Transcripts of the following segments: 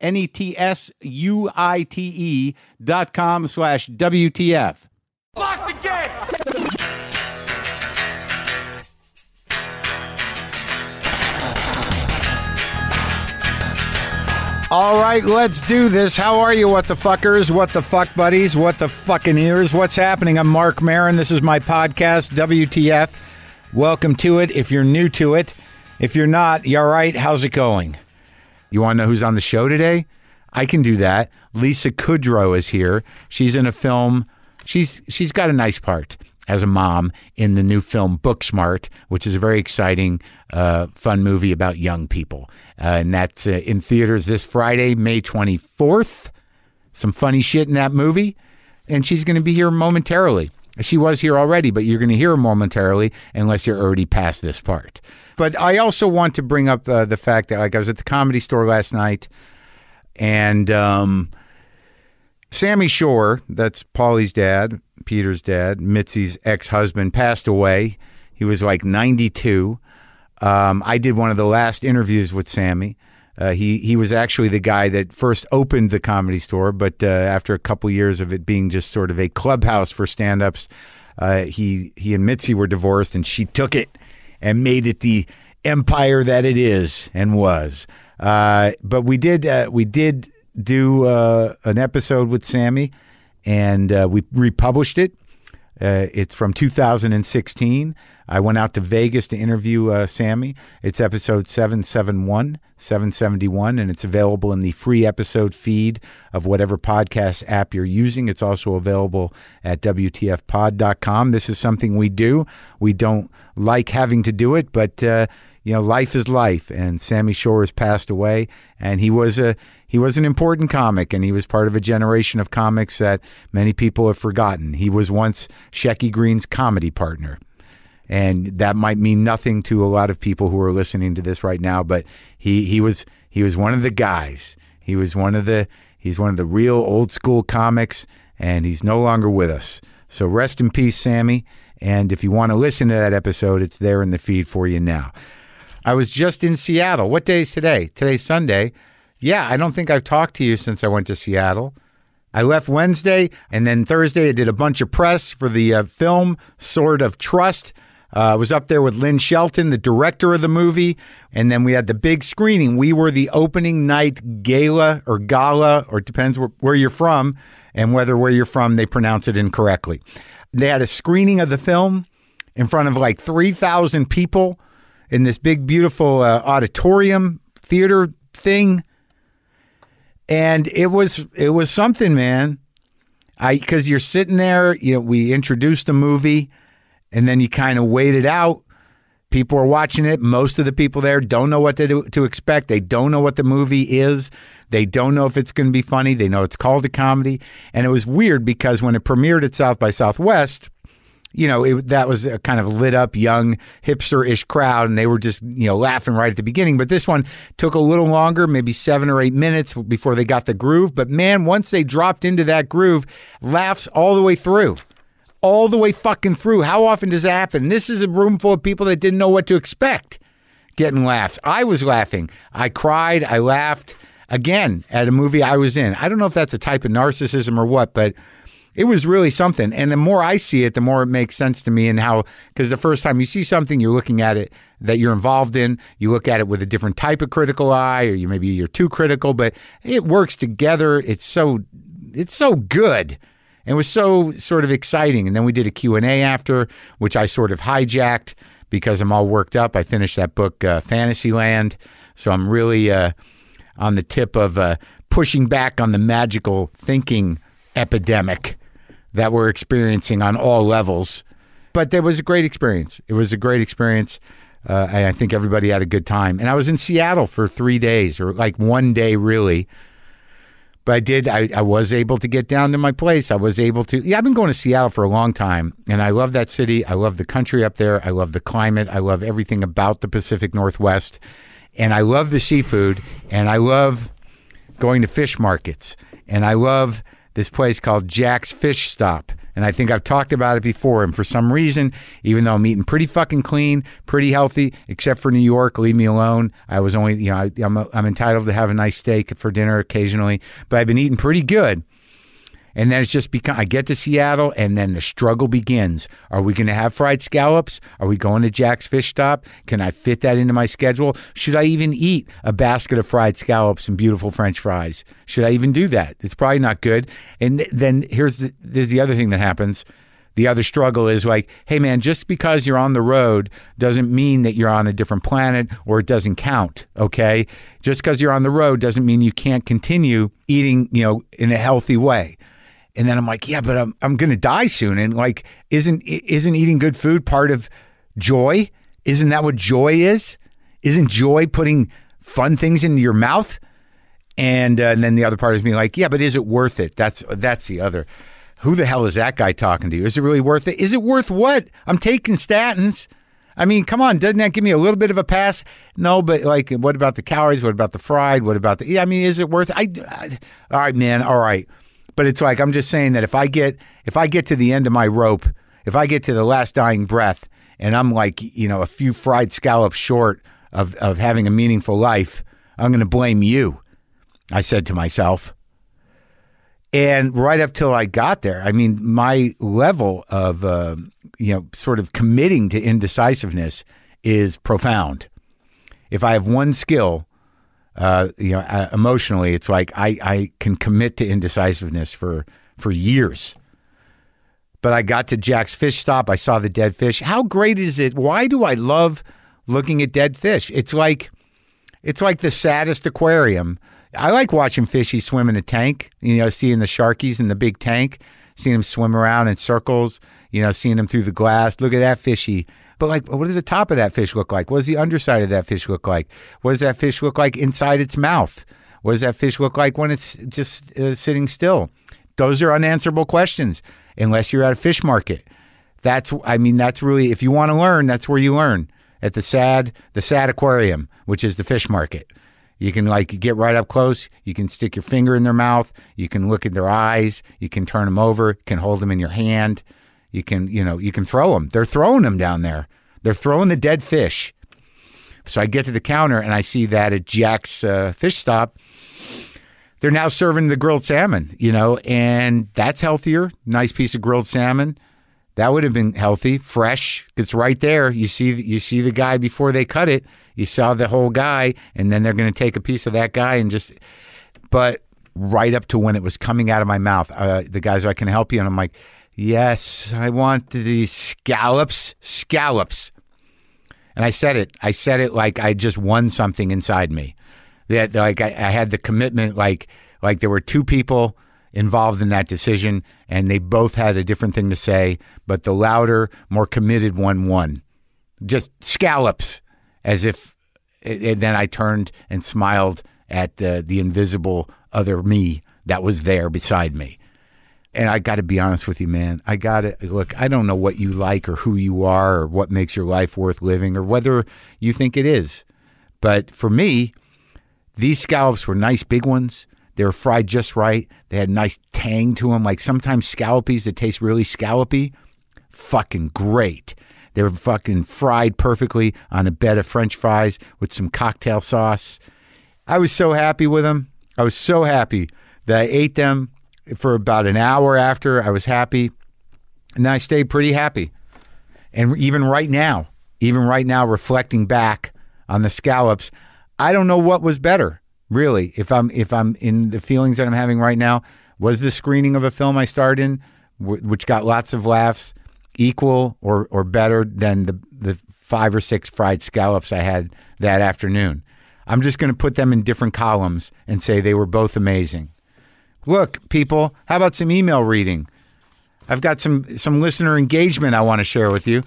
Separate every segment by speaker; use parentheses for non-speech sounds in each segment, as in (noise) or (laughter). Speaker 1: N E T S U I T E dot com slash WTF.
Speaker 2: Lock the gate!
Speaker 1: All right, let's do this. How are you, what the fuckers, what the fuck buddies, what the fucking ears? What's happening? I'm Mark Marin. This is my podcast, WTF. Welcome to it if you're new to it. If you're not, you all right? How's it going? You want to know who's on the show today? I can do that. Lisa Kudrow is here. She's in a film. She's she's got a nice part as a mom in the new film Booksmart, which is a very exciting, uh, fun movie about young people, uh, and that's uh, in theaters this Friday, May twenty fourth. Some funny shit in that movie, and she's going to be here momentarily. She was here already, but you're going to hear her momentarily unless you're already past this part. But I also want to bring up uh, the fact that, like, I was at the comedy store last night, and um, Sammy Shore, that's Paulie's dad, Peter's dad, Mitzi's ex husband, passed away. He was like 92. Um, I did one of the last interviews with Sammy. Uh, he he was actually the guy that first opened the comedy store, but uh, after a couple years of it being just sort of a clubhouse for stand-ups, uh, he he and Mitzi were divorced, and she took it and made it the empire that it is and was. Uh, but we did uh, we did do uh, an episode with Sammy, and uh, we republished it. Uh, it's from 2016. I went out to Vegas to interview uh, Sammy. It's episode 771, 771, and it's available in the free episode feed of whatever podcast app you're using. It's also available at WTFpod.com. This is something we do. We don't like having to do it, but. Uh, you know, life is life, and Sammy Shore has passed away, and he was a he was an important comic, and he was part of a generation of comics that many people have forgotten. He was once Shecky Green's comedy partner, and that might mean nothing to a lot of people who are listening to this right now, but he he was he was one of the guys. He was one of the he's one of the real old school comics, and he's no longer with us. So rest in peace, Sammy. And if you want to listen to that episode, it's there in the feed for you now. I was just in Seattle. What day is today? Today's Sunday. Yeah, I don't think I've talked to you since I went to Seattle. I left Wednesday, and then Thursday I did a bunch of press for the uh, film Sword of Trust. Uh, I was up there with Lynn Shelton, the director of the movie, and then we had the big screening. We were the opening night gala or gala, or it depends where, where you're from and whether where you're from they pronounce it incorrectly. They had a screening of the film in front of like 3,000 people in this big, beautiful uh, auditorium theater thing and it was it was something, man. I because you're sitting there, you know, we introduced the movie, and then you kind of wait it out. People are watching it. Most of the people there don't know what to do, to expect. They don't know what the movie is. They don't know if it's going to be funny. They know it's called a comedy, and it was weird because when it premiered at South by Southwest, you know, it, that was a kind of lit up, young, hipster ish crowd, and they were just, you know, laughing right at the beginning. But this one took a little longer, maybe seven or eight minutes before they got the groove. But man, once they dropped into that groove, laughs all the way through. All the way fucking through. How often does that happen? This is a room full of people that didn't know what to expect getting laughs. I was laughing. I cried. I laughed again at a movie I was in. I don't know if that's a type of narcissism or what, but it was really something. And the more I see it, the more it makes sense to me and how, because the first time you see something, you're looking at it that you're involved in. You look at it with a different type of critical eye, or you maybe you're too critical, but it works together. It's so, it's so good. And it was so sort of exciting. And then we did a Q&A after, which I sort of hijacked because I'm all worked up. I finished that book, uh, Fantasyland. So I'm really uh, on the tip of uh, pushing back on the magical thinking epidemic that we're experiencing on all levels. But it was a great experience. It was a great experience. Uh, and I think everybody had a good time. And I was in Seattle for three days, or like one day, really. But I did. I, I was able to get down to my place. I was able to. Yeah, I've been going to Seattle for a long time, and I love that city. I love the country up there. I love the climate. I love everything about the Pacific Northwest, and I love the seafood. And I love going to fish markets, and I love this place called Jack's Fish Stop. And I think I've talked about it before. And for some reason, even though I'm eating pretty fucking clean, pretty healthy, except for New York, leave me alone. I was only, you know, I, I'm, I'm entitled to have a nice steak for dinner occasionally, but I've been eating pretty good. And then it's just become, I get to Seattle and then the struggle begins. Are we going to have fried scallops? Are we going to Jack's Fish Stop? Can I fit that into my schedule? Should I even eat a basket of fried scallops and beautiful French fries? Should I even do that? It's probably not good. And th- then here's the, there's the other thing that happens. The other struggle is like, hey man, just because you're on the road doesn't mean that you're on a different planet or it doesn't count, okay? Just because you're on the road doesn't mean you can't continue eating, you know, in a healthy way. And then I'm like, yeah, but I'm I'm gonna die soon. And like, isn't i- isn't eating good food part of joy? Isn't that what joy is? Isn't joy putting fun things into your mouth? And, uh, and then the other part is me like, yeah, but is it worth it? That's that's the other. Who the hell is that guy talking to? Is it really worth it? Is it worth what? I'm taking statins. I mean, come on, doesn't that give me a little bit of a pass? No, but like, what about the calories? What about the fried? What about the? Yeah, I mean, is it worth? I, I all right, man, all right. But it's like I'm just saying that if I get if I get to the end of my rope, if I get to the last dying breath, and I'm like, you know, a few fried scallops short of of having a meaningful life, I'm going to blame you. I said to myself. And right up till I got there, I mean, my level of, uh, you know, sort of committing to indecisiveness is profound. If I have one skill, uh, you know, uh, emotionally, it's like I, I can commit to indecisiveness for, for years. But I got to Jack's Fish Stop. I saw the dead fish. How great is it? Why do I love looking at dead fish? It's like, it's like the saddest aquarium. I like watching fishies swim in a tank, you know, seeing the sharkies in the big tank, seeing them swim around in circles, you know, seeing them through the glass. Look at that fishy. But like, what does the top of that fish look like? What does the underside of that fish look like? What does that fish look like inside its mouth? What does that fish look like when it's just uh, sitting still? Those are unanswerable questions unless you're at a fish market. That's I mean that's really if you want to learn, that's where you learn at the sad the sad aquarium, which is the fish market. You can like get right up close. You can stick your finger in their mouth. You can look at their eyes. You can turn them over. Can hold them in your hand. You can you know you can throw them. They're throwing them down there. They're throwing the dead fish. So I get to the counter and I see that at Jack's uh, fish stop, they're now serving the grilled salmon, you know, and that's healthier. Nice piece of grilled salmon. That would have been healthy, fresh. It's right there. You see you see the guy before they cut it. You saw the whole guy and then they're going to take a piece of that guy and just but right up to when it was coming out of my mouth. Uh, the guys like, "Can I help you?" and I'm like, "Yes, I want these scallops, scallops." And I said it. I said it like I just won something inside me. That like I, I had the commitment. Like like there were two people involved in that decision, and they both had a different thing to say, but the louder, more committed one won. Just scallops, as if. And then I turned and smiled at the, the invisible other me that was there beside me and I got to be honest with you, man. I got to look. I don't know what you like or who you are or what makes your life worth living or whether you think it is. But for me, these scallops were nice big ones. They were fried just right. They had a nice tang to them. Like sometimes scallopies that taste really scallopy, fucking great. They were fucking fried perfectly on a bed of French fries with some cocktail sauce. I was so happy with them. I was so happy that I ate them for about an hour after. I was happy. And I stayed pretty happy. And even right now, even right now, reflecting back on the scallops, I don't know what was better, really. If I'm if I'm in the feelings that I'm having right now, was the screening of a film I starred in? wh- which got lots of laughs, equal or, or better than the, the five or six fried scallops I had that afternoon. I'm just going to put them in different columns and say they were both amazing. Look, people, how about some email reading? I've got some some listener engagement I want to share with you.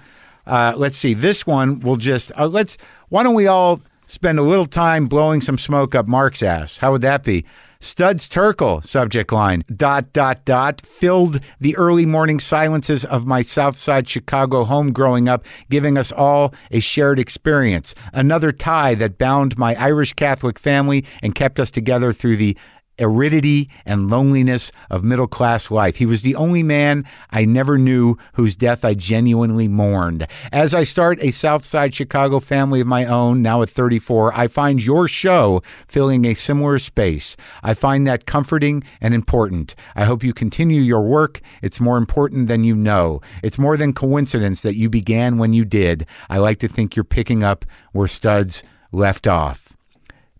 Speaker 1: Uh, let's see. This one will just uh, let's. Why don't we all spend a little time blowing some smoke up Mark's ass? How would that be? Studs Terkel subject line dot dot dot filled the early morning silences of my South Side Chicago home growing up, giving us all a shared experience. Another tie that bound my Irish Catholic family and kept us together through the aridity and loneliness of middle class life. He was the only man I never knew whose death I genuinely mourned. As I start a South Side Chicago family of my own, now at 34, I find your show filling a similar space. I find that comforting and important. I hope you continue your work. It's more important than you know. It's more than coincidence that you began when you did. I like to think you're picking up where studs left off.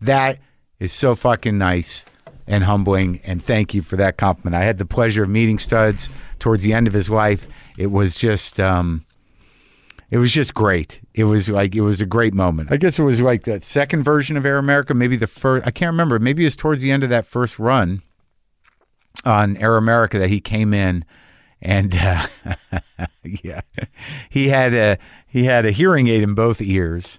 Speaker 1: That is so fucking nice and humbling. And thank you for that compliment. I had the pleasure of meeting Studs towards the end of his life. It was just, um, it was just great. It was like it was a great moment. I guess it was like the second version of Air America, maybe the first. I can't remember. Maybe it was towards the end of that first run on Air America that he came in, and uh, (laughs) yeah, he had a he had a hearing aid in both ears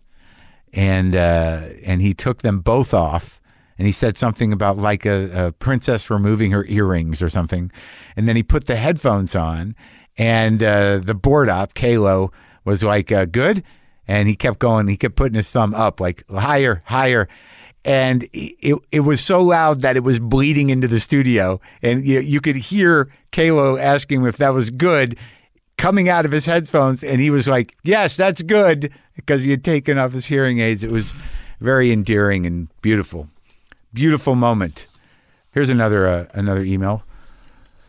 Speaker 1: and uh, and he took them both off. And he said something about like a, a princess removing her earrings or something. And then he put the headphones on, and uh, the board op, Kalo, was like, uh, good. And he kept going. He kept putting his thumb up, like higher, higher. And it, it, it was so loud that it was bleeding into the studio. And you, you could hear Kalo asking him if that was good coming out of his headphones, and he was like, "Yes, that's good," because he had taken off his hearing aids. It was very endearing and beautiful, beautiful moment. Here's another uh, another email.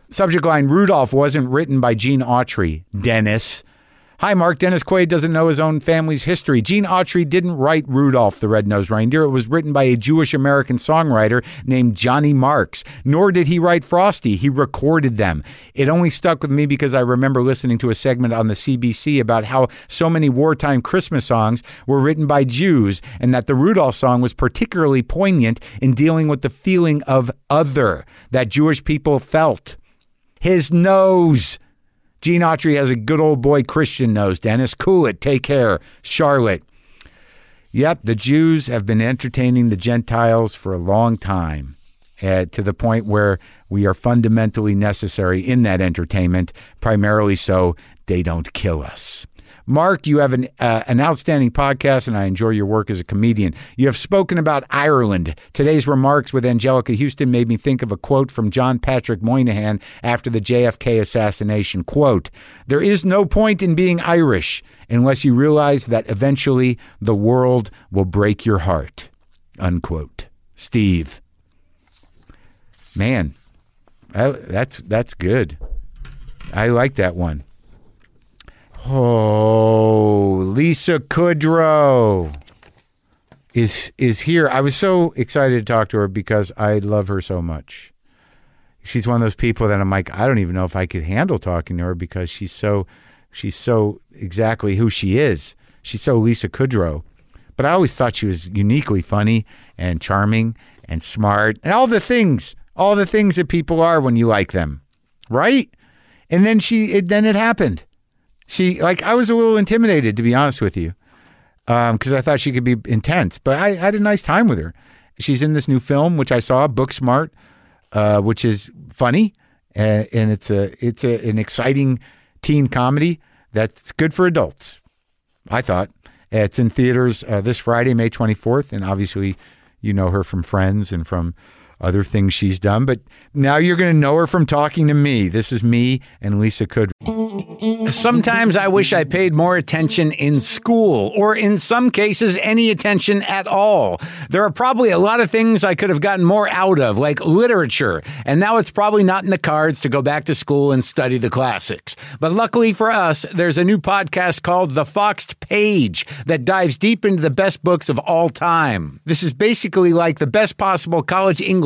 Speaker 1: Subject line: Rudolph wasn't written by Gene Autry. Dennis. Hi, Mark. Dennis Quaid doesn't know his own family's history. Gene Autry didn't write Rudolph the Red-Nosed Reindeer. It was written by a Jewish American songwriter named Johnny Marks. Nor did he write Frosty. He recorded them. It only stuck with me because I remember listening to a segment on the CBC about how so many wartime Christmas songs were written by Jews and that the Rudolph song was particularly poignant in dealing with the feeling of other that Jewish people felt. His nose. Gene Autry has a good old boy Christian nose, Dennis. Cool it. Take care. Charlotte. Yep, the Jews have been entertaining the Gentiles for a long time, uh, to the point where we are fundamentally necessary in that entertainment, primarily so they don't kill us. Mark, you have an uh, an outstanding podcast, and I enjoy your work as a comedian. You have spoken about Ireland. Today's remarks with Angelica Houston made me think of a quote from John Patrick Moynihan after the JFK assassination. Quote: "There is no point in being Irish unless you realize that eventually the world will break your heart." Unquote. Steve, man, that- that's that's good. I like that one. Oh, Lisa Kudrow is is here. I was so excited to talk to her because I love her so much. She's one of those people that I'm like, I don't even know if I could handle talking to her because she's so she's so exactly who she is. She's so Lisa Kudrow. But I always thought she was uniquely funny and charming and smart and all the things, all the things that people are when you like them. Right? And then she it, then it happened. She like I was a little intimidated to be honest with you, because Um, I thought she could be intense. But I, I had a nice time with her. She's in this new film which I saw, Book Smart, uh, which is funny and, and it's a it's a, an exciting teen comedy that's good for adults. I thought it's in theaters uh, this Friday, May twenty fourth, and obviously you know her from Friends and from other things she's done. But now you're going to know her from talking to me. This is me and Lisa Kudrow. Sometimes I wish I paid more attention in school, or in some cases, any attention at all. There are probably a lot of things I could have gotten more out of, like literature, and now it's probably not in the cards to go back to school and study the classics. But luckily for us, there's a new podcast called The Foxed Page that dives deep into the best books of all time. This is basically like the best possible college English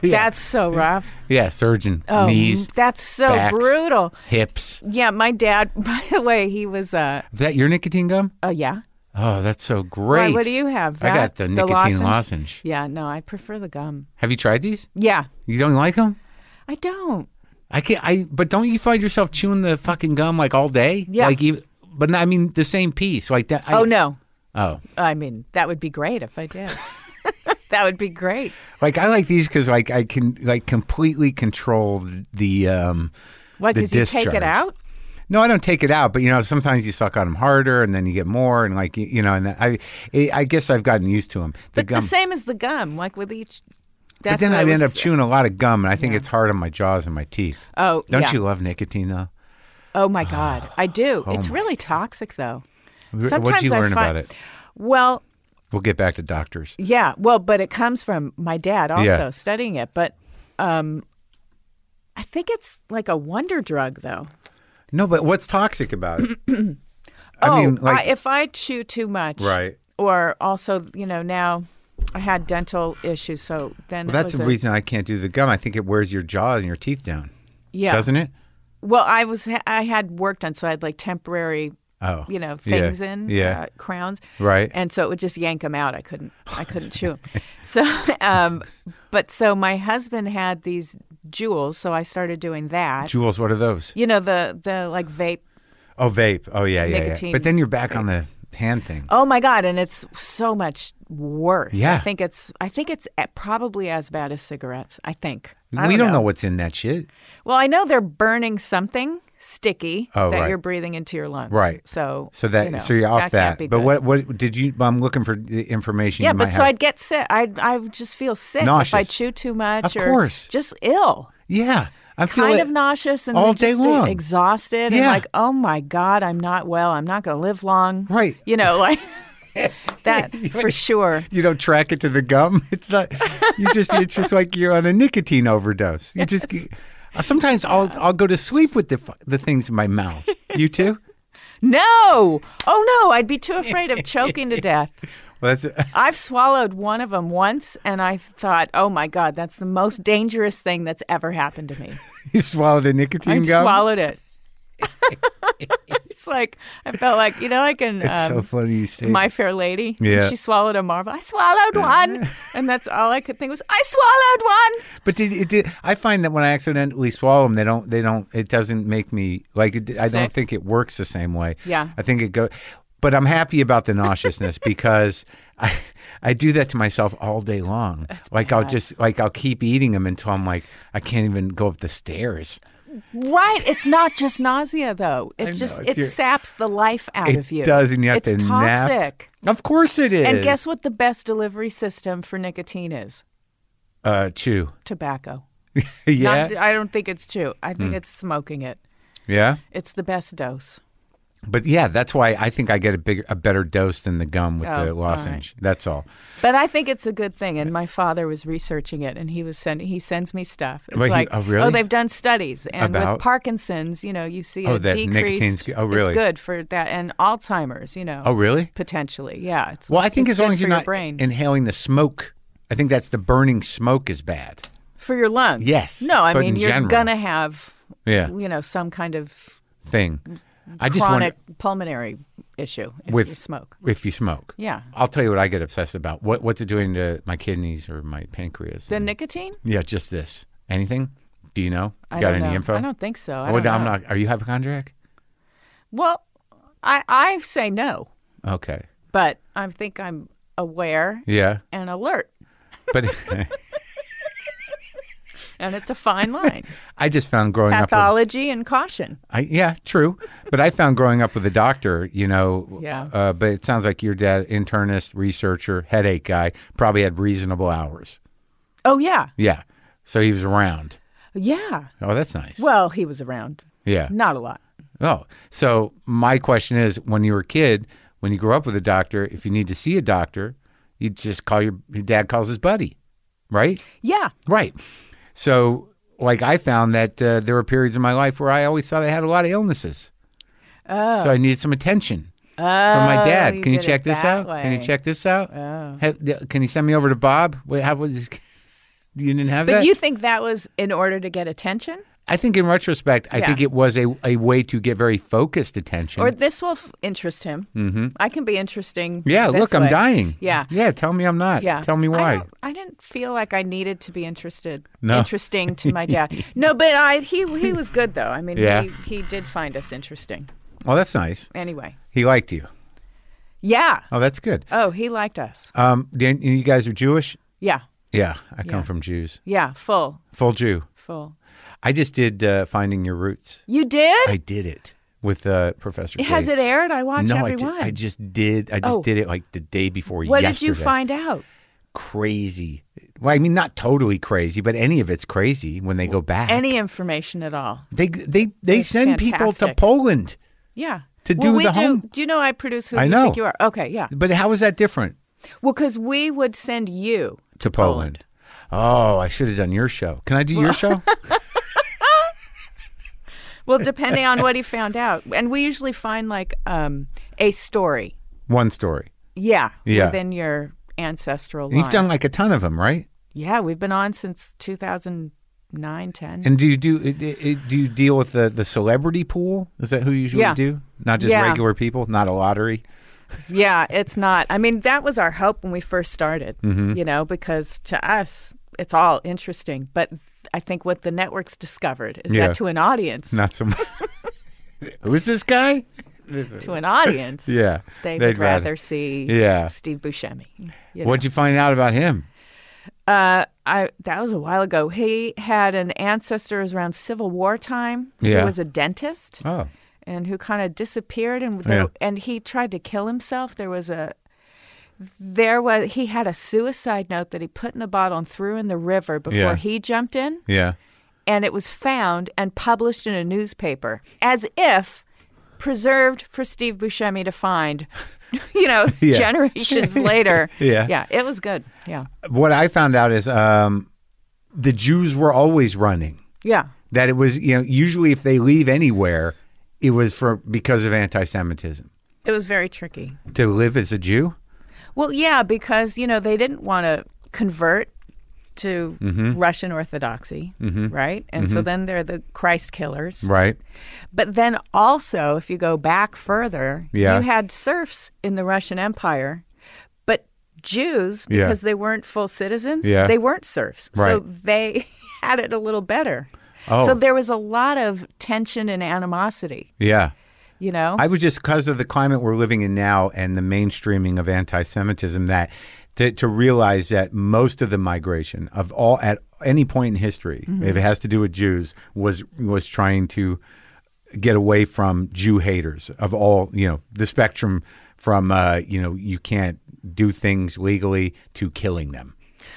Speaker 3: That's so rough.
Speaker 1: Yeah, surgeon.
Speaker 3: Oh,
Speaker 1: Knees,
Speaker 3: that's so
Speaker 1: backs.
Speaker 3: brutal.
Speaker 1: hips.
Speaker 3: Yeah, my dad. (laughs) By the way, he was. Uh,
Speaker 1: Is that your nicotine gum?
Speaker 3: oh yeah.
Speaker 1: Oh, that's so
Speaker 3: Why,
Speaker 1: great.
Speaker 3: what do you have?
Speaker 1: I got
Speaker 3: That?
Speaker 1: the nicotine
Speaker 3: lozenge?
Speaker 1: lozenge.
Speaker 3: Yeah, no, I prefer the gum.
Speaker 1: Have you tried these?
Speaker 3: Yeah,
Speaker 1: You don't like them?
Speaker 3: I don't.
Speaker 1: I can't. I but don't you find yourself chewing the fucking gum like all day?
Speaker 3: Yeah.
Speaker 1: Like even, but I mean the same piece like that. I,
Speaker 3: oh no,
Speaker 1: Oh,
Speaker 3: I mean that would be great if I did. (laughs) that would be great.
Speaker 1: like I like these because like I can like completely control the. um
Speaker 3: What?
Speaker 1: The
Speaker 3: Because you take it
Speaker 1: discharge.
Speaker 3: out?
Speaker 1: No, I don't take it out, but you know sometimes you suck on them harder, and then you get more, and like you, you know, and I, I I guess I've gotten used to them. The
Speaker 3: but
Speaker 1: gum.
Speaker 3: the same as the gum, like with each. That's
Speaker 1: But then
Speaker 3: what
Speaker 1: I
Speaker 3: was-
Speaker 1: end up chewing a lot of gum, and I think it's hard on my jaws and my teeth.
Speaker 3: Oh,
Speaker 1: Don't
Speaker 3: yeah.
Speaker 1: you love nicotine though?
Speaker 3: Oh my
Speaker 1: (sighs)
Speaker 3: God, I do. it's
Speaker 1: my
Speaker 3: really toxic, though.
Speaker 1: What'd
Speaker 3: Sometimes
Speaker 1: you
Speaker 3: I
Speaker 1: learn about
Speaker 3: find-
Speaker 1: it?
Speaker 3: Well,
Speaker 1: We'll get back to doctors.
Speaker 3: yeah, well, but it comes from my dad also
Speaker 1: Yeah.
Speaker 3: studying it. But um, I think it's like a wonder drug, though.
Speaker 1: No, but what's toxic about
Speaker 3: (clears throat)
Speaker 1: it? I mean,
Speaker 3: oh,
Speaker 1: like,
Speaker 3: I, if I chew too much,
Speaker 1: Right.
Speaker 3: Or also, you know, now I had dental issues, so then
Speaker 1: well,
Speaker 3: it
Speaker 1: that's
Speaker 3: was
Speaker 1: the
Speaker 3: a-
Speaker 1: reason I can't do the gum. I think it wears your jaws and your teeth down,
Speaker 3: yeah.
Speaker 1: doesn't it?
Speaker 3: Well, I was I had worked on, so I had like temporary,
Speaker 1: Oh,
Speaker 3: you know,
Speaker 1: Yeah.
Speaker 3: things in
Speaker 1: Yeah.
Speaker 3: uh, crowns,
Speaker 1: Right.
Speaker 3: And so it would just yank them out. I couldn't, I couldn't chew
Speaker 1: (laughs)
Speaker 3: 'em. So, um, but so my husband had these jewels, so I started doing that.
Speaker 1: Jewels, what are those?
Speaker 3: You know, the the like vape.
Speaker 1: Oh, vape. Oh, yeah, yeah, yeah.
Speaker 3: Nicotine
Speaker 1: But then you're back on the hand thing.
Speaker 3: Oh my God! And it's so much worse.
Speaker 1: Yeah.
Speaker 3: I think it's I think it's a- probably as bad as cigarettes. I think I
Speaker 1: we don't know. what's in that shit.
Speaker 3: Well, I know they're burning something sticky
Speaker 1: Oh,
Speaker 3: that
Speaker 1: right.
Speaker 3: you're breathing into your lungs.
Speaker 1: Right.
Speaker 3: So
Speaker 1: So that
Speaker 3: you know,
Speaker 1: so you're off
Speaker 3: can't
Speaker 1: that.
Speaker 3: be
Speaker 1: But
Speaker 3: good.
Speaker 1: what what did you? I'm looking for the information.
Speaker 3: Yeah,
Speaker 1: you might
Speaker 3: but so
Speaker 1: have.
Speaker 3: I'd get sick. I I would just feel sick if I
Speaker 1: Nauseous.
Speaker 3: chew too much.
Speaker 1: Of
Speaker 3: or
Speaker 1: course.
Speaker 3: Just ill,
Speaker 1: yeah, I feel
Speaker 3: kind
Speaker 1: it-
Speaker 3: of nauseous, and
Speaker 1: all
Speaker 3: then
Speaker 1: day
Speaker 3: just
Speaker 1: long.
Speaker 3: exhausted, and
Speaker 1: Yeah.
Speaker 3: like, oh my god, I'm not well. I'm not going to live long.
Speaker 1: Right.
Speaker 3: You
Speaker 1: (laughs)
Speaker 3: know, like that for sure.
Speaker 1: you don't track it to the gum. (laughs) It's not. You just. It's just like you're on a nicotine overdose. You just. uh, Sometimes I'll I'll go to sleep with the fu- the things in my mouth. You too.
Speaker 3: (laughs) No. Oh no, I'd be too afraid of choking to death.
Speaker 1: Well, that's (laughs)
Speaker 3: I've swallowed one of them once, and I thought, oh my god, that's the most dangerous thing that's ever happened to me.
Speaker 1: you swallowed a nicotine
Speaker 3: I
Speaker 1: gum.
Speaker 3: swallowed it. (laughs) it's like I felt like you know, like in
Speaker 1: it's so
Speaker 3: um,
Speaker 1: funny you say.
Speaker 3: My Fair Lady. when
Speaker 1: Yeah.
Speaker 3: she swallowed a marble. I swallowed one, and that's all I could think was, I swallowed one.
Speaker 1: but did, it did, I find that when I accidentally swallow them, they don't. They don't. It doesn't make me like. It, I don't
Speaker 3: Sick.
Speaker 1: think it works the same way.
Speaker 3: Yeah. (laughs)
Speaker 1: I think it go. But I'm happy about the nauseousness because I I do that to myself all day long. like I'll just like I'll keep eating them until I'm like I can't even go up the stairs.
Speaker 3: Right. It's not just nausea though. It just
Speaker 1: it's
Speaker 3: it
Speaker 1: your-
Speaker 3: saps the life out
Speaker 1: It
Speaker 3: of you.
Speaker 1: does, and you have
Speaker 3: it's
Speaker 1: to nap.
Speaker 3: toxic.
Speaker 1: Of course it is.
Speaker 3: And guess what the best delivery system for nicotine is?
Speaker 1: uh, chew. (laughs)
Speaker 3: Tobacco.
Speaker 1: yeah, Hmm.
Speaker 3: Not, I don't think it's chew. I think it's smoking it.
Speaker 1: yeah.
Speaker 3: It's the best dose.
Speaker 1: But yeah, that's why I think I get a bigger, a better dose than the gum with
Speaker 3: Oh,
Speaker 1: the
Speaker 3: all right.
Speaker 1: lozenge. That's all.
Speaker 3: But I think it's a good thing. And my father was researching it, and he was sending. He sends me stuff. It's
Speaker 1: Wait, he-
Speaker 3: like,
Speaker 1: oh, really?
Speaker 3: they've done studies, and
Speaker 1: About-
Speaker 3: with Parkinson's, you know, you see
Speaker 1: Oh,
Speaker 3: a
Speaker 1: that
Speaker 3: decreased.
Speaker 1: nicotine's good- oh, really?
Speaker 3: It's good for that, and Alzheimer's, you know,
Speaker 1: Oh, really?
Speaker 3: potentially, yeah. It's
Speaker 1: Well, I think as
Speaker 3: it's
Speaker 1: long
Speaker 3: good
Speaker 1: as you're
Speaker 3: for your
Speaker 1: not
Speaker 3: brain
Speaker 1: inhaling the smoke, I think that's the burning smoke is bad.
Speaker 3: for your lungs.
Speaker 1: Yes,
Speaker 3: No, I
Speaker 1: but
Speaker 3: mean
Speaker 1: in
Speaker 3: you're
Speaker 1: general.
Speaker 3: gonna have,
Speaker 1: Yeah,
Speaker 3: you know, some kind of
Speaker 1: thing. I just
Speaker 3: chronic
Speaker 1: want
Speaker 3: pulmonary issue if
Speaker 1: With-
Speaker 3: you smoke.
Speaker 1: if you smoke.
Speaker 3: Yeah.
Speaker 1: I'll tell you what I get obsessed about. What what's it doing to my kidneys or my pancreas?
Speaker 3: The
Speaker 1: and-
Speaker 3: nicotine?
Speaker 1: yeah, just this. Anything? Do you know?
Speaker 3: I
Speaker 1: Got
Speaker 3: don't
Speaker 1: any
Speaker 3: know.
Speaker 1: info?
Speaker 3: I don't think so. I
Speaker 1: Well,
Speaker 3: don't
Speaker 1: I'm
Speaker 3: know.
Speaker 1: not. Are you hypochondriac?
Speaker 3: Well, I I say no,
Speaker 1: Okay.
Speaker 3: but I think I'm aware
Speaker 1: Yeah,
Speaker 3: and alert,
Speaker 1: but (laughs)
Speaker 3: and it's
Speaker 1: (laughs)
Speaker 3: a fine line.
Speaker 1: I just found growing up. With,
Speaker 3: Pathology and caution.
Speaker 1: I, yeah, true. But I found growing up with a doctor, you know.
Speaker 3: Yeah.
Speaker 1: Uh, but it sounds like your dad, internist, researcher, headache guy, probably had reasonable hours.
Speaker 3: Oh yeah,
Speaker 1: Yeah. So he was around.
Speaker 3: yeah.
Speaker 1: Oh, that's nice.
Speaker 3: Well, he was around.
Speaker 1: yeah.
Speaker 3: Not a lot.
Speaker 1: Oh, so my question is when you were a kid, when you grew up with a doctor, if you need to see a doctor, you just call your, your dad calls his buddy, right?
Speaker 3: Yeah.
Speaker 1: Right. So, like, I found that uh, there were periods in my life where I always thought I had a lot of illnesses.
Speaker 3: Oh.
Speaker 1: So I needed some attention
Speaker 3: oh
Speaker 1: from my dad. Can you
Speaker 3: did it
Speaker 1: check this out?
Speaker 3: that
Speaker 1: Can you
Speaker 3: way.
Speaker 1: check this out?
Speaker 3: Oh.
Speaker 1: Ha- d- can you send me over to Bob? Wait, how was (laughs) you didn't have
Speaker 3: But
Speaker 1: that?
Speaker 3: you think that was in order to get attention,
Speaker 1: I think in retrospect, I
Speaker 3: Yeah.
Speaker 1: think it was a, a way to get very focused attention.
Speaker 3: or this will f- interest him? Mm-hmm. I can be interesting.
Speaker 1: Yeah,
Speaker 3: this
Speaker 1: look, I'm
Speaker 3: way.
Speaker 1: dying.
Speaker 3: Yeah.
Speaker 1: Yeah, tell me I'm not.
Speaker 3: Yeah.
Speaker 1: Tell me
Speaker 3: I
Speaker 1: why.
Speaker 3: don't- I, didn't feel like I needed to be interested.
Speaker 1: No.
Speaker 3: Interesting to
Speaker 1: (laughs)
Speaker 3: my dad. no, but I he he was good though. I mean,
Speaker 1: Yeah.
Speaker 3: he, he did find us interesting.
Speaker 1: Well, that's nice.
Speaker 3: Anyway,
Speaker 1: He liked you.
Speaker 3: yeah.
Speaker 1: Oh, that's good.
Speaker 3: Oh, he liked us.
Speaker 1: Um, Dan, you guys are Jewish?
Speaker 3: Yeah,
Speaker 1: Yeah, I come
Speaker 3: Yeah.
Speaker 1: from Jews.
Speaker 3: yeah. Full,
Speaker 1: Full Jew.
Speaker 3: full.
Speaker 1: I just did uh, Finding Your Roots.
Speaker 3: You did?
Speaker 1: I did it with uh, Professor
Speaker 3: Has it
Speaker 1: Gates.
Speaker 3: aired? I watch
Speaker 1: No, I, did,
Speaker 3: everyone.
Speaker 1: I just did. I just
Speaker 3: Oh.
Speaker 1: did it like the day before
Speaker 3: what
Speaker 1: yesterday.
Speaker 3: did you find out?
Speaker 1: Crazy. Well, I mean, not totally crazy, but any of it's crazy when they go back.
Speaker 3: Any information at all?
Speaker 1: They they they
Speaker 3: That's
Speaker 1: send people to
Speaker 3: fantastic.
Speaker 1: Poland.
Speaker 3: Yeah.
Speaker 1: To
Speaker 3: Well,
Speaker 1: do
Speaker 3: we
Speaker 1: the home-
Speaker 3: Do you know I produce who
Speaker 1: I
Speaker 3: you
Speaker 1: know.
Speaker 3: think you are? Okay, yeah.
Speaker 1: But how is that different?
Speaker 3: Well, because we would send you
Speaker 1: to Poland. Oh, I should have done your show. Can I do your
Speaker 3: (laughs)
Speaker 1: show?
Speaker 3: Well, depending on what he found out, and we usually find like um, a story.
Speaker 1: One story.
Speaker 3: Yeah.
Speaker 1: Yeah.
Speaker 3: Within your ancestral
Speaker 1: And
Speaker 3: line.
Speaker 1: you've done like a ton of them, right?
Speaker 3: yeah, we've been on since 2009, 10.
Speaker 1: And do you do it, it, it- do you deal with the, the celebrity pool? Is that who you usually
Speaker 3: Yeah.
Speaker 1: do? Not just
Speaker 3: Yeah.
Speaker 1: regular people, not a lottery.
Speaker 3: yeah, it's not. I mean, that was our hope when we first started,
Speaker 1: Mm-hmm.
Speaker 3: you know, because to us, it's all interesting. But I think what the networks discovered is
Speaker 1: Yeah.
Speaker 3: that to an audience,
Speaker 1: Not some. (laughs) Who's this guy?
Speaker 3: to an
Speaker 1: (laughs)
Speaker 3: audience,
Speaker 1: Yeah,
Speaker 3: they
Speaker 1: they'd
Speaker 3: would rather, see
Speaker 1: Yeah.
Speaker 3: Steve Buscemi. you know.
Speaker 1: What'd you find out about him?
Speaker 3: Uh, I that was a while ago. He had an ancestor who was around Civil War time.
Speaker 1: Yeah.
Speaker 3: who was a dentist
Speaker 1: Oh,
Speaker 3: and who kind of disappeared and the,
Speaker 1: Yeah.
Speaker 3: and he tried to kill himself. There was a there was he had a suicide note that he put in a bottle and threw in the river before
Speaker 1: Yeah.
Speaker 3: he jumped in,
Speaker 1: yeah.
Speaker 3: and it was found and published in a newspaper as if preserved for Steve Buscemi to find. (laughs) You know,
Speaker 1: (laughs) Yeah. (laughs)
Speaker 3: generations later.
Speaker 1: Yeah.
Speaker 3: yeah, it was good. Yeah,
Speaker 1: What I found out is um, the Jews were always running.
Speaker 3: yeah.
Speaker 1: That it was you know usually if they leave anywhere, it was for because of anti-Semitism.
Speaker 3: It was very tricky.
Speaker 1: To live as a Jew.
Speaker 3: Well, yeah, because you know they didn't want to convert to
Speaker 1: Mm-hmm.
Speaker 3: Russian Orthodoxy, right? And so then they're the Christ killers.
Speaker 1: Right.
Speaker 3: But then also, if you go back further,
Speaker 1: Yeah.
Speaker 3: you had serfs in the Russian Empire, but Jews
Speaker 1: Yeah.
Speaker 3: because they weren't full citizens,
Speaker 1: Yeah.
Speaker 3: they weren't serfs, so
Speaker 1: Right.
Speaker 3: they (laughs) had it a little better.
Speaker 1: Oh.
Speaker 3: So there was a lot of tension and animosity,
Speaker 1: Yeah.
Speaker 3: you know.
Speaker 1: I was just because of the climate we're living in now and the mainstreaming of anti Semitism that to, to realize that most of the migration of all at any point in history,
Speaker 3: Mm-hmm.
Speaker 1: if it has to do with Jews, was was trying to get away from Jew haters of all you know the spectrum from uh, you know you can't do things legally to killing them,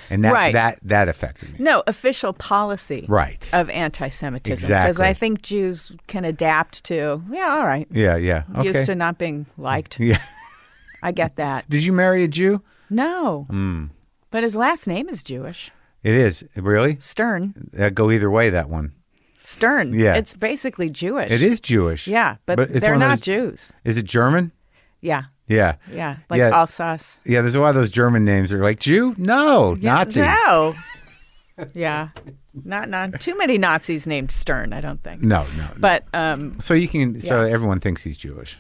Speaker 1: and that
Speaker 3: Right.
Speaker 1: that that affected me.
Speaker 3: No, official policy
Speaker 1: Right.
Speaker 3: of anti Semitism. Because
Speaker 1: Exactly.
Speaker 3: I think Jews can adapt to, yeah, all right.
Speaker 1: Yeah, yeah. Okay.
Speaker 3: Used to not being
Speaker 1: (laughs)
Speaker 3: liked.
Speaker 1: Yeah.
Speaker 3: I get that.
Speaker 1: Did you marry a Jew?
Speaker 3: No.
Speaker 1: Mm.
Speaker 3: But his last name is Jewish.
Speaker 1: It is really
Speaker 3: Stern.
Speaker 1: that go either way. That one.
Speaker 3: Stern.
Speaker 1: Yeah.
Speaker 3: It's basically Jewish.
Speaker 1: It is Jewish.
Speaker 3: Yeah, but,
Speaker 1: But it's
Speaker 3: they're
Speaker 1: one of
Speaker 3: not
Speaker 1: those-
Speaker 3: Jews.
Speaker 1: Is it German?
Speaker 3: Yeah.
Speaker 1: Yeah.
Speaker 3: Yeah. Like
Speaker 1: Yeah.
Speaker 3: Alsace.
Speaker 1: Yeah, there's a lot of those German names that are like Jew? No,
Speaker 3: Yeah,
Speaker 1: Nazi. (laughs)
Speaker 3: No. yeah. Not not too many Nazis named Stern, I don't think.
Speaker 1: No, no.
Speaker 3: But um (laughs)
Speaker 1: so you can so everyone thinks he's Jewish.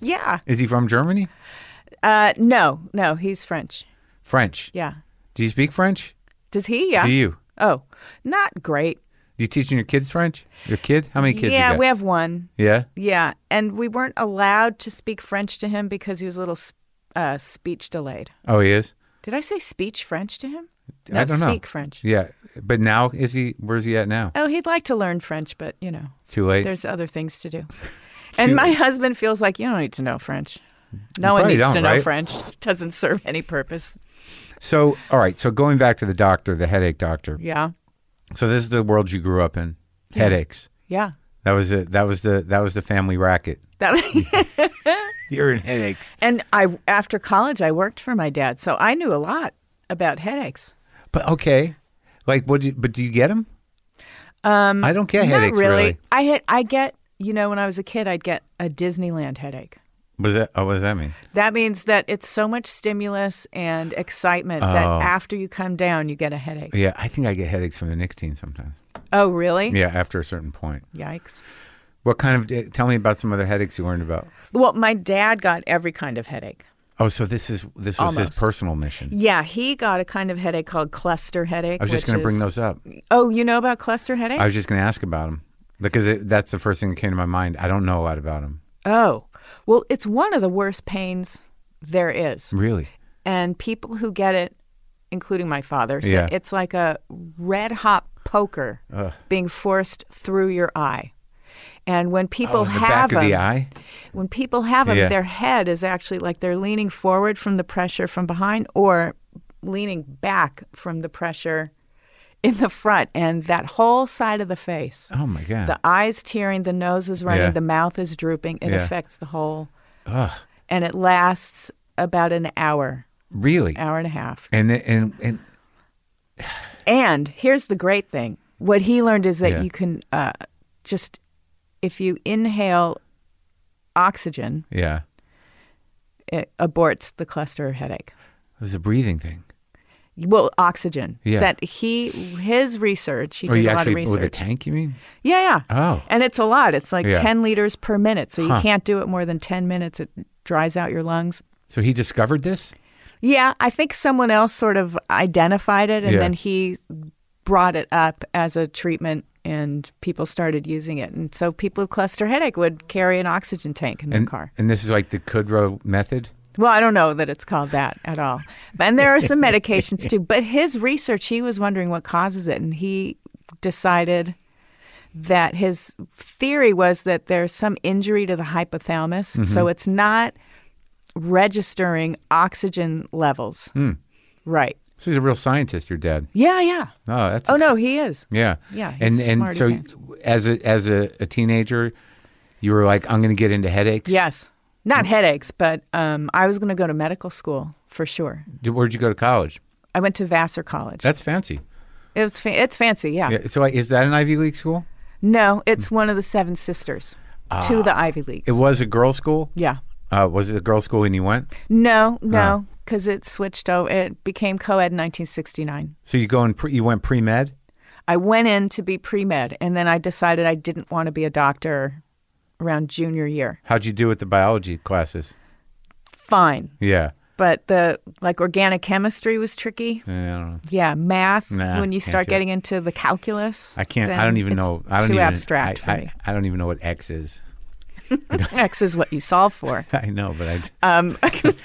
Speaker 3: yeah.
Speaker 1: Is he from Germany?
Speaker 3: Uh no, no, he's French.
Speaker 1: French.
Speaker 3: Yeah.
Speaker 1: Do you speak French?
Speaker 3: Does he? Yeah.
Speaker 1: Do you?
Speaker 3: Oh. Not great.
Speaker 1: Do you teaching your kids French? Your kid? How many kids
Speaker 3: yeah,
Speaker 1: you got?
Speaker 3: we have one.
Speaker 1: yeah.
Speaker 3: Yeah, and we weren't allowed to speak French to him because he was a little s- uh, speech delayed.
Speaker 1: Oh, he is.
Speaker 3: Did I say speech French to him? No,
Speaker 1: I don't know.
Speaker 3: speak French.
Speaker 1: Yeah. But now is he where's he at now?
Speaker 3: Oh, he'd like to learn French, but you know,
Speaker 1: Too late.
Speaker 3: there's other things to do.
Speaker 1: (laughs)
Speaker 3: And my husband feels like you don't need to know French. No one
Speaker 1: probably
Speaker 3: needs to
Speaker 1: don't,
Speaker 3: know
Speaker 1: right?
Speaker 3: French. (laughs) It doesn't serve any purpose.
Speaker 1: so, all right. So going back to the doctor, the headache doctor.
Speaker 3: Yeah.
Speaker 1: So this is the world you grew up in. Headaches. (laughs)
Speaker 3: Yeah.
Speaker 1: That was it. That was the that was the family racket.
Speaker 3: That (laughs)
Speaker 1: You're in headaches.
Speaker 3: and I after college I worked for my dad, so I knew a lot about headaches.
Speaker 1: But okay, like what? Do you, but do you get them? Um, I don't get headaches.
Speaker 3: Not
Speaker 1: Really.
Speaker 3: really. I had I get, you know, when I was a kid I'd get a Disneyland headache.
Speaker 1: Was that? Oh, what does that mean?
Speaker 3: That means that it's so much stimulus and excitement that
Speaker 1: Oh.
Speaker 3: after you come down, you get a headache.
Speaker 1: Yeah, I think I get headaches from the nicotine sometimes.
Speaker 3: Oh, really?
Speaker 1: Yeah, after a certain point.
Speaker 3: Yikes.
Speaker 1: What kind of? eh, Tell me about some other headaches you learned about.
Speaker 3: Well, my dad got every kind of headache.
Speaker 1: Oh, so this is this was his
Speaker 3: Almost.
Speaker 1: personal mission.
Speaker 3: Yeah, he got a kind of headache called cluster headache.
Speaker 1: I was just
Speaker 3: going to
Speaker 1: bring those up.
Speaker 3: Oh, you know about cluster headache?
Speaker 1: I was just going to ask about them because it, that's the first thing that came to my mind. I don't know a lot about them.
Speaker 3: oh, well, it's one of the worst pains there is.
Speaker 1: Really?
Speaker 3: And people who get it, including my father, say
Speaker 1: Yeah.
Speaker 3: it's like a red hot poker being forced through your eye. And when people
Speaker 1: Oh, in the
Speaker 3: have
Speaker 1: back of the
Speaker 3: them-
Speaker 1: eye.
Speaker 3: when people have them,
Speaker 1: Yeah.
Speaker 3: their head is actually like they're leaning forward from the pressure from behind or leaning back from the pressure in the front. And that whole side of the face,
Speaker 1: Oh my god.
Speaker 3: the eyes tearing, the nose is running,
Speaker 1: Yeah.
Speaker 3: the mouth is drooping. It
Speaker 1: Yeah.
Speaker 3: affects the whole.
Speaker 1: Ugh.
Speaker 3: And it lasts about an hour,
Speaker 1: really?
Speaker 3: hour and a half.
Speaker 1: And and and
Speaker 3: And here's the great thing what he learned is that
Speaker 1: Yeah.
Speaker 3: you can uh, just, if you inhale oxygen,
Speaker 1: yeah,
Speaker 3: it aborts the cluster headache.
Speaker 1: it was a breathing thing.
Speaker 3: well oxygen
Speaker 1: Yeah.
Speaker 3: that he his research he
Speaker 1: Or
Speaker 3: did
Speaker 1: Oh, you
Speaker 3: a lot of
Speaker 1: actually with a
Speaker 3: research
Speaker 1: tank? You mean?
Speaker 3: yeah yeah
Speaker 1: Oh.
Speaker 3: and it's a lot it's like
Speaker 1: Yeah.
Speaker 3: 10 liters per minute so you
Speaker 1: Huh.
Speaker 3: can't do it more than 10 minutes it dries out your lungs
Speaker 1: So he discovered this?
Speaker 3: yeah i think someone else sort of identified it and
Speaker 1: Yeah.
Speaker 3: then he brought it up as a treatment and people started using it and so people with cluster headache would carry an oxygen tank in their
Speaker 1: And,
Speaker 3: car
Speaker 1: and this is like the Kudrow method?
Speaker 3: Well, I don't know that it's called that at all. And there are
Speaker 1: (laughs)
Speaker 3: some medications too. But his research, he was wondering what causes it. And he decided that his theory was that there's some injury to the hypothalamus. So
Speaker 1: Mm-hmm.
Speaker 3: it's not registering oxygen levels.
Speaker 1: Hmm.
Speaker 3: Right.
Speaker 1: So he's a real scientist, your dad.
Speaker 3: Yeah, yeah.
Speaker 1: Oh, that's
Speaker 3: Oh, no, he is.
Speaker 1: Yeah.
Speaker 3: Yeah, he's
Speaker 1: And
Speaker 3: a
Speaker 1: and
Speaker 3: smarty
Speaker 1: so
Speaker 3: pants.
Speaker 1: as a as a, a teenager, you were like, I'm gonna get into headaches.
Speaker 3: Yes. Not
Speaker 1: Hmm.
Speaker 3: headaches, but um, I was going to go to medical school for sure.
Speaker 1: D- Where'd you go to college?
Speaker 3: I went to Vassar College.
Speaker 1: That's fancy.
Speaker 3: it was fa- it's fancy,
Speaker 1: Eh? Yeah. So like, is that an Ivy League school?
Speaker 3: No, it's one of the seven sisters to the Ivy Leagues.
Speaker 1: Ah. It was a girls' school.
Speaker 3: yeah.
Speaker 1: Uh, was it a girls' school when you went?
Speaker 3: No, no, because it switched over. It became co ed in 1969.
Speaker 1: So you go in pre, you went pre med.
Speaker 3: I went in to be pre med, and then I decided I didn't want to be a doctor around junior year.
Speaker 1: How'd you do with the biology classes?
Speaker 3: Fine.
Speaker 1: Yeah.
Speaker 3: But the like organic chemistry was tricky.
Speaker 1: Eh, I don't know.
Speaker 3: Yeah, math.
Speaker 1: Nah,
Speaker 3: when you
Speaker 1: can't
Speaker 3: start
Speaker 1: do it.
Speaker 3: getting into the calculus,
Speaker 1: I can't. I
Speaker 3: then
Speaker 1: don't even
Speaker 3: it's
Speaker 1: know. I don't
Speaker 3: too
Speaker 1: even,
Speaker 3: abstract
Speaker 1: I,
Speaker 3: for
Speaker 1: I,
Speaker 3: me. (laughs)
Speaker 1: I don't even know what X is. (laughs)
Speaker 3: X is what you solve for. Um,
Speaker 1: I know, but I,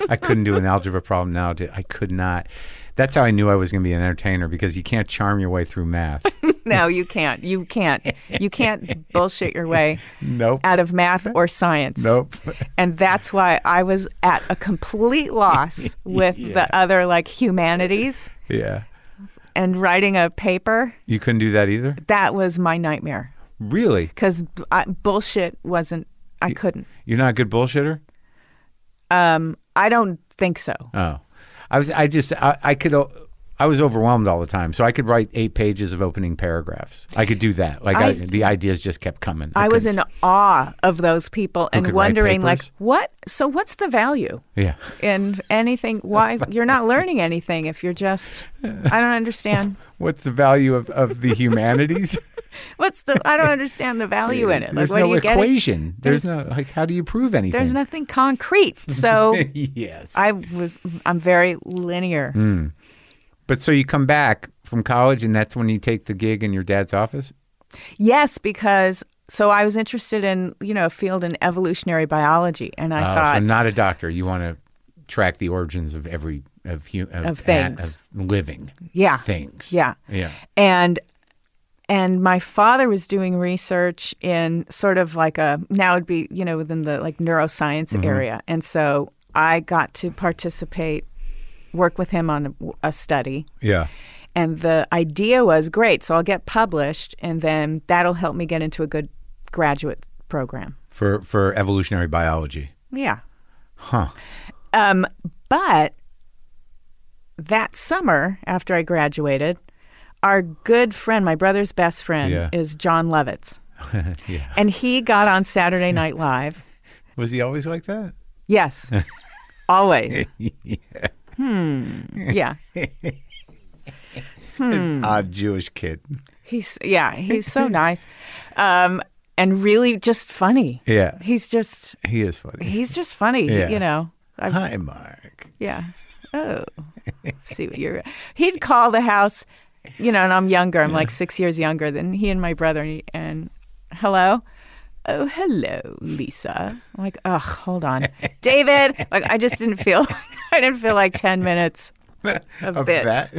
Speaker 1: I couldn't do an algebra problem now. To, I could not. That's how I knew I was going to be an entertainer because you can't charm your way through math.
Speaker 3: (laughs) No, you can't. You can't. You can't bullshit your way
Speaker 1: (laughs) nope.
Speaker 3: out of math or science.
Speaker 1: Nope.
Speaker 3: And that's why I was at a
Speaker 1: (laughs)
Speaker 3: complete loss with the other like humanities
Speaker 1: (laughs) yeah.
Speaker 3: and writing a paper.
Speaker 1: You couldn't do that either?
Speaker 3: That was my nightmare
Speaker 1: Really?
Speaker 3: because bullshit wasn't. I couldn't.
Speaker 1: You're not a good bullshitter?
Speaker 3: Um, I don't think so.
Speaker 1: Oh, I was. I just. I, I could. o- I was overwhelmed all the time, so I could write eight pages of opening paragraphs. I could do that. Like I,
Speaker 3: I-
Speaker 1: the ideas just kept coming.
Speaker 3: I was
Speaker 1: couldn't
Speaker 3: in awe of those people and
Speaker 1: could write
Speaker 3: wondering, like,
Speaker 1: papers?
Speaker 3: what? So, what's the value?
Speaker 1: s- Yeah.
Speaker 3: in anything. Why you're not learning anything if you're just I don't understand.
Speaker 1: What's the value of, of the humanities?
Speaker 3: What's the I don't understand the value in it. Like
Speaker 1: There's
Speaker 3: what
Speaker 1: no
Speaker 3: are you getting?
Speaker 1: equation. There's,
Speaker 3: There's-
Speaker 1: no like. How do you prove anything?
Speaker 3: There's
Speaker 1: (laughs)
Speaker 3: nothing concrete. So
Speaker 1: yes.
Speaker 3: I was I'm very linear.
Speaker 1: Mm. but so you come back from college, and that's when you take the gig in your dad's office.
Speaker 3: Yes, because so I was interested in, you know, a field in evolutionary biology and I
Speaker 1: Uh,
Speaker 3: thought
Speaker 1: so not a doctor. You want to track the origins of every of hu- of,
Speaker 3: Of things.
Speaker 1: of living
Speaker 3: yeah.
Speaker 1: things.
Speaker 3: Yeah.
Speaker 1: Yeah.
Speaker 3: and and my father was doing research in sort of like a now it'd be you know within the like neuroscience area and so i got to participate work with him on a, a study
Speaker 1: Yeah.
Speaker 3: and the idea was great so i'll get published and then that'll help me get into a good graduate program
Speaker 1: For for evolutionary biology.
Speaker 3: yeah
Speaker 1: Huh.
Speaker 3: Um, but that summer after I graduated, our good friend, my brother's best friend,
Speaker 1: Yeah.
Speaker 3: is John Lovitz.
Speaker 1: (laughs) Yeah.
Speaker 3: And he got on Saturday Night Live.
Speaker 1: Was he always like that? (laughs)
Speaker 3: Yes. Always. Hmm. Yeah. Hmm.
Speaker 1: Odd Jewish kid.
Speaker 3: He's yeah, he's
Speaker 1: (laughs)
Speaker 3: so nice. Um and really just funny.
Speaker 1: Yeah.
Speaker 3: He's just
Speaker 1: He is funny.
Speaker 3: he's just funny,
Speaker 1: Yeah.
Speaker 3: you know. I
Speaker 1: Hi, Mark.
Speaker 3: Yeah. Oh, see what you're. He'd call the house, you know, and I'm younger. I'm like six years younger than he and my brother. And, he, and hello, oh hello, Lisa. I'm like, oh, hold on, David. Like, I just didn't feel. (laughs) I didn't feel like ten minutes of, bits,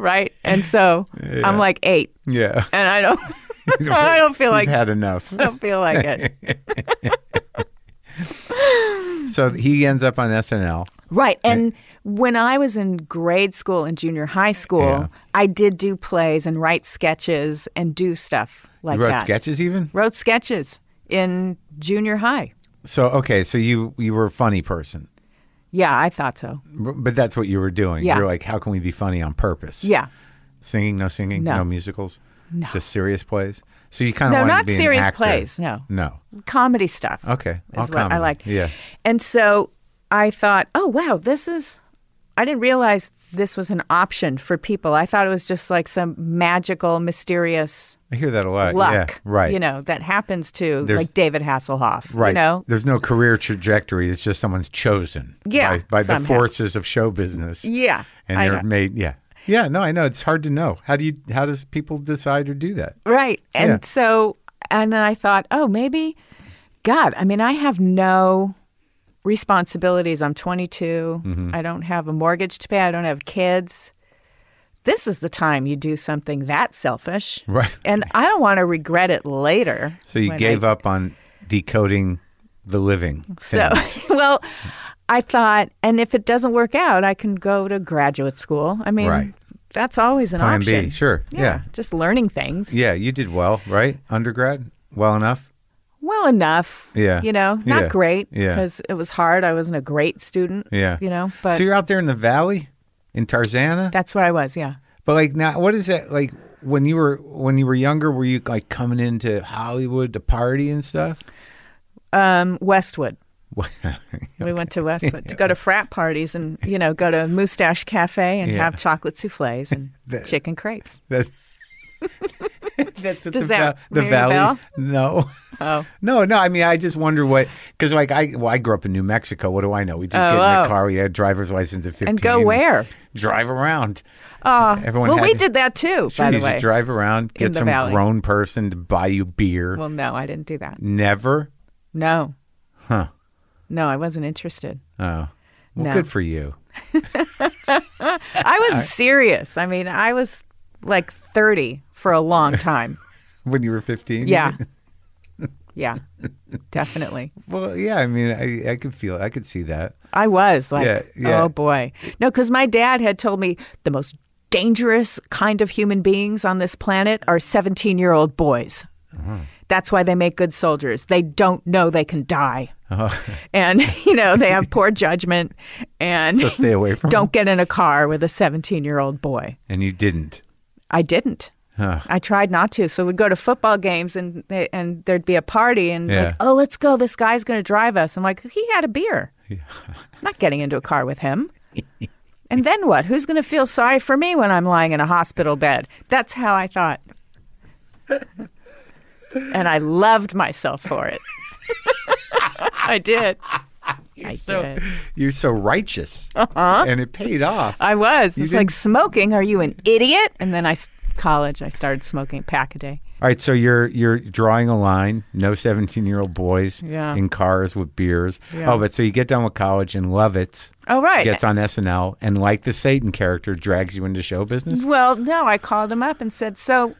Speaker 3: right? And so I'm like eight,
Speaker 1: (laughs) Yeah.
Speaker 3: and I don't. (laughs) I don't feel like.
Speaker 1: You've had enough.
Speaker 3: I don't feel (laughs) like it.
Speaker 1: So he ends up on SNL.
Speaker 3: Right. And when I was in grade school and junior high school,
Speaker 1: Yeah.
Speaker 3: I did do plays and write sketches and do stuff like
Speaker 1: You wrote
Speaker 3: that.
Speaker 1: sketches even?
Speaker 3: Wrote sketches in junior high.
Speaker 1: So okay, so you you were a funny person.
Speaker 3: Yeah, I thought so.
Speaker 1: R- But that's what you were doing.
Speaker 3: Yeah.
Speaker 1: You're like, how can we be funny on purpose?
Speaker 3: Yeah.
Speaker 1: Singing, no singing, no,
Speaker 3: No.
Speaker 1: musicals. No. Just serious plays. So you kind of
Speaker 3: No,
Speaker 1: wanted to
Speaker 3: not
Speaker 1: be
Speaker 3: serious
Speaker 1: an actor.
Speaker 3: plays, no.
Speaker 1: No.
Speaker 3: Comedy stuff.
Speaker 1: Okay.
Speaker 3: Is
Speaker 1: All
Speaker 3: what I
Speaker 1: comedy.
Speaker 3: liked.
Speaker 1: Yeah.
Speaker 3: And so I thought, oh, wow, this is, I didn't realize this was an option for people. I thought it was just like some magical, mysterious
Speaker 1: I hear that a lot.
Speaker 3: luck.
Speaker 1: Yeah. Right.
Speaker 3: You know, that happens to
Speaker 1: There's-
Speaker 3: like David Hasselhoff.
Speaker 1: Right.
Speaker 3: You know,
Speaker 1: There's no career trajectory. It's just someone's chosen.
Speaker 3: Yeah,
Speaker 1: By, by the
Speaker 3: somehow.
Speaker 1: forces of show business.
Speaker 3: Yeah,
Speaker 1: And
Speaker 3: I
Speaker 1: they're
Speaker 3: know.
Speaker 1: made. Yeah. Yeah. No, I know. It's hard to know. How do you? How does people decide to do that? (laughs)
Speaker 3: Right. And
Speaker 1: Yeah.
Speaker 3: so, and then I thought, oh, maybe, God, I mean, I have no responsibilities. I'm 22.
Speaker 1: Mm-hmm.
Speaker 3: I don't have a mortgage to pay. I don't have kids. This is the time you do something that selfish.
Speaker 1: Right.
Speaker 3: And I don't want to regret it later.
Speaker 1: So you
Speaker 3: when
Speaker 1: gave
Speaker 3: I-
Speaker 1: up on decoding the living.
Speaker 3: So, (laughs) well, I thought, and if it doesn't work out, I can go to graduate school. I mean,
Speaker 1: Right.
Speaker 3: that's always an
Speaker 1: Plan
Speaker 3: option.
Speaker 1: B. Sure.
Speaker 3: Yeah,
Speaker 1: yeah.
Speaker 3: Just learning things.
Speaker 1: Yeah, you did well, right? Undergrad, well enough.
Speaker 3: well enough.
Speaker 1: Yeah.
Speaker 3: You know, not
Speaker 1: Yeah.
Speaker 3: great
Speaker 1: Yeah.
Speaker 3: because it was hard. I wasn't a great student.
Speaker 1: Yeah.
Speaker 3: You know, but
Speaker 1: so you're out there in the valley, in Tarzana.
Speaker 3: that's where I was. Yeah.
Speaker 1: but like now, what is that like? When you were when you were younger, were you like coming into Hollywood to party and stuff? (laughs)
Speaker 3: Um, Westwood.
Speaker 1: What-
Speaker 3: We
Speaker 1: (laughs)
Speaker 3: went to Westwood to go to frat parties and, you know, go to Moustache Cafe and
Speaker 1: Yeah. (laughs)
Speaker 3: have chocolate souffles and chicken crepes.
Speaker 1: that, (laughs) that's what
Speaker 3: Does
Speaker 1: the,
Speaker 3: that
Speaker 1: va- the
Speaker 3: ring a
Speaker 1: valley.
Speaker 3: bell?
Speaker 1: No. (laughs)
Speaker 3: Oh.
Speaker 1: No, no. I mean, I just wonder what because like I well, I grew up in New Mexico. What do I know? We just
Speaker 3: Oh,
Speaker 1: get in
Speaker 3: oh.
Speaker 1: a car. We had driver's license at fifteen.
Speaker 3: And go where?
Speaker 1: Drive around.
Speaker 3: Oh,
Speaker 1: Everyone
Speaker 3: well,
Speaker 1: had
Speaker 3: we
Speaker 1: to-
Speaker 3: did that too,
Speaker 1: Sure,
Speaker 3: by the
Speaker 1: you
Speaker 3: way.
Speaker 1: should drive around, get
Speaker 3: the
Speaker 1: some
Speaker 3: valley.
Speaker 1: grown person to buy you beer.
Speaker 3: well, no, I didn't do that.
Speaker 1: Never.
Speaker 3: No,
Speaker 1: Huh.
Speaker 3: no, I wasn't interested.
Speaker 1: Oh. Well,
Speaker 3: No.
Speaker 1: good for you.
Speaker 3: I was serious. I mean, I was like 30 for a long
Speaker 1: (laughs)
Speaker 3: time.
Speaker 1: When you were fifteen.
Speaker 3: Yeah. Yeah, definitely.
Speaker 1: (laughs) Well, yeah. I mean, I I could feel. I could see that.
Speaker 3: I was like,
Speaker 1: Yeah, yeah.
Speaker 3: oh boy. No, because my dad had told me the most dangerous kind of human beings on this planet are 17 year old boys.
Speaker 1: Uh-huh.
Speaker 3: That's why they make good soldiers. They don't know they can die.
Speaker 1: Oh.
Speaker 3: And, (laughs) you know, they have poor judgment and
Speaker 1: (laughs) So stay away from.
Speaker 3: don't get in a car with a 17 year old boy.
Speaker 1: And you didn't.
Speaker 3: I didn't.
Speaker 1: Huh.
Speaker 3: I tried not to. So we'd go to football games and they, and there'd be a party and
Speaker 1: Yeah.
Speaker 3: like, oh, let's go. This guy's going to drive us. I'm like, he had a beer. I'm not getting into a car
Speaker 1: (laughs)
Speaker 3: with him. and then what? Who's going to feel sorry for me when I'm lying in a hospital bed? That's how I thought. and I loved myself for it. (laughs) I did. I did.
Speaker 1: You're so righteous.
Speaker 3: Uh-huh.
Speaker 1: And it paid off.
Speaker 3: I was. It's like
Speaker 1: didn't-
Speaker 3: smoking. Are you an idiot? And then I s- college. I started smoking a pack a day.
Speaker 1: All right, so you're you're drawing a line. No seventeen-year-old boys
Speaker 3: Yeah.
Speaker 1: in cars with beers.
Speaker 3: Yeah.
Speaker 1: Oh, but so you get done with college and Lovitz
Speaker 3: Oh right.
Speaker 1: gets on SNL and, like the Satan character, drags you into show business.
Speaker 3: Well, no, I called him up and said, So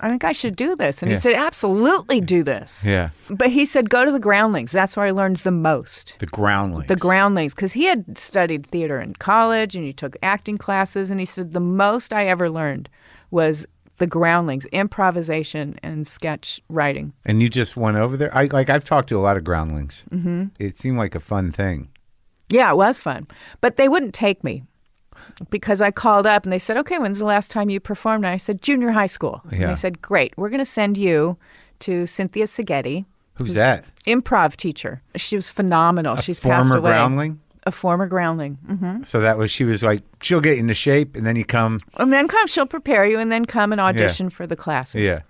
Speaker 3: I think I should do this. And
Speaker 1: Yeah.
Speaker 3: he said, Absolutely do this.
Speaker 1: Yeah,
Speaker 3: But he said, Go to the groundlings. That's where I learned the most.
Speaker 1: the groundlings.
Speaker 3: The groundlings, because he had studied theater in college and he took acting classes. And he said, The most I ever learned was the groundlings, improvisation and sketch writing.
Speaker 1: and you just went over there. I like I've talked to a lot of groundlings. Mm-hmm. It seemed like a fun thing.
Speaker 3: Yeah, it was fun. But they wouldn't take me because I called up and they said, okay, when's the last time you performed? And I said, junior high school. And
Speaker 1: Yeah.
Speaker 3: they said, great, we're going to send you to Cynthia Seghetti,
Speaker 1: Who's that?
Speaker 3: improv teacher. She was phenomenal. She's passed
Speaker 1: Former
Speaker 3: away.
Speaker 1: groundling.
Speaker 3: A former groundling. hmm
Speaker 1: So that was she was like she'll get into shape and then you come.
Speaker 3: And then come, she'll prepare you and then come and audition for the classes.
Speaker 1: Yeah.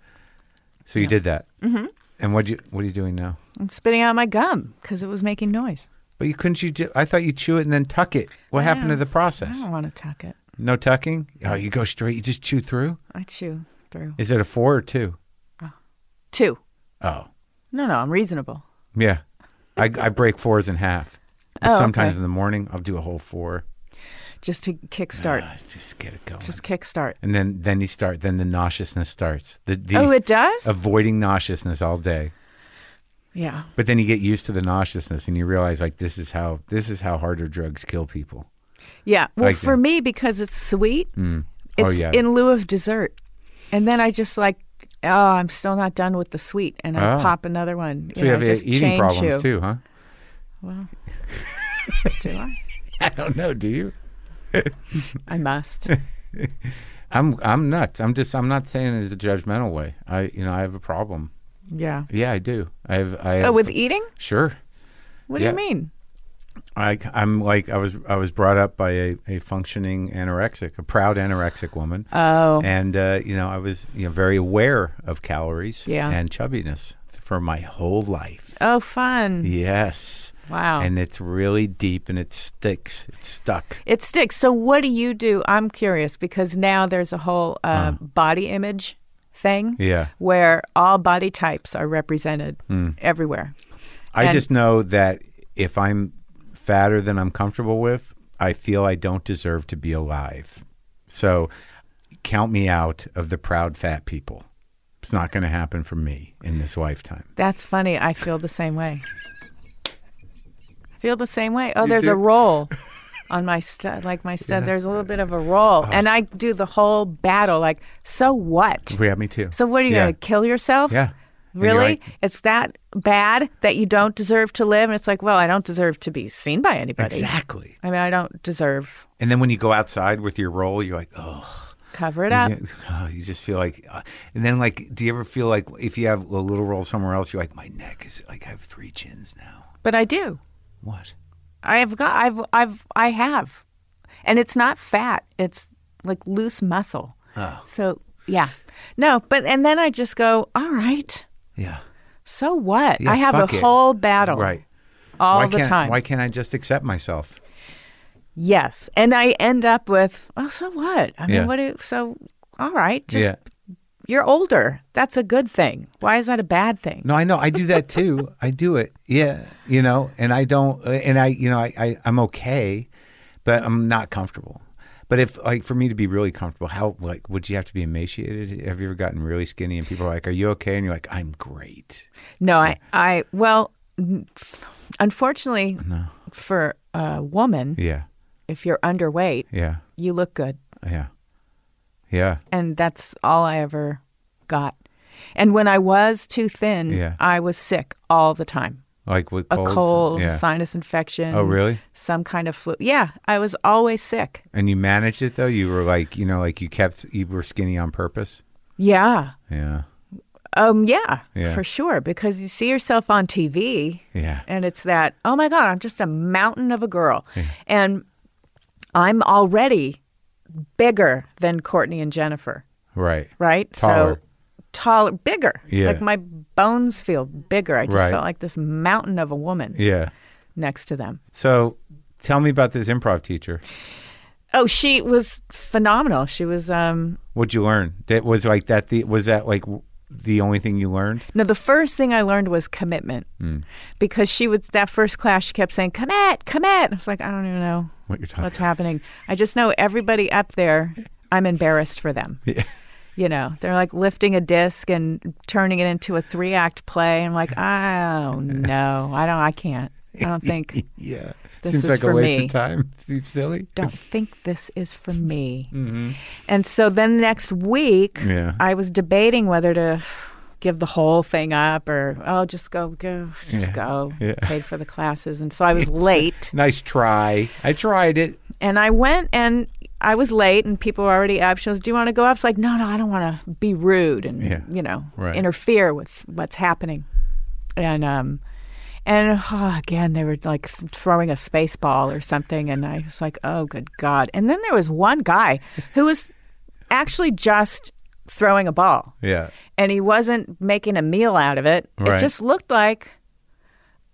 Speaker 1: So you did that. Mm-hmm. And what you what are you doing now?
Speaker 3: I'm spitting out my gum because it was making noise.
Speaker 1: But you couldn't you do? I thought you chew it and then tuck it. What happened to the
Speaker 3: I
Speaker 1: process?
Speaker 3: don't want to tuck it.
Speaker 1: No tucking? Oh, you go straight. You just chew through.
Speaker 3: I chew through.
Speaker 1: Is it a four or two?
Speaker 3: Two.
Speaker 1: Oh,
Speaker 3: No, no, I'm reasonable.
Speaker 1: yeah. I, I break fours in half. But
Speaker 3: Oh, okay.
Speaker 1: sometimes in the morning, I'll do a whole four.
Speaker 3: Just to kickstart.
Speaker 1: Ah, just get it going.
Speaker 3: Just kickstart.
Speaker 1: and then then you start. Then the nauseousness starts. The, the
Speaker 3: Oh, it does?
Speaker 1: avoiding nauseousness all day.
Speaker 3: yeah.
Speaker 1: But then you get used to the nauseousness, and you realize like this is how this is how harder drugs kill people.
Speaker 3: Yeah. Well,
Speaker 1: Like,
Speaker 3: for
Speaker 1: uh,
Speaker 3: me, because it's sweet,
Speaker 1: Oh,
Speaker 3: it's
Speaker 1: yeah.
Speaker 3: in lieu of dessert. And then I just like, oh, I'm still not done with the sweet. And I
Speaker 1: Oh.
Speaker 3: pop another one.
Speaker 1: So you,
Speaker 3: know,
Speaker 1: have
Speaker 3: just
Speaker 1: uh, eating
Speaker 3: change
Speaker 1: problems
Speaker 3: you.
Speaker 1: too, huh? (laughs)
Speaker 3: Well, do I?
Speaker 1: I don't know. Do you? (laughs)
Speaker 3: I must.
Speaker 1: I'm I'm nuts. I'm just I'm not saying it in a judgmental way. I you know I have a problem.
Speaker 3: Yeah.
Speaker 1: Yeah, I do. I have I
Speaker 3: Oh,
Speaker 1: have-
Speaker 3: with eating?
Speaker 1: sure.
Speaker 3: What
Speaker 1: Yeah.
Speaker 3: do you mean?
Speaker 1: I I'm like I was I was brought up by a, a functioning anorexic, a proud anorexic woman.
Speaker 3: Oh,
Speaker 1: and uh, you know I was you know very aware of calories
Speaker 3: Yeah.
Speaker 1: and chubbiness for my whole life.
Speaker 3: oh, fun.
Speaker 1: Yes.
Speaker 3: Wow.
Speaker 1: And it's really deep and it sticks. It's stuck.
Speaker 3: It sticks. So, what do you do? I'm curious because now there's a whole uh, body image thing
Speaker 1: Uh-huh. Yeah.
Speaker 3: where all body types are represented
Speaker 1: Hmm.
Speaker 3: everywhere.
Speaker 1: I
Speaker 3: And-
Speaker 1: just know that if I'm fatter than I'm comfortable with, I feel I don't deserve to be alive. So count me out of the proud fat people. It's not going to happen for me in this lifetime.
Speaker 3: That's funny. I feel the same way. I feel the same way. Oh,
Speaker 1: You
Speaker 3: there's
Speaker 1: do? (laughs)
Speaker 3: a roll on my stud. Like my stud, there's a little bit of a roll.
Speaker 1: Uh-huh.
Speaker 3: And I do the whole battle. Like, so what?
Speaker 1: Yeah, me too.
Speaker 3: So what are you
Speaker 1: yeah.
Speaker 3: going to kill yourself?
Speaker 1: Yeah. And you're
Speaker 3: Really?
Speaker 1: like-
Speaker 3: it's that bad that you don't deserve to live? And it's like, well, I don't deserve to be seen by anybody.
Speaker 1: Exactly.
Speaker 3: I mean, I don't deserve.
Speaker 1: And then when you go outside with your roll, you're like, oh,
Speaker 3: Cover it
Speaker 1: you,
Speaker 3: up.
Speaker 1: can't- oh, you just feel like. Uh, and then, like, do you ever feel like if you have a little roll somewhere else, you're like, my neck is like I have three chins now.
Speaker 3: But I do.
Speaker 1: What?
Speaker 3: I've got. I've. I've. I have. And it's not fat. It's like loose muscle. Oh. So yeah. No, but and then I just go, all right,
Speaker 1: Yeah.
Speaker 3: so what?
Speaker 1: Yeah,
Speaker 3: I have
Speaker 1: fuck
Speaker 3: a
Speaker 1: it.
Speaker 3: whole battle
Speaker 1: Right.
Speaker 3: Oh, all
Speaker 1: why
Speaker 3: the
Speaker 1: can't,
Speaker 3: time.
Speaker 1: Why can't I just accept myself?
Speaker 3: Yes, and I end up with, oh, so what? I mean,
Speaker 1: Yeah.
Speaker 3: what? Do, so all right, just
Speaker 1: yeah.
Speaker 3: you're older. That's a good thing. Why is that a bad thing?
Speaker 1: No, I know. I do that too. I do it. Yeah. You know, and I don't, and I, you know, I, I, I'm okay, but I'm not comfortable. But if, like, for me to be really comfortable, how, like, would you have to be emaciated? Have you ever gotten really skinny and people are like, are you okay? And you're like, I'm great.
Speaker 3: No, I, I, well, n- unfortunately, for a woman,
Speaker 1: Yeah.
Speaker 3: if you're underweight,
Speaker 1: Yeah.
Speaker 3: you look good,
Speaker 1: Yeah. Yeah.
Speaker 3: and that's all I ever got. And when I was too thin,
Speaker 1: Yeah.
Speaker 3: I was sick all the time.
Speaker 1: Like with
Speaker 3: A
Speaker 1: colds.
Speaker 3: cold,
Speaker 1: Yeah.
Speaker 3: sinus infection.
Speaker 1: Oh, really?
Speaker 3: Some kind of flu. Yeah, I was always sick.
Speaker 1: And you managed it though? You were like, you know, like you kept, you were skinny on purpose?
Speaker 3: Yeah.
Speaker 1: Yeah.
Speaker 3: Um, yeah,
Speaker 1: Yeah.
Speaker 3: for sure. Because you see yourself on TV
Speaker 1: Yeah.
Speaker 3: and it's that, oh my God, I'm just a mountain of a girl. And I'm already bigger than Courtney and Jennifer,
Speaker 1: Right.
Speaker 3: right?
Speaker 1: Taller.
Speaker 3: So taller, bigger.
Speaker 1: Yeah.
Speaker 3: Like my bones feel bigger. I just
Speaker 1: Right.
Speaker 3: felt like this mountain of a woman
Speaker 1: Yeah.
Speaker 3: next to them.
Speaker 1: So tell me about this improv teacher.
Speaker 3: Oh, she was phenomenal. She was, um,
Speaker 1: What'd you learn? That was like that. The was that like w- the only thing you learned?
Speaker 3: No, the first thing I learned was commitment
Speaker 1: Hmm.
Speaker 3: because she would, that first class, she kept saying, commit, commit. I was like, I don't even know
Speaker 1: What you're talking?
Speaker 3: what's happening. I just know everybody up there, I'm embarrassed for them. You know, they're like lifting a disc and turning it into a three act play. I'm like, oh no, I don't, I can't. I don't think,
Speaker 1: (laughs) Yeah,
Speaker 3: This
Speaker 1: seems
Speaker 3: is
Speaker 1: like a
Speaker 3: for
Speaker 1: waste
Speaker 3: me.
Speaker 1: of time. (laughs) Seems silly.
Speaker 3: don't think this is for me. And so then next week,
Speaker 1: Mm-hmm. Yeah.
Speaker 3: I was debating whether to give the whole thing up or oh just go go just
Speaker 1: Yeah.
Speaker 3: go
Speaker 1: Yeah.
Speaker 3: paid for the classes and so
Speaker 1: (laughs)
Speaker 3: i was late
Speaker 1: Nice try. I tried it.
Speaker 3: and i went and i was late and people were already up she goes do you want to go up it's like no no i don't want to be rude and
Speaker 1: Yeah.
Speaker 3: you know
Speaker 1: Right.
Speaker 3: interfere with what's happening and um and oh, again they were like th- throwing a space ball or something and i was like oh good god and then there was one guy who was actually just throwing a ball
Speaker 1: Yeah,
Speaker 3: and he wasn't making a meal out of it.
Speaker 1: Right.
Speaker 3: It just looked like,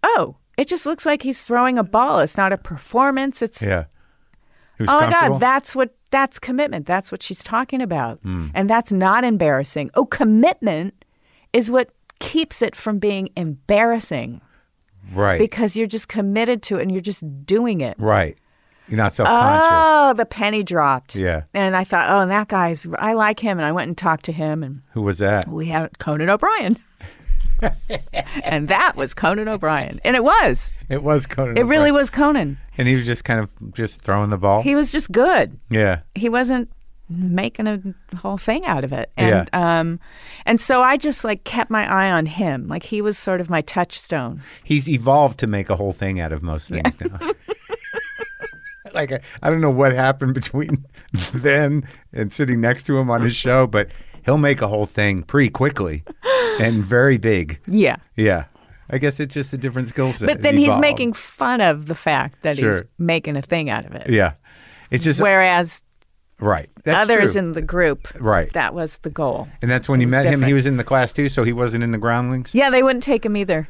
Speaker 3: oh, it just looks like he's throwing a ball. It's not a performance. It's
Speaker 1: yeah. It was
Speaker 3: oh my
Speaker 1: comfortable?
Speaker 3: god, that's what that's commitment. That's what she's talking about,
Speaker 1: Hmm.
Speaker 3: and that's not embarrassing. Oh, commitment is what keeps it from being embarrassing
Speaker 1: right,
Speaker 3: because you're just committed to it and you're just doing it.
Speaker 1: right. You're not self-conscious.
Speaker 3: Oh, the penny dropped.
Speaker 1: Yeah.
Speaker 3: And I thought, oh, and that guy's, I like him. And I went and talked to him, and
Speaker 1: Who was that?
Speaker 3: we had
Speaker 1: (laughs)
Speaker 3: Conan O'Brien. and that was Conan O'Brien. And it was.
Speaker 1: It was Conan.
Speaker 3: It really
Speaker 1: O'Brien.
Speaker 3: was Conan.
Speaker 1: And he was just kind of just throwing the ball.
Speaker 3: He was just good.
Speaker 1: yeah,
Speaker 3: He wasn't making a whole thing out of it.
Speaker 1: Yeah.
Speaker 3: And um and so I just like kept my eye on him. Like he was sort of my touchstone.
Speaker 1: he's evolved to make a whole thing out of most things
Speaker 3: (laughs)
Speaker 1: now. (laughs) like I, I don't know what happened between (laughs) then and sitting next to him on his show, but he'll make a whole thing pretty
Speaker 3: (laughs)
Speaker 1: quickly and very big.
Speaker 3: Yeah.
Speaker 1: Yeah, I guess it's just a different skill set.
Speaker 3: But then
Speaker 1: It
Speaker 3: he's
Speaker 1: evolved.
Speaker 3: making fun of the fact that he's
Speaker 1: Sure.
Speaker 3: making a thing out of it.
Speaker 1: yeah. It's just
Speaker 3: Whereas
Speaker 1: right. That's
Speaker 3: others
Speaker 1: true.
Speaker 3: in the group
Speaker 1: Right.
Speaker 3: that was the goal.
Speaker 1: and that's when you
Speaker 3: was
Speaker 1: met him. He
Speaker 3: different.
Speaker 1: was in the class too, so he wasn't in the groundlings.
Speaker 3: Yeah, they wouldn't take him either.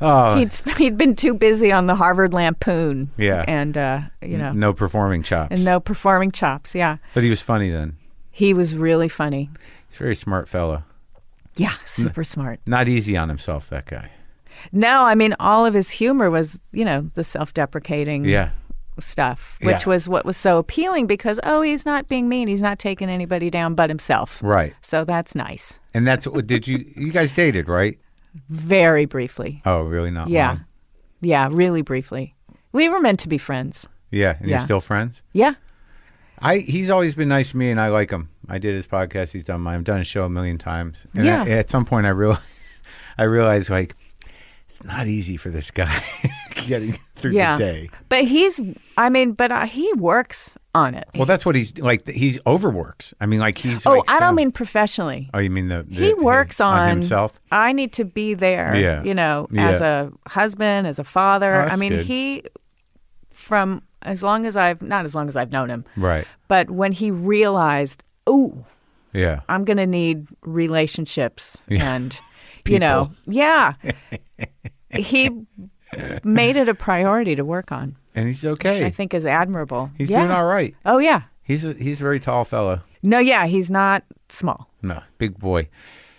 Speaker 1: Oh,
Speaker 3: he'd sp- he'd been too busy on the Harvard Lampoon.
Speaker 1: Yeah.
Speaker 3: and uh, you know,
Speaker 1: no performing chops.
Speaker 3: and no performing chops. Yeah,
Speaker 1: but he was funny then.
Speaker 3: he was really funny.
Speaker 1: He's a very smart fella.
Speaker 3: Yeah, super smart.
Speaker 1: Not easy on himself, that guy.
Speaker 3: No, I mean all of his humor was you know the self-deprecating
Speaker 1: Yeah.
Speaker 3: stuff,
Speaker 1: Yeah.
Speaker 3: which was what was so appealing because oh he's not being mean, he's not taking anybody down but himself.
Speaker 1: Right.
Speaker 3: So that's nice.
Speaker 1: And that's what did you you guys dated, right?
Speaker 3: Very briefly.
Speaker 1: Oh, really not?
Speaker 3: Yeah,
Speaker 1: long.
Speaker 3: yeah, really briefly. We were meant to be friends.
Speaker 1: Yeah, and you're
Speaker 3: Yeah.
Speaker 1: still friends?
Speaker 3: Yeah.
Speaker 1: I he's always been nice to me and I like him. I did his podcast, he's done mine. I've done his show a million times. And
Speaker 3: Yeah.
Speaker 1: I- at some point I real (laughs) I realized like it's not easy for this guy (laughs) getting through
Speaker 3: Yeah.
Speaker 1: the day.
Speaker 3: But he's, I mean, but uh, he works on it.
Speaker 1: Well, that's what he's like he's overworks. I mean like he's
Speaker 3: Oh,
Speaker 1: like,
Speaker 3: I
Speaker 1: so-
Speaker 3: don't mean professionally.
Speaker 1: Oh, you mean the, the-
Speaker 3: he works on,
Speaker 1: himself?
Speaker 3: I need to be there.
Speaker 1: Yeah.
Speaker 3: You know,
Speaker 1: Yeah.
Speaker 3: as a husband, as a father.
Speaker 1: Oh, that's
Speaker 3: I mean,
Speaker 1: good.
Speaker 3: he from as long as I've not as long as I've known him,
Speaker 1: Right.
Speaker 3: but when he realized, oh,
Speaker 1: Yeah.
Speaker 3: I'm going to need relationships
Speaker 1: (laughs)
Speaker 3: and, you know, yeah. he made it a priority to work on,
Speaker 1: And he's okay.
Speaker 3: I think is admirable.
Speaker 1: he's
Speaker 3: yeah.
Speaker 1: doing all right.
Speaker 3: Oh, yeah.
Speaker 1: He's a, he's a very tall fellow.
Speaker 3: No, yeah, he's not small.
Speaker 1: No, big boy.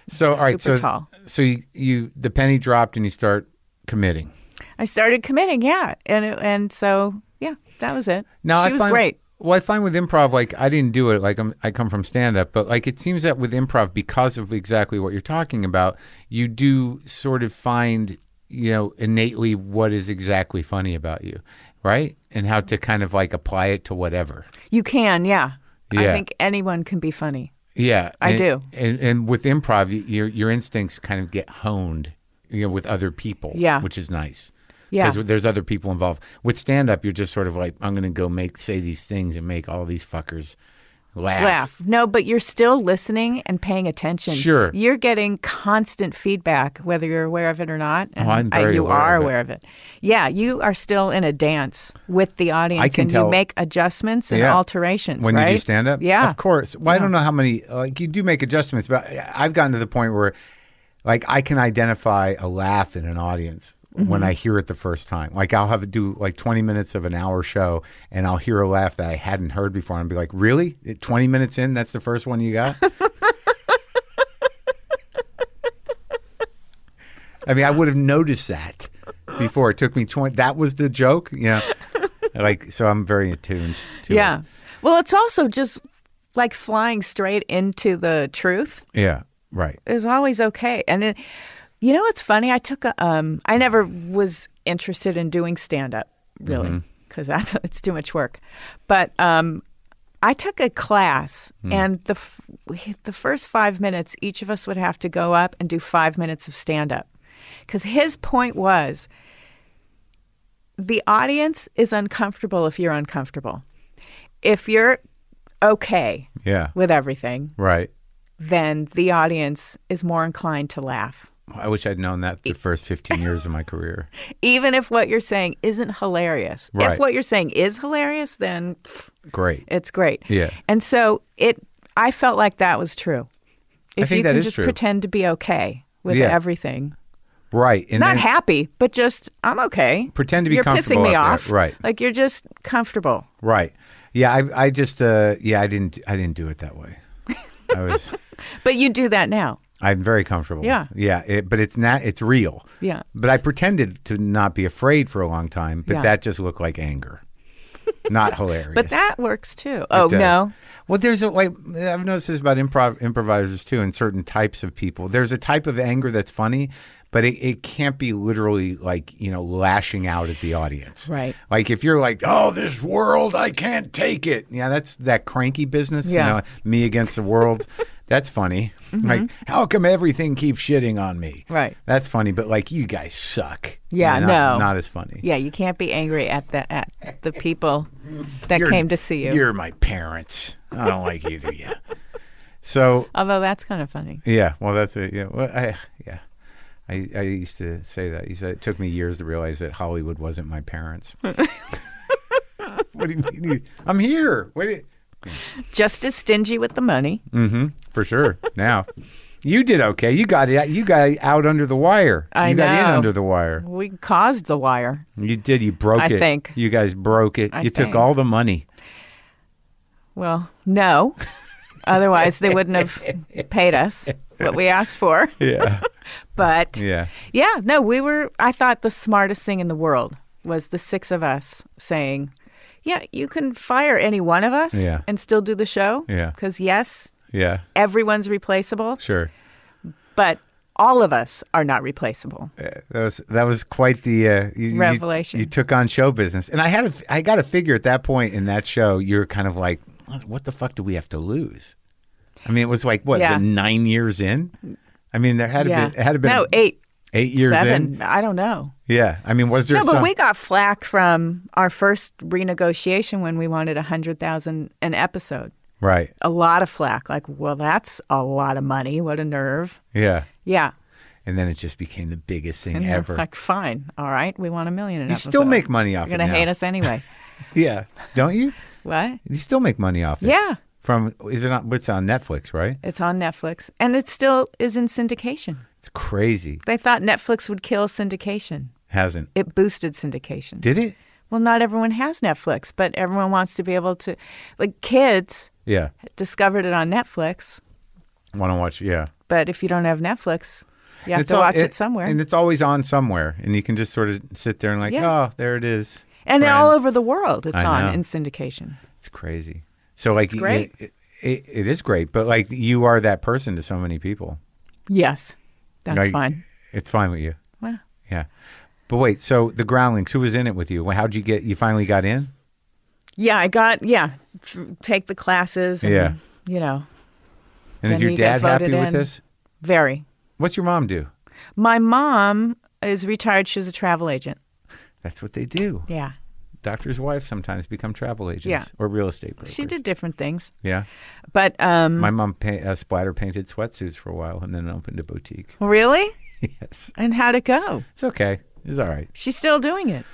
Speaker 1: So all right,
Speaker 3: Super
Speaker 1: so
Speaker 3: tall.
Speaker 1: so you, you the penny dropped and you start committing.
Speaker 3: I started committing, yeah. And, it, and so, yeah, that was it.
Speaker 1: Now
Speaker 3: she
Speaker 1: I
Speaker 3: was
Speaker 1: find,
Speaker 3: great.
Speaker 1: Well, I find with improv, like I didn't do it. Like I'm, I come from stand up, but like it seems that with improv, because of exactly what you're talking about, you do sort of find, you know, innately what is exactly funny about you, right? And how to kind of like apply it to whatever.
Speaker 3: You can, yeah. I
Speaker 1: Yeah.
Speaker 3: think anyone can be funny.
Speaker 1: Yeah,
Speaker 3: I
Speaker 1: and-
Speaker 3: do.
Speaker 1: And and with improv, y- your your instincts kind of get honed, you know, with other people.
Speaker 3: Yeah.
Speaker 1: which is nice.
Speaker 3: Yeah.
Speaker 1: Because there's other people involved. With stand up, you're just sort of like, I'm going to go make say these things and make all these fuckers laugh.
Speaker 3: laugh. No, but you're still listening and paying attention.
Speaker 1: Sure.
Speaker 3: You're getting constant feedback, whether you're aware of it or not. And
Speaker 1: Oh, I'm
Speaker 3: I-
Speaker 1: very
Speaker 3: you
Speaker 1: aware
Speaker 3: are
Speaker 1: of it.
Speaker 3: aware of it. Yeah, you are still in a dance with the audience
Speaker 1: I can
Speaker 3: and
Speaker 1: tell-
Speaker 3: you make adjustments and
Speaker 1: Yeah.
Speaker 3: alterations.
Speaker 1: When
Speaker 3: right?
Speaker 1: you do stand up?
Speaker 3: Yeah.
Speaker 1: Of course. Well, I don't know how many, like, you do make adjustments, but I- I've gotten to the point where, like, I can identify a laugh in an audience when
Speaker 3: Mm-hmm.
Speaker 1: I hear it the first time. Like, I'll have to do like 20 minutes of an hour show and I'll hear a laugh that I hadn't heard before and be like, really? It- 20 minutes in, that's the first one you
Speaker 3: (laughs)
Speaker 1: got? I mean, I would have noticed that before it took me 20. That was the joke, you
Speaker 3: (laughs)
Speaker 1: know? Like, so I'm very attuned to
Speaker 3: Yeah.
Speaker 1: it.
Speaker 3: Well, it's also just like flying straight into the truth.
Speaker 1: Yeah, right.
Speaker 3: is always okay. And it, you know, it's funny. I took a, um, I never was interested in doing stand up really because that's (laughs) it's too much work. But um, I took a class, and the f- we- the first five minutes, each of us would have to go up and do five minutes of stand up, because his point was the audience is uncomfortable if you're uncomfortable. If you're okay
Speaker 1: Yeah,
Speaker 3: with everything,
Speaker 1: right.
Speaker 3: then the audience is more inclined to laugh,
Speaker 1: I wish I'd known that the first 15 years of
Speaker 3: (laughs)
Speaker 1: my career.
Speaker 3: even if what you're saying isn't hilarious.
Speaker 1: Right.
Speaker 3: If what you're saying is hilarious, then pff,
Speaker 1: Great.
Speaker 3: it's great.
Speaker 1: Yeah.
Speaker 3: And so it, I felt like that was true. If
Speaker 1: think
Speaker 3: you
Speaker 1: that
Speaker 3: can
Speaker 1: is
Speaker 3: just
Speaker 1: true.
Speaker 3: pretend to be okay with
Speaker 1: Yeah.
Speaker 3: everything,
Speaker 1: Right. And
Speaker 3: not
Speaker 1: then-
Speaker 3: happy, but just I'm okay.
Speaker 1: Pretend to be
Speaker 3: you're
Speaker 1: comfortable
Speaker 3: pissing me
Speaker 1: out
Speaker 3: off,
Speaker 1: there. Right.
Speaker 3: Like you're just comfortable.
Speaker 1: Right. Yeah, I I just uh yeah, I didn't I didn't do it that way. I
Speaker 3: (laughs)
Speaker 1: was
Speaker 3: But you do that now.
Speaker 1: I'm very comfortable.
Speaker 3: Yeah.
Speaker 1: Yeah, it, but it's not it's real.
Speaker 3: Yeah.
Speaker 1: But I pretended to not be afraid for a long time, but
Speaker 3: Yeah.
Speaker 1: that just looked like anger. Not hilarious.
Speaker 3: (laughs) But that works too. Oh
Speaker 1: does.
Speaker 3: no.
Speaker 1: Well, there's a like I've noticed this about improv improvisers too, and certain types of people. There's a type of anger that's funny, but it, it can't be literally like you know lashing out at the audience.
Speaker 3: Right.
Speaker 1: Like if you're like, oh, this world, I can't take it. Yeah, that's that cranky business.
Speaker 3: Yeah. Mm-hmm.
Speaker 1: You know, me against the
Speaker 3: (laughs)
Speaker 1: world. that's funny. Like, how come everything keeps shitting on me?
Speaker 3: Right.
Speaker 1: That's funny, but like you guys suck.
Speaker 3: Yeah,
Speaker 1: Not-
Speaker 3: no.
Speaker 1: not as funny.
Speaker 3: Yeah, you can't be angry at the at the people that
Speaker 1: You're-
Speaker 3: came to see you.
Speaker 1: You're my parents. I don't like either of you. So
Speaker 3: Although that's kind of funny.
Speaker 1: Yeah, well, that's it. Yeah, well, I, yeah, I, I used to say that. You said it took me years to realize that Hollywood wasn't my
Speaker 3: (laughs)
Speaker 1: parents. what do you mean? you- I'm here. What? Do you,
Speaker 3: Just as stingy with the money.
Speaker 1: Mm-hmm, for sure. Now, you did okay. You got it. You got out under the wire.
Speaker 3: I
Speaker 1: you got in
Speaker 3: know.
Speaker 1: under the wire.
Speaker 3: We caused the wire.
Speaker 1: You did. You broke
Speaker 3: I
Speaker 1: it.
Speaker 3: think.
Speaker 1: you guys broke it.
Speaker 3: I
Speaker 1: you took
Speaker 3: think.
Speaker 1: all the money.
Speaker 3: Well,
Speaker 1: (laughs)
Speaker 3: no. Otherwise, they wouldn't have paid us what we asked for.
Speaker 1: Yeah. (laughs)
Speaker 3: But
Speaker 1: yeah.
Speaker 3: yeah, no, we were. I thought the smartest thing in the world was the six of us saying, yeah, you can fire any one of us
Speaker 1: Yeah.
Speaker 3: and still do the show.
Speaker 1: Yeah.
Speaker 3: Because, yes,
Speaker 1: Yeah.
Speaker 3: everyone's replaceable,
Speaker 1: Sure.
Speaker 3: but all of us are not replaceable.
Speaker 1: That was that was quite the uh, you- you,
Speaker 3: Revelation.
Speaker 1: You, took on show business, and I had a, I got to figure at that point in that show, you're kind of like, what the fuck do we have to lose? I mean, it was like what is it,
Speaker 3: Yeah.
Speaker 1: nine years in. I mean, there had to
Speaker 3: yeah.
Speaker 1: been it had to been
Speaker 3: no, eight,
Speaker 1: eight years
Speaker 3: seven.
Speaker 1: in.
Speaker 3: I don't know.
Speaker 1: Yeah, I mean, was there
Speaker 3: No, but
Speaker 1: some?
Speaker 3: we got flack from our first renegotiation when we wanted a hundred thousand an episode.
Speaker 1: right?
Speaker 3: A lot of flack. Like, well, that's a lot of money. What a nerve.
Speaker 1: Yeah,
Speaker 3: Yeah.
Speaker 1: and then it just became the biggest thing
Speaker 3: And they're
Speaker 1: ever.
Speaker 3: Like, fine. All right. We want a million an
Speaker 1: you
Speaker 3: episode.
Speaker 1: still make money off
Speaker 3: You're
Speaker 1: it (laughs)
Speaker 3: gonna
Speaker 1: now.
Speaker 3: hate us anyway.
Speaker 1: Yeah, don't you?
Speaker 3: what?
Speaker 1: You still make money off it.
Speaker 3: Yeah.
Speaker 1: From is it not? It's on Netflix, right?
Speaker 3: It's on Netflix, and it still is in syndication.
Speaker 1: It's crazy.
Speaker 3: They thought Netflix would kill syndication.
Speaker 1: Hasn't
Speaker 3: It boosted syndication.
Speaker 1: did it?
Speaker 3: well, not everyone has Netflix, but everyone wants to be able to. Like kids
Speaker 1: Yeah,
Speaker 3: discovered it on Netflix,
Speaker 1: want to watch? Yeah,
Speaker 3: but if you don't have Netflix, you have
Speaker 1: It's
Speaker 3: to
Speaker 1: al-
Speaker 3: watch it, somewhere.
Speaker 1: and it's always on somewhere, and you can just sort of sit there and like,
Speaker 3: Yeah.
Speaker 1: oh, there it is.
Speaker 3: And then all
Speaker 1: Friends.
Speaker 3: over the world, it's
Speaker 1: I
Speaker 3: on
Speaker 1: know.
Speaker 3: in syndication.
Speaker 1: It's crazy. So like,
Speaker 3: great.
Speaker 1: It, it, it is great, but like you are that person to so many people.
Speaker 3: Yes, that's
Speaker 1: Like,
Speaker 3: fine.
Speaker 1: It's fine with you.
Speaker 3: Well,
Speaker 1: Yeah. But wait, so the Groundlings, who was in it with you? How'd you get? You finally got in?
Speaker 3: yeah, I got yeah. f- Take the classes. And,
Speaker 1: Yeah.
Speaker 3: you know,
Speaker 1: And is
Speaker 3: Then
Speaker 1: your
Speaker 3: we
Speaker 1: dad
Speaker 3: got
Speaker 1: happy
Speaker 3: voted
Speaker 1: with
Speaker 3: in.
Speaker 1: this?
Speaker 3: very.
Speaker 1: What's your mom do?
Speaker 3: My mom is retired. She was a travel agent.
Speaker 1: That's what they do.
Speaker 3: Yeah,
Speaker 1: Doctors' wives sometimes become travel agents
Speaker 3: Yeah.
Speaker 1: or real estate brokers.
Speaker 3: she did different things,
Speaker 1: Yeah.
Speaker 3: but um,
Speaker 1: My mom paint, uh, splatter painted sweatsuits for a while and then opened a boutique.
Speaker 3: really,
Speaker 1: yes.
Speaker 3: and how'd it go?
Speaker 1: It's okay. It's all right.
Speaker 3: She's still doing it.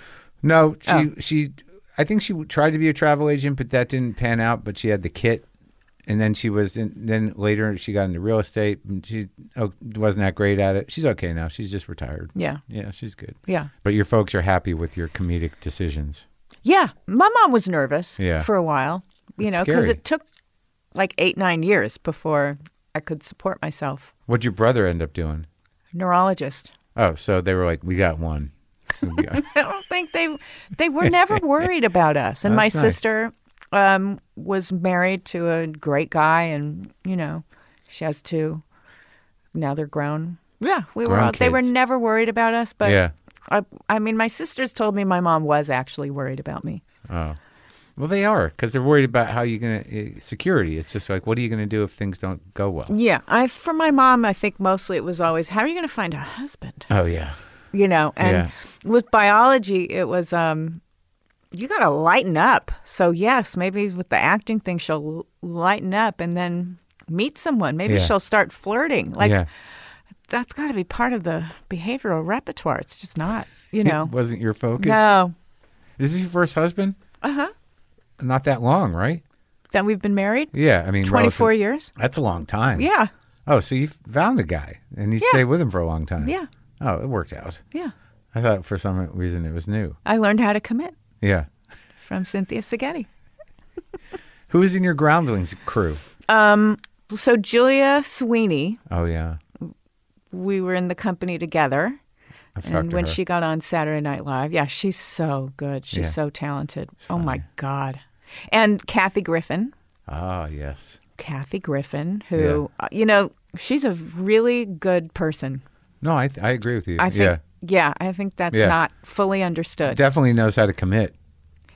Speaker 1: No, she
Speaker 3: Oh.
Speaker 1: she I think she tried to be a travel agent, but that didn't pan out. But she had the kit, and then she was in, then later she got into real estate, and she oh, wasn't that great at it. She's okay now. She's just retired.
Speaker 3: Yeah,
Speaker 1: Yeah, she's good.
Speaker 3: yeah,
Speaker 1: But your folks are happy with your comedic decisions.
Speaker 3: yeah. My mom was nervous
Speaker 1: Yeah.
Speaker 3: for a while. You
Speaker 1: It's
Speaker 3: know, because
Speaker 1: scary.
Speaker 3: it took like eight nine years before I could support myself.
Speaker 1: What'd your brother end up doing?
Speaker 3: Neurologist.
Speaker 1: Oh, so they were like, we got one. We
Speaker 3: (laughs)
Speaker 1: got-
Speaker 3: I don't think they they were (laughs) never worried about us. And my
Speaker 1: That's nice.
Speaker 3: sister um, was married to a great guy, and you know, she has two. Now they're grown. Yeah, we were.
Speaker 1: Grown
Speaker 3: All, they were
Speaker 1: kids.
Speaker 3: never worried about us, but
Speaker 1: yeah.
Speaker 3: I, I mean, my sisters told me my mom was actually worried about me.
Speaker 1: Oh. Well, they are because they're worried about how you're gonna uh, security. It's just like, what are you gonna do if things don't go well?
Speaker 3: Yeah, I for my mom, I think mostly it was always, how are you going to find a husband?
Speaker 1: Oh yeah.
Speaker 3: You know, and with biology, it was um, you got to lighten up. So yes, maybe with the acting thing, she'll l- lighten up and then meet someone. Maybe
Speaker 1: Yeah.
Speaker 3: she'll start flirting. Like
Speaker 1: yeah.
Speaker 3: that's got to be part of the behavioral repertoire. It's just not, you know.
Speaker 1: It wasn't your focus.
Speaker 3: no,
Speaker 1: This is your first husband?
Speaker 3: uh huh.
Speaker 1: Not that long, right?
Speaker 3: That we've been married
Speaker 1: Yeah, I mean,
Speaker 3: twenty four
Speaker 1: relative-
Speaker 3: years.
Speaker 1: That's a long time.
Speaker 3: Yeah,
Speaker 1: Oh, so you found a guy and you
Speaker 3: Yeah.
Speaker 1: stayed with him for a long time.
Speaker 3: Yeah.
Speaker 1: Oh, it worked out.
Speaker 3: yeah.
Speaker 1: I thought for some reason it was new.
Speaker 3: I learned how to commit
Speaker 1: Yeah.
Speaker 3: from Cynthia Seghetti.
Speaker 1: Who was in your Groundlings crew?
Speaker 3: So Julia Sweeney,
Speaker 1: Oh yeah,
Speaker 3: we were in the company together.
Speaker 1: I've talked
Speaker 3: And
Speaker 1: to
Speaker 3: when
Speaker 1: her.
Speaker 3: she got on Saturday Night Live, yeah, she's so good. She's
Speaker 1: Yeah.
Speaker 3: so talented. Oh my God. And Kathy Griffin.
Speaker 1: Ah, yes.
Speaker 3: Kathy Griffin, who, uh, you know, she's a really good person.
Speaker 1: No, I I agree with you.
Speaker 3: I
Speaker 1: yeah,
Speaker 3: think, yeah, I think that's
Speaker 1: Yeah.
Speaker 3: not fully understood.
Speaker 1: definitely knows how to commit.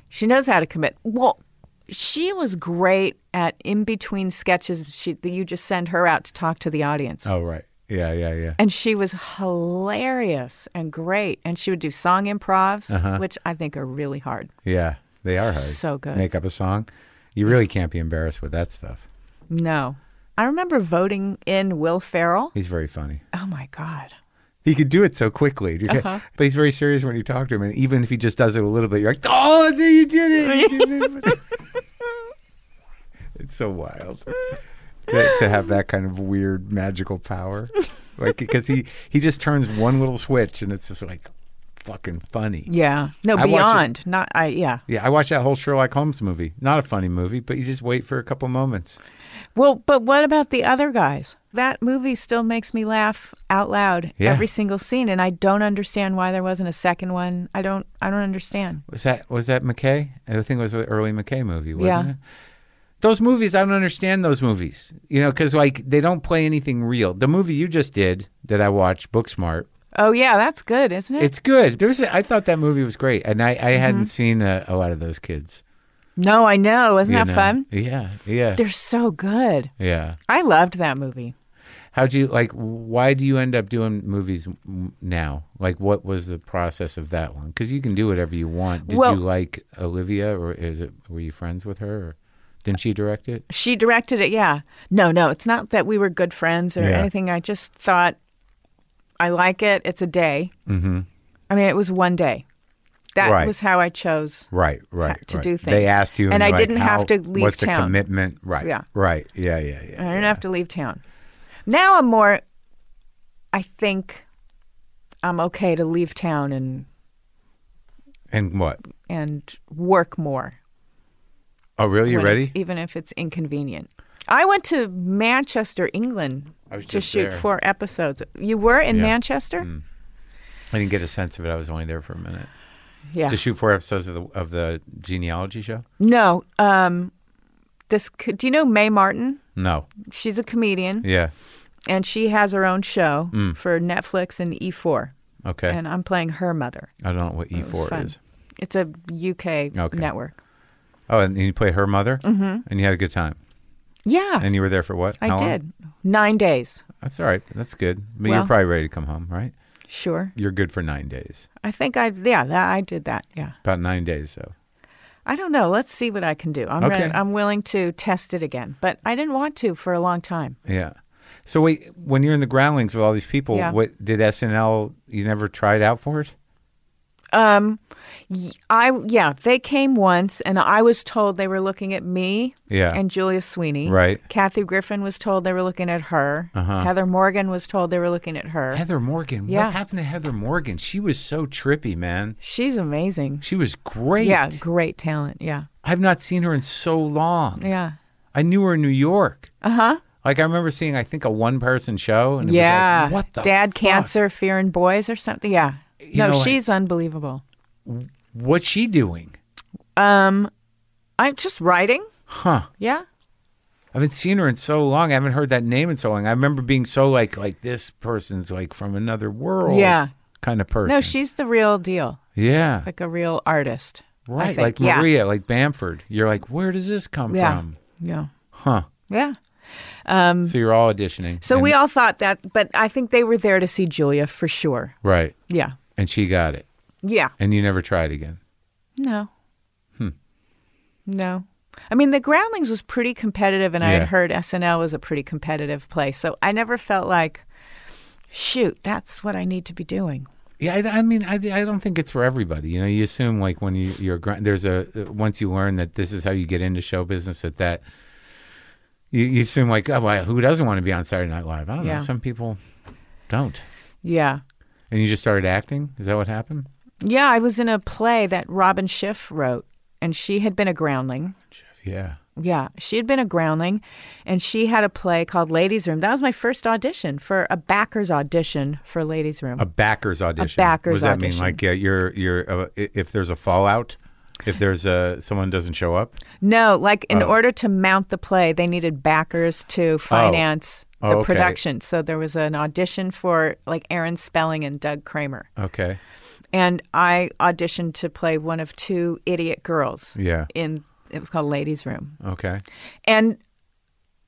Speaker 3: She knows how to commit. Well, she was great at in between sketches. She, that you just send her out to talk to the audience.
Speaker 1: Oh right. Yeah, yeah, yeah.
Speaker 3: And she was hilarious and great. And she would do song improvs,
Speaker 1: Uh-huh.
Speaker 3: which I think are really hard.
Speaker 1: Yeah, they are hard.
Speaker 3: So good.
Speaker 1: Make up a song. You really can't be embarrassed with that stuff.
Speaker 3: No. I remember voting in Will Ferrell.
Speaker 1: He's very funny.
Speaker 3: Oh my God.
Speaker 1: He could do it so quickly. You can't- (laughs) But he's very serious when you talk to him. And even if he just does it a little bit, you're like, oh, you did it. You did it." it's so wild to, to have that kind of weird magical power. Like, because he, he just turns one little switch and it's just like fucking funny.
Speaker 3: Yeah. No,
Speaker 1: I watched it-
Speaker 3: beyond. Not, I, yeah.
Speaker 1: Yeah, I watched that whole Sherlock Holmes movie. Not a funny movie, but you just wait for a couple moments.
Speaker 3: Well, but what about the other guys? That movie still makes me laugh out loud
Speaker 1: Yeah.
Speaker 3: every single scene. And I don't understand why there wasn't a second one. I don't, I don't understand.
Speaker 1: Was that was that McKay? I think it was an early McKay movie, wasn't
Speaker 3: Yeah.
Speaker 1: it? Those movies, I don't understand those movies. You know, because like they don't play anything real. The movie you just did that I watched, Booksmart,
Speaker 3: Oh, yeah. That's good, isn't it?
Speaker 1: it's good. There's, a, I thought that movie was great, and I, I
Speaker 3: Mm-hmm.
Speaker 1: hadn't seen a, a lot of those kids.
Speaker 3: no, I know. Isn't
Speaker 1: you
Speaker 3: that
Speaker 1: know?
Speaker 3: fun?
Speaker 1: Yeah, yeah,
Speaker 3: They're so good.
Speaker 1: yeah.
Speaker 3: I loved that movie.
Speaker 1: How'd you like? Why do you end up doing movies m- now? Like, what was the process of that one? Because you can do whatever you want. Did
Speaker 3: Well-
Speaker 1: you like Olivia, or is it? Were you friends with her? Or didn't she direct it?
Speaker 3: She directed it, yeah. No, no, it's not that we were good friends or
Speaker 1: Yeah.
Speaker 3: anything. I just thought I like it. It's a day. Mm-hmm. I mean, it was one day. That
Speaker 1: Right.
Speaker 3: was how I chose.
Speaker 1: Right, right.
Speaker 3: to
Speaker 1: right.
Speaker 3: do
Speaker 1: They
Speaker 3: things.
Speaker 1: asked you,
Speaker 3: And I
Speaker 1: you're like,
Speaker 3: didn't have
Speaker 1: how-
Speaker 3: to leave
Speaker 1: What's the
Speaker 3: town.
Speaker 1: commitment? Right,
Speaker 3: Yeah. Uh-huh.
Speaker 1: right, yeah, yeah, yeah.
Speaker 3: I didn't have to leave town. Now I'm more. I think I'm okay to leave town and
Speaker 1: And what?
Speaker 3: and work more.
Speaker 1: Oh, really? You
Speaker 3: when it's-
Speaker 1: ready?
Speaker 3: even if it's inconvenient. I went to Manchester, England,
Speaker 1: I was
Speaker 3: to
Speaker 1: just
Speaker 3: shoot
Speaker 1: there.
Speaker 3: four episodes. You were in
Speaker 1: Yeah. Mm.
Speaker 3: Manchester,
Speaker 1: I didn't get a sense of it. I was only there for a minute
Speaker 3: yeah.
Speaker 1: to shoot four episodes of the of the genealogy show.
Speaker 3: no, um, this. c- Do you know Mae Martin?
Speaker 1: No,
Speaker 3: She's a comedian,
Speaker 1: yeah, Mm.
Speaker 3: and she has her own show for Netflix and E4.
Speaker 1: okay.
Speaker 3: And I'm playing her mother.
Speaker 1: I don't know what E
Speaker 3: It was
Speaker 1: four
Speaker 3: fun.
Speaker 1: is.
Speaker 3: It's a UK
Speaker 1: Okay.
Speaker 3: network.
Speaker 1: Oh, and you play her mother, mm-hmm. and you had a good time,
Speaker 3: Yeah,
Speaker 1: and you were there for what?
Speaker 3: I
Speaker 1: How long?
Speaker 3: did nine days.
Speaker 1: That's all right. That's good. But you're
Speaker 3: Well-
Speaker 1: probably ready to come home, right?
Speaker 3: Sure,
Speaker 1: You're good for nine days.
Speaker 3: I think I yeah that, I did that. Yeah,
Speaker 1: About nine days, though.
Speaker 3: I don't know. Let's see what I can do. I'm
Speaker 1: Okay.
Speaker 3: ready- I'm willing to test it again, but I didn't want to for a long time.
Speaker 1: Yeah. So wait, when you're in the groundlings with all these people,
Speaker 3: Yeah.
Speaker 1: what did SNL? You never tried out for it?
Speaker 3: Um, y- I yeah, they came once, and I was told they were looking at me.
Speaker 1: Yeah.
Speaker 3: and Julia Sweeney.
Speaker 1: Right.
Speaker 3: Kathy Griffin was told they were looking at her.
Speaker 1: Uh-huh.
Speaker 3: Heather Morgan was told they were looking at her.
Speaker 1: Heather Morgan.
Speaker 3: Yeah.
Speaker 1: What happened to Heather Morgan? She was so trippy, man.
Speaker 3: She's amazing.
Speaker 1: She was great.
Speaker 3: Yeah, great talent. Yeah,
Speaker 1: I've not seen her in so long.
Speaker 3: yeah.
Speaker 1: I knew her in New York. Uh huh.
Speaker 3: Uh-huh.
Speaker 1: Like I remember seeing, I think a one-person show, and it
Speaker 3: yeah.
Speaker 1: was like, what the
Speaker 3: Dad
Speaker 1: fuck?
Speaker 3: cancer, fear and boys or something. Yeah.
Speaker 1: You
Speaker 3: no,
Speaker 1: know, I-
Speaker 3: she's unbelievable.
Speaker 1: What's she doing?
Speaker 3: Um I'm just writing.
Speaker 1: Huh?
Speaker 3: Yeah.
Speaker 1: I haven't seen her in so long. I haven't heard that name in so long. I remember being so like, like this person's like from another world.
Speaker 3: Yeah.
Speaker 1: Kind of person.
Speaker 3: No, she's the real deal.
Speaker 1: Yeah.
Speaker 3: Like a real artist. I
Speaker 1: Right,
Speaker 3: think.
Speaker 1: like
Speaker 3: yeah.
Speaker 1: Maria, like Bamford. You're like, where does this come
Speaker 3: Yeah.
Speaker 1: from?
Speaker 3: Yeah.
Speaker 1: Huh.
Speaker 3: Yeah.
Speaker 1: So you're all auditioning.
Speaker 3: So
Speaker 1: And-
Speaker 3: we all thought that, but I think they were there to see Julia for sure.
Speaker 1: Right.
Speaker 3: Yeah.
Speaker 1: And she got it.
Speaker 3: Yeah.
Speaker 1: And you never tried again.
Speaker 3: No. Hmm. No. I mean, the Groundlings was pretty competitive, and I
Speaker 1: Yeah.
Speaker 3: had heard SNL was a pretty competitive place. So I never felt like, shoot, that's what I need to be doing.
Speaker 1: Yeah, I, I mean, I, I don't think it's for everybody. You know, you assume like when you, you're gr- there's a uh, once you learn that this is how you get into show business that that you, you assume like oh well, who doesn't want to be on Saturday Night Live? I don't
Speaker 3: Yeah.
Speaker 1: know. Some people don't.
Speaker 3: Yeah.
Speaker 1: And you just started acting. Is that what happened?
Speaker 3: Yeah, I was in a play that Robin Schiff wrote, and she had been a groundling.
Speaker 1: Yeah.
Speaker 3: Yeah, she had been a groundling, and she had a play called Ladies Room. That was my first audition for a backer's audition for Ladies Room.
Speaker 1: A backer's audition.
Speaker 3: backer's
Speaker 1: what does that mean?
Speaker 3: audition.
Speaker 1: Like yeah, you're you're uh, i- if there's a fallout, if there's a someone doesn't show up.
Speaker 3: No, like in
Speaker 1: Oh.
Speaker 3: order to mount the play, they needed backers to finance
Speaker 1: Oh,
Speaker 3: the
Speaker 1: okay.
Speaker 3: production. So there was an audition for like Aaron Spelling and Doug Kramer.
Speaker 1: Okay.
Speaker 3: And I auditioned to play one of two idiot girls.
Speaker 1: Yeah.
Speaker 3: In it was called Ladies Room.
Speaker 1: Okay.
Speaker 3: And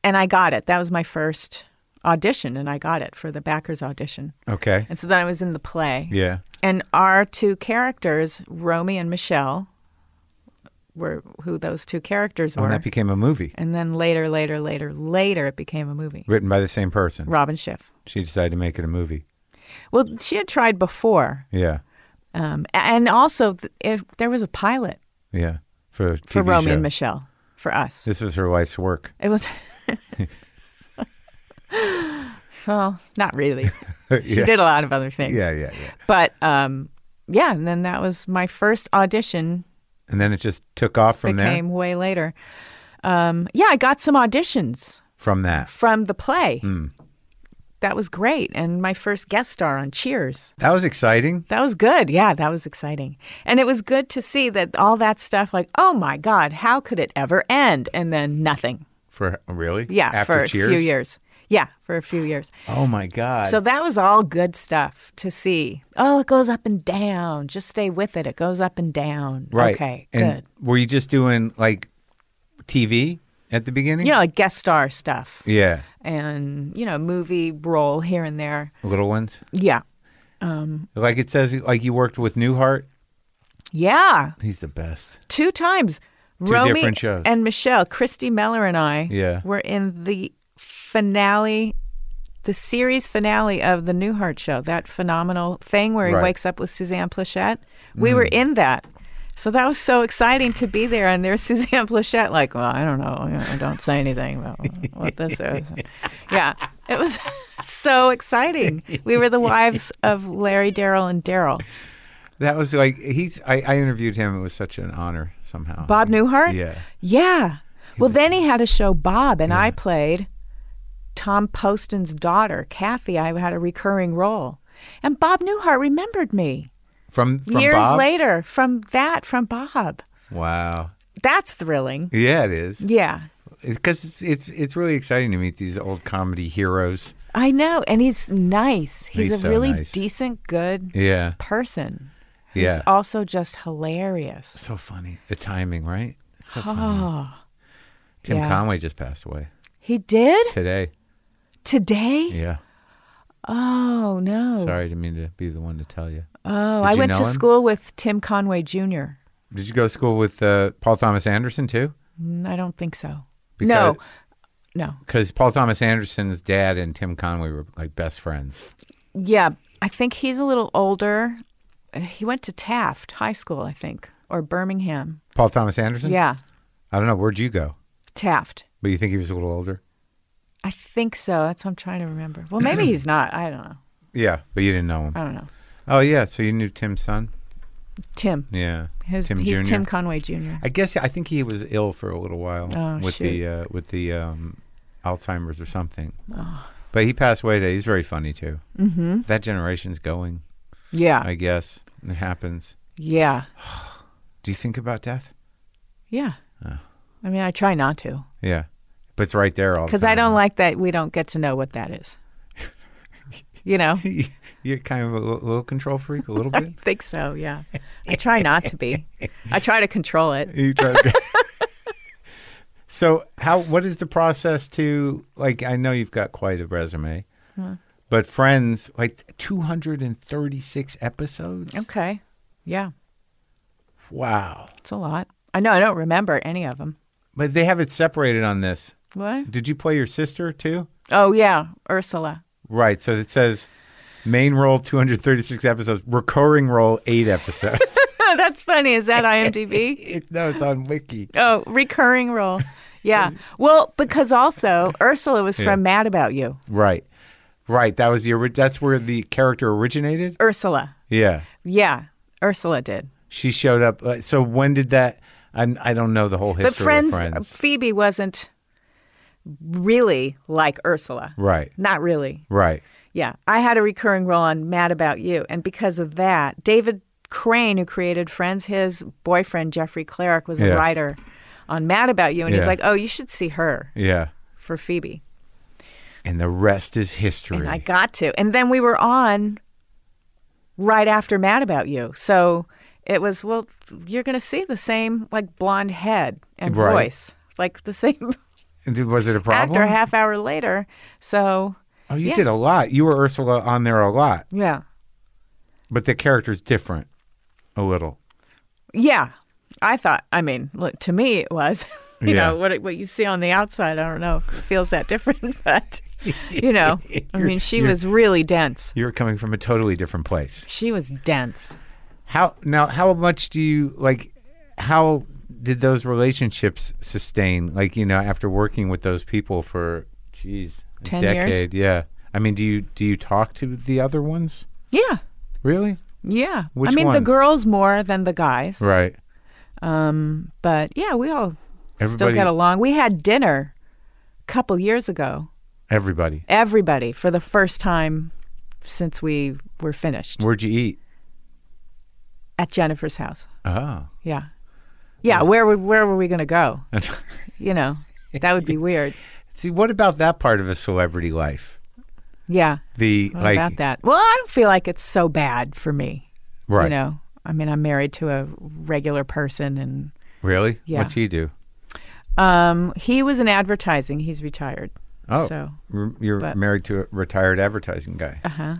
Speaker 3: and I got it. That was my first audition and I got it for the backers audition.
Speaker 1: Okay.
Speaker 3: And so then I was in the play.
Speaker 1: Yeah.
Speaker 3: And our two characters, Romy and Michelle, were who those two characters
Speaker 1: Oh,
Speaker 3: were.
Speaker 1: and that became a movie
Speaker 3: And then later, later, later, later, it became a movie.
Speaker 1: written by the same person.
Speaker 3: Robin Schiff.
Speaker 1: She decided to make it a movie.
Speaker 3: Well, she had tried before,
Speaker 1: Yeah.
Speaker 3: um, a- and also th- it, there was a pilot
Speaker 1: Yeah. For a
Speaker 3: for
Speaker 1: TV
Speaker 3: Romy
Speaker 1: show.
Speaker 3: and Michelle for us.
Speaker 1: This was her life's work.
Speaker 3: It was. (laughs) well,
Speaker 1: (laughs)
Speaker 3: not really. She
Speaker 1: yeah.
Speaker 3: did a lot of other things.
Speaker 1: yeah. Yeah. Yeah.
Speaker 3: But um, yeah, and then that was my first audition.
Speaker 1: And then it just took off from
Speaker 3: became
Speaker 1: there.
Speaker 3: way later. Um, yeah, I got some auditions
Speaker 1: From that.
Speaker 3: from the play.
Speaker 1: Hmm.
Speaker 3: That was great, and my first guest star on Cheers.
Speaker 1: That was exciting.
Speaker 3: That was good. Yeah, that was exciting. And it was good to see that all that stuff, like, oh my God, how could it ever end? And then nothing.
Speaker 1: For really?
Speaker 3: Yeah,
Speaker 1: After
Speaker 3: for
Speaker 1: Cheers.
Speaker 3: a few years. Yeah, for a few years.
Speaker 1: Oh my God.
Speaker 3: So that was all good stuff to see. Oh, it goes up and down. Just stay with it. It goes up and down.
Speaker 1: right.
Speaker 3: Okay,
Speaker 1: And
Speaker 3: good.
Speaker 1: Were you just doing like TV at the beginning?
Speaker 3: You know, like guest star stuff
Speaker 1: Yeah.
Speaker 3: and, you know, movie role here and there.
Speaker 1: Little ones.
Speaker 3: Yeah.
Speaker 1: Like it says, like you worked with Newhart.
Speaker 3: Yeah.
Speaker 1: He's the best.
Speaker 3: two times.
Speaker 1: Two
Speaker 3: Romy
Speaker 1: different shows.
Speaker 3: And Michelle, Christy Meller and I
Speaker 1: Yeah.
Speaker 3: were in the finale the series finale of the Newhart show, that phenomenal thing where he
Speaker 1: Right. Mm.
Speaker 3: wakes up with Suzanne Plachette. We were in that. So that was so exciting to be there. And there's (laughs) Suzanne Plachette, like, well, I don't know. you know, Don't say anything about what this is. Yeah. It was (laughs) so exciting.
Speaker 1: (laughs)
Speaker 3: We were the wives of Larry, Daryl, and Daryl.
Speaker 1: That was like he's. I, I interviewed him. It was such an honor somehow.
Speaker 3: Bob Newhart?
Speaker 1: Yeah.
Speaker 3: Yeah. Well, then he had a show, Bob, and I played Tom Poston's daughter, Kathy. I had a recurring role. And Bob Newhart remembered me
Speaker 1: From, from
Speaker 3: years
Speaker 1: Bob?
Speaker 3: later from that, from Bob.
Speaker 1: Wow.
Speaker 3: That's thrilling.
Speaker 1: Yeah, it is.
Speaker 3: Yeah.
Speaker 1: Because it's, it's it's really exciting to meet these old comedy heroes.
Speaker 3: I know. And he's nice. He's,
Speaker 1: He's
Speaker 3: a
Speaker 1: so
Speaker 3: really
Speaker 1: nice.
Speaker 3: decent, good
Speaker 1: Yeah.
Speaker 3: person.
Speaker 1: Yeah.
Speaker 3: He's also just hilarious.
Speaker 1: so funny. The timing, right? It's so funny.
Speaker 3: Oh,
Speaker 1: Tim
Speaker 3: yeah.
Speaker 1: Conway just passed away
Speaker 3: he did
Speaker 1: today.
Speaker 3: today?
Speaker 1: Yeah.
Speaker 3: Oh, no.
Speaker 1: Sorry, I didn't mean to be the one to tell you.
Speaker 3: Oh,
Speaker 1: Did
Speaker 3: I
Speaker 1: you
Speaker 3: went
Speaker 1: know
Speaker 3: to
Speaker 1: him?
Speaker 3: school with Tim Conway Jr.
Speaker 1: Did you go to school with uh, Paul Thomas Anderson too?
Speaker 3: Mm, I don't think so.
Speaker 1: Because-
Speaker 3: no, no.
Speaker 1: Because Paul Thomas Anderson's dad and Tim Conway were like best friends.
Speaker 3: Yeah, I think he's a little older. Uh, He went to Taft High School, I think, or Birmingham.
Speaker 1: Paul Thomas Anderson?
Speaker 3: Yeah,
Speaker 1: I don't know. Where'd you go?
Speaker 3: Taft.
Speaker 1: But you think he was a little older?
Speaker 3: I think so. That's what I'm trying to remember. Well,
Speaker 1: (clears throat)
Speaker 3: maybe he's not. I don't know.
Speaker 1: Yeah, but you didn't know him.
Speaker 3: I don't know.
Speaker 1: Oh yeah, so you knew Tim's son?
Speaker 3: Tim.
Speaker 1: Yeah,
Speaker 3: His,
Speaker 1: Tim
Speaker 3: he's
Speaker 1: Jr.
Speaker 3: Tim Conway Jr.
Speaker 1: I guess I think he was ill for a little while
Speaker 3: Oh,
Speaker 1: with
Speaker 3: shoot.
Speaker 1: the uh, with the um, Alzheimer's or something. But he passed away today. He's very funny too. Mm-hmm. That generation's going.
Speaker 3: Yeah,
Speaker 1: I guess it happens.
Speaker 3: yeah,
Speaker 1: Do you think about death?
Speaker 3: yeah.
Speaker 1: Uh.
Speaker 3: I mean, I try not to
Speaker 1: Yeah, but it's right there all
Speaker 3: because I don't like that we don't get to know what that
Speaker 1: (laughs)
Speaker 3: is. You know, I
Speaker 1: like. (laughs) You're kind of a li- little control freak, a
Speaker 3: (laughs)
Speaker 1: little bit.
Speaker 3: think so. Yeah, I try not to be. I try to control it.
Speaker 1: You try to- (laughs) so how what is the process to like I know you've got quite a resume. But friends, like 236 episodes.
Speaker 3: Okay. Yeah.
Speaker 1: Wow.
Speaker 3: It's a lot. I know. I don't remember any of them.
Speaker 1: But they have it separated on this.
Speaker 3: What?
Speaker 1: Did you play your sister too?
Speaker 3: Oh, yeah. Ursula. (laughs)
Speaker 1: Right. So it says main role 236 episodes, recurring role 8 episodes.
Speaker 3: That's funny. Is that IMDb?
Speaker 1: (laughs) It- no, it's on Wiki.
Speaker 3: oh, recurring role. Yeah. Well, because also Ursula was
Speaker 1: Yeah.
Speaker 3: from Mad About You.
Speaker 1: Right. Right. That was the ori- that's where the character originated?
Speaker 3: Ursula.
Speaker 1: Yeah.
Speaker 3: Yeah. Ursula did.
Speaker 1: She showed up. Uh, so when did that? I'm, I don't know the whole history
Speaker 3: but friends, uh,
Speaker 1: of Friends.
Speaker 3: Phoebe wasn't really like Ursula.
Speaker 1: Right,
Speaker 3: Not really.
Speaker 1: right.
Speaker 3: Yeah, I had a recurring role on Mad About You, and because of that, David Crane, who created Friends, his boyfriend Jeffrey Clark was
Speaker 1: Yeah.
Speaker 3: a writer on Mad About You, and he's
Speaker 1: Yeah.
Speaker 3: like, "Oh, you should see her
Speaker 1: Yeah.
Speaker 3: for Phoebe,"
Speaker 1: And the rest is history.
Speaker 3: and I got to, and then we were on right after Mad About You, so it was well, you're going to see the same like blonde head and
Speaker 1: Right.
Speaker 3: voice, like the same (laughs)
Speaker 1: And did- was it a
Speaker 3: actor.
Speaker 1: problem?
Speaker 3: A half hour later, so
Speaker 1: oh, you
Speaker 3: yeah.
Speaker 1: did a lot. You were Ursula on there a lot,
Speaker 3: yeah,
Speaker 1: but the character's different a little.
Speaker 3: Yeah, I thought. I mean, look, to me it was. (laughs) You
Speaker 1: Yeah.
Speaker 3: know what it- what you see on the outside. I don't know if it feels that different, (laughs) but you know, I mean, she
Speaker 1: You're-
Speaker 3: was really dense.
Speaker 1: You were coming from a totally different place.
Speaker 3: She was dense.
Speaker 1: How now? How much do you like? How did those relationships sustain? Like you know, after working with those people for geez, a
Speaker 3: 10 years?
Speaker 1: decade. Yeah. I mean, do you do you talk to the other ones?
Speaker 3: Yeah,
Speaker 1: Really?
Speaker 3: yeah.
Speaker 1: Which
Speaker 3: I mean, the
Speaker 1: ones?
Speaker 3: girls more than the guys,
Speaker 1: Right.
Speaker 3: but yeah, we all
Speaker 1: Everybody.
Speaker 3: still got along. We had dinner a couple years ago.
Speaker 1: Everybody.
Speaker 3: Everybody for the first time since we were finished
Speaker 1: Where'd you eat?
Speaker 3: at Jennifer's house.
Speaker 1: Oh.
Speaker 3: Yeah, yeah. Where were, where were we going to go? You know, that
Speaker 1: (laughs)
Speaker 3: would be weird.
Speaker 1: (laughs) See, what about that part of a celebrity life?
Speaker 3: Yeah.
Speaker 1: The
Speaker 3: What
Speaker 1: like
Speaker 3: about that? Well, I don't feel like it's so bad for me.
Speaker 1: right.
Speaker 3: You know, I mean, I'm married to a regular person, and
Speaker 1: Really?
Speaker 3: Yeah.
Speaker 1: What's he do?
Speaker 3: um, he was in advertising. He's retired.
Speaker 1: Oh.
Speaker 3: So,
Speaker 1: r- You're
Speaker 3: but-
Speaker 1: married to a retired advertising guy.
Speaker 3: uh huh.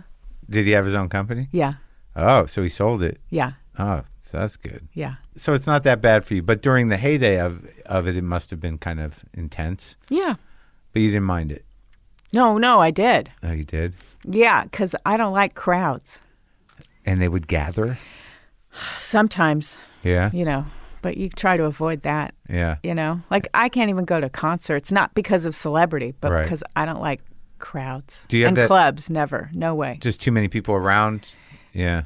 Speaker 1: Did he have his own company?
Speaker 3: Yeah.
Speaker 1: Oh, so he sold it.
Speaker 3: Yeah.
Speaker 1: Oh, so that's good.
Speaker 3: Yeah.
Speaker 1: So it's not that bad for you, but during the heyday of of it it must have been kind of intense,
Speaker 3: Yeah.
Speaker 1: but you didn't mind it.
Speaker 3: No, no, I did.
Speaker 1: Oh, you did?
Speaker 3: Yeah, because I don't like crowds
Speaker 1: And they would gather?
Speaker 3: sometimes,
Speaker 1: Yeah.
Speaker 3: you know, but you try to avoid that,
Speaker 1: Yeah.
Speaker 3: you know? Like, I can't even go to concerts, not because of celebrity, but
Speaker 1: Right.
Speaker 3: because I don't like crowds.
Speaker 1: Do you have
Speaker 3: and
Speaker 1: that-
Speaker 3: clubs, never. No way.
Speaker 1: Just too many people around? Yeah.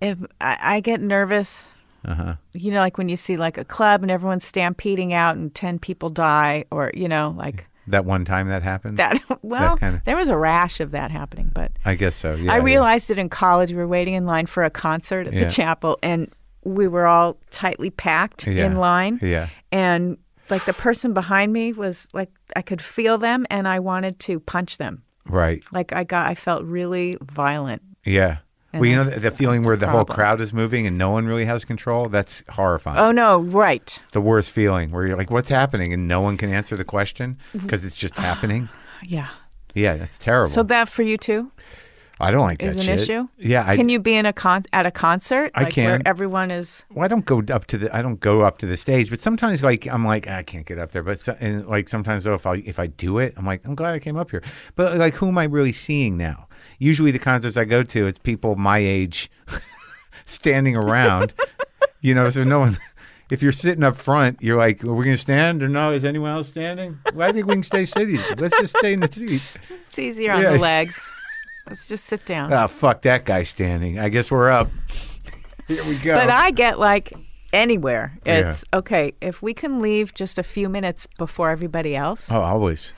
Speaker 3: If I, I get nervous,
Speaker 1: Uh-huh.
Speaker 3: you know, like when you see like a club and everyone's stampeding out and 10 people die, or, you know, like
Speaker 1: That one time Mm. that happened?
Speaker 3: that. (laughs) Well,
Speaker 1: kinda-
Speaker 3: there was a rash of that happening, but.
Speaker 1: I guess so. Yeah.
Speaker 3: I
Speaker 1: yeah.
Speaker 3: realized it in college. We were waiting in line for a concert at
Speaker 1: Yeah.
Speaker 3: the chapel, and we were all tightly packed
Speaker 1: Yeah.
Speaker 3: in line.
Speaker 1: Yeah.
Speaker 3: And like the person behind me was like, I could feel them, and I wanted to punch them.
Speaker 1: Right.
Speaker 3: Like I got, I felt really violent.
Speaker 1: Yeah.
Speaker 3: And
Speaker 1: well, you know
Speaker 3: that's-
Speaker 1: the, the feeling
Speaker 3: that's a
Speaker 1: where the whole
Speaker 3: problem.
Speaker 1: crowd is moving and no one really has control? That's horrifying.
Speaker 3: Oh no! Right?
Speaker 1: the worst feeling where you're like, what's happening? And no one can answer the question because it's just happening.
Speaker 3: Yeah.
Speaker 1: Yeah, that's terrible.
Speaker 3: Mm-hmm. So that for you too
Speaker 1: I don't like
Speaker 3: is
Speaker 1: that
Speaker 3: an
Speaker 1: shit.
Speaker 3: issue.
Speaker 1: Yeah, I,
Speaker 3: can you be in a con at a concert?
Speaker 1: I
Speaker 3: like Where
Speaker 1: can.
Speaker 3: everyone is.
Speaker 1: Well, I don't go up to the I don't go up to the stage, but sometimes like I'm like I can't get up there, but so, and like sometimes though if I if I do it, I'm like I'm glad I came up here. But like who am I really seeing now? Usually the concerts I go to, it's people my age (laughs) standing around, (laughs) you know. So no one. If you're sitting up front, you're like, "Are we going to stand or no? Is anyone else standing?" Well, I think we can stay seated. Let's just stay in the seats.
Speaker 3: It's easier on
Speaker 1: Yeah.
Speaker 3: the legs. Let's just sit down.
Speaker 1: Oh, fuck that guy standing. I guess we're up. (laughs) Here we go.
Speaker 3: But I get like anywhere.
Speaker 1: um, Yeah.
Speaker 3: It's okay if we can leave just a few minutes before everybody else.
Speaker 1: Oh, always.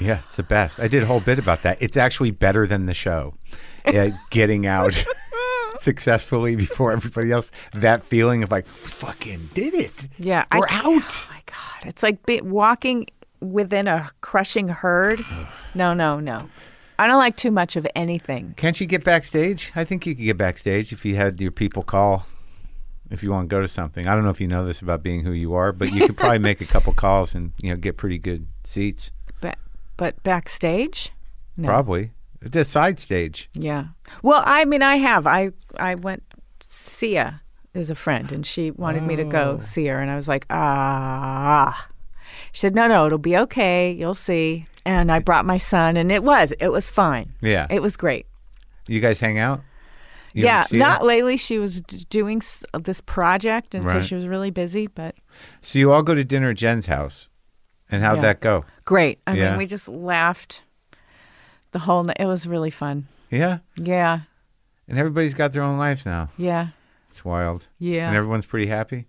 Speaker 1: Yeah, it's the best. I did a whole bit about that. It's actually better than the show. Uh, getting
Speaker 3: (laughs)
Speaker 1: out successfully before everybody else. That feeling of like, fucking did it.
Speaker 3: Yeah, I
Speaker 1: We're
Speaker 3: can't-
Speaker 1: out.
Speaker 3: Oh my god, it's like be- walking within a
Speaker 1: (sighs)
Speaker 3: crushing herd. no, no, no. I don't like too much of anything.
Speaker 1: Can't you get backstage? I think you could get backstage if you had your people call. If you want to go to something, I don't know if you know this about being who you are, but you could probably make a couple calls and you know get pretty good seats.
Speaker 3: But but backstage, no.
Speaker 1: Probably the side stage.
Speaker 3: Yeah. Well, I mean, I have. I I went. Sia is a friend, and she wanted me to
Speaker 1: Oh.
Speaker 3: go see her, and I was like, ah. She said, no, no, it'll be okay. You'll see. And I brought my son, and it was it was fine.
Speaker 1: Yeah,
Speaker 3: It was great.
Speaker 1: you guys hang out. You
Speaker 3: yeah.
Speaker 1: see her?
Speaker 3: Not lately. She was d- doing s- this project, and so
Speaker 1: Right.
Speaker 3: she was really busy, but
Speaker 1: So you all go to dinner at Jen's house, and how'd
Speaker 3: Yeah.
Speaker 1: that go?
Speaker 3: great. I
Speaker 1: Yeah.
Speaker 3: mean, we just laughed the whole. night. It was really fun.
Speaker 1: Yeah,
Speaker 3: Yeah.
Speaker 1: and everybody's got their own lives now.
Speaker 3: Yeah.
Speaker 1: It's wild,
Speaker 3: Yeah.
Speaker 1: and everyone's pretty happy.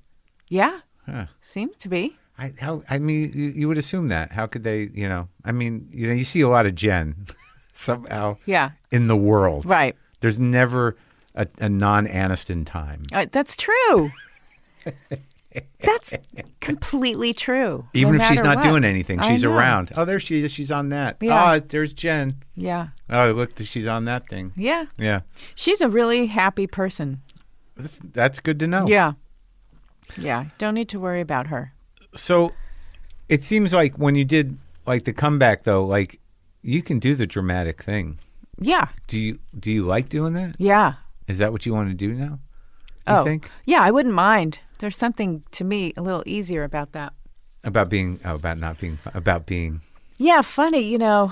Speaker 3: yeah.
Speaker 1: Huh.
Speaker 3: Seemed to be.
Speaker 1: I how I mean, you, you would assume that. How could they? You know, I mean, you know, you see a lot of Jen (laughs) somehow
Speaker 3: Yeah.
Speaker 1: in the world.
Speaker 3: Right.
Speaker 1: There's never a, a non-Aniston time.
Speaker 3: Uh, that's true. (laughs) that's completely true.
Speaker 1: Even if she's not doing anything, she's around.
Speaker 3: around.
Speaker 1: Oh, there she is. She's on that.
Speaker 3: Yeah.
Speaker 1: Ah, there's Jen.
Speaker 3: Yeah.
Speaker 1: Oh, look, she's on that thing.
Speaker 3: Yeah.
Speaker 1: Yeah,
Speaker 3: She's a really happy person.
Speaker 1: that's, that's good to know.
Speaker 3: Yeah. Yeah. Don't need to worry about her.
Speaker 1: So it seems like when you did like the comeback though, like you can do the dramatic thing.
Speaker 3: Yeah.
Speaker 1: Do you do you like doing that?
Speaker 3: Yeah.
Speaker 1: Is that what you want to do now? You
Speaker 3: Oh.
Speaker 1: think?
Speaker 3: Yeah, I wouldn't mind. There's something to me a little easier about that.
Speaker 1: About being oh, about not being fu- about being
Speaker 3: Yeah, funny, you know,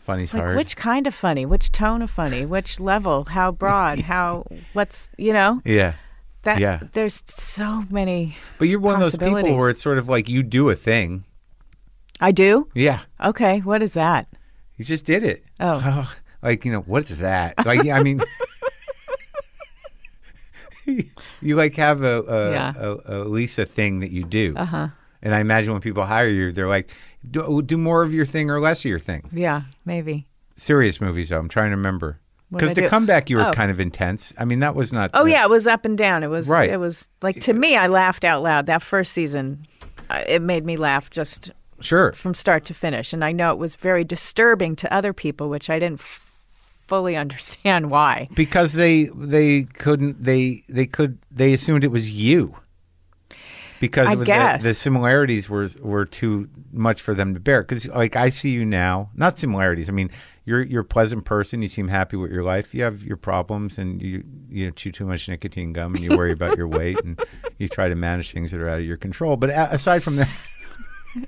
Speaker 1: funny's
Speaker 3: like
Speaker 1: hard.
Speaker 3: which kind of funny, which tone of funny, which level, how
Speaker 1: (laughs)
Speaker 3: broad, how what's, you know,
Speaker 1: yeah.
Speaker 3: that
Speaker 1: Yeah.
Speaker 3: there's so many.
Speaker 1: But you're one of those people where
Speaker 3: Possibilities.
Speaker 1: it's sort of like you do a thing.
Speaker 3: I do?
Speaker 1: Yeah.
Speaker 3: Okay, what is that?
Speaker 1: You just did it.
Speaker 3: Oh.
Speaker 1: like, you know, what's that? Like I
Speaker 3: (laughs)
Speaker 1: mean You like have a a,
Speaker 3: Yeah.
Speaker 1: a a Lisa thing that you do.
Speaker 3: Uh-huh.
Speaker 1: And I imagine when people hire you, they're like, do, do more of your thing or less of your thing.
Speaker 3: Yeah, maybe.
Speaker 1: Serious movies, though. I'm trying to remember.
Speaker 3: did
Speaker 1: Because
Speaker 3: I
Speaker 1: the
Speaker 3: do?
Speaker 1: comeback, you were
Speaker 3: Oh.
Speaker 1: kind of intense. I mean, that was not.
Speaker 3: Oh yeah, it was up and down. It was
Speaker 1: Right.
Speaker 3: It was like to me, I laughed out loud that first season. I- It made me laugh just
Speaker 1: Sure.
Speaker 3: from start to finish, and I know it was very disturbing to other people, which I didn't f- fully (laughs) understand why.
Speaker 1: Because they they couldn't they they could they assumed it was you. Because
Speaker 3: I
Speaker 1: of the-
Speaker 3: guess.
Speaker 1: The, similarities were were too much for them to bear. Because like I see you now, not similarities. I mean, you're you're a pleasant person. You seem happy with your life. You have your problems, and you you chew too much nicotine gum, (laughs) and you worry about your weight, and you try to manage things that are out of your control. But a- aside from that,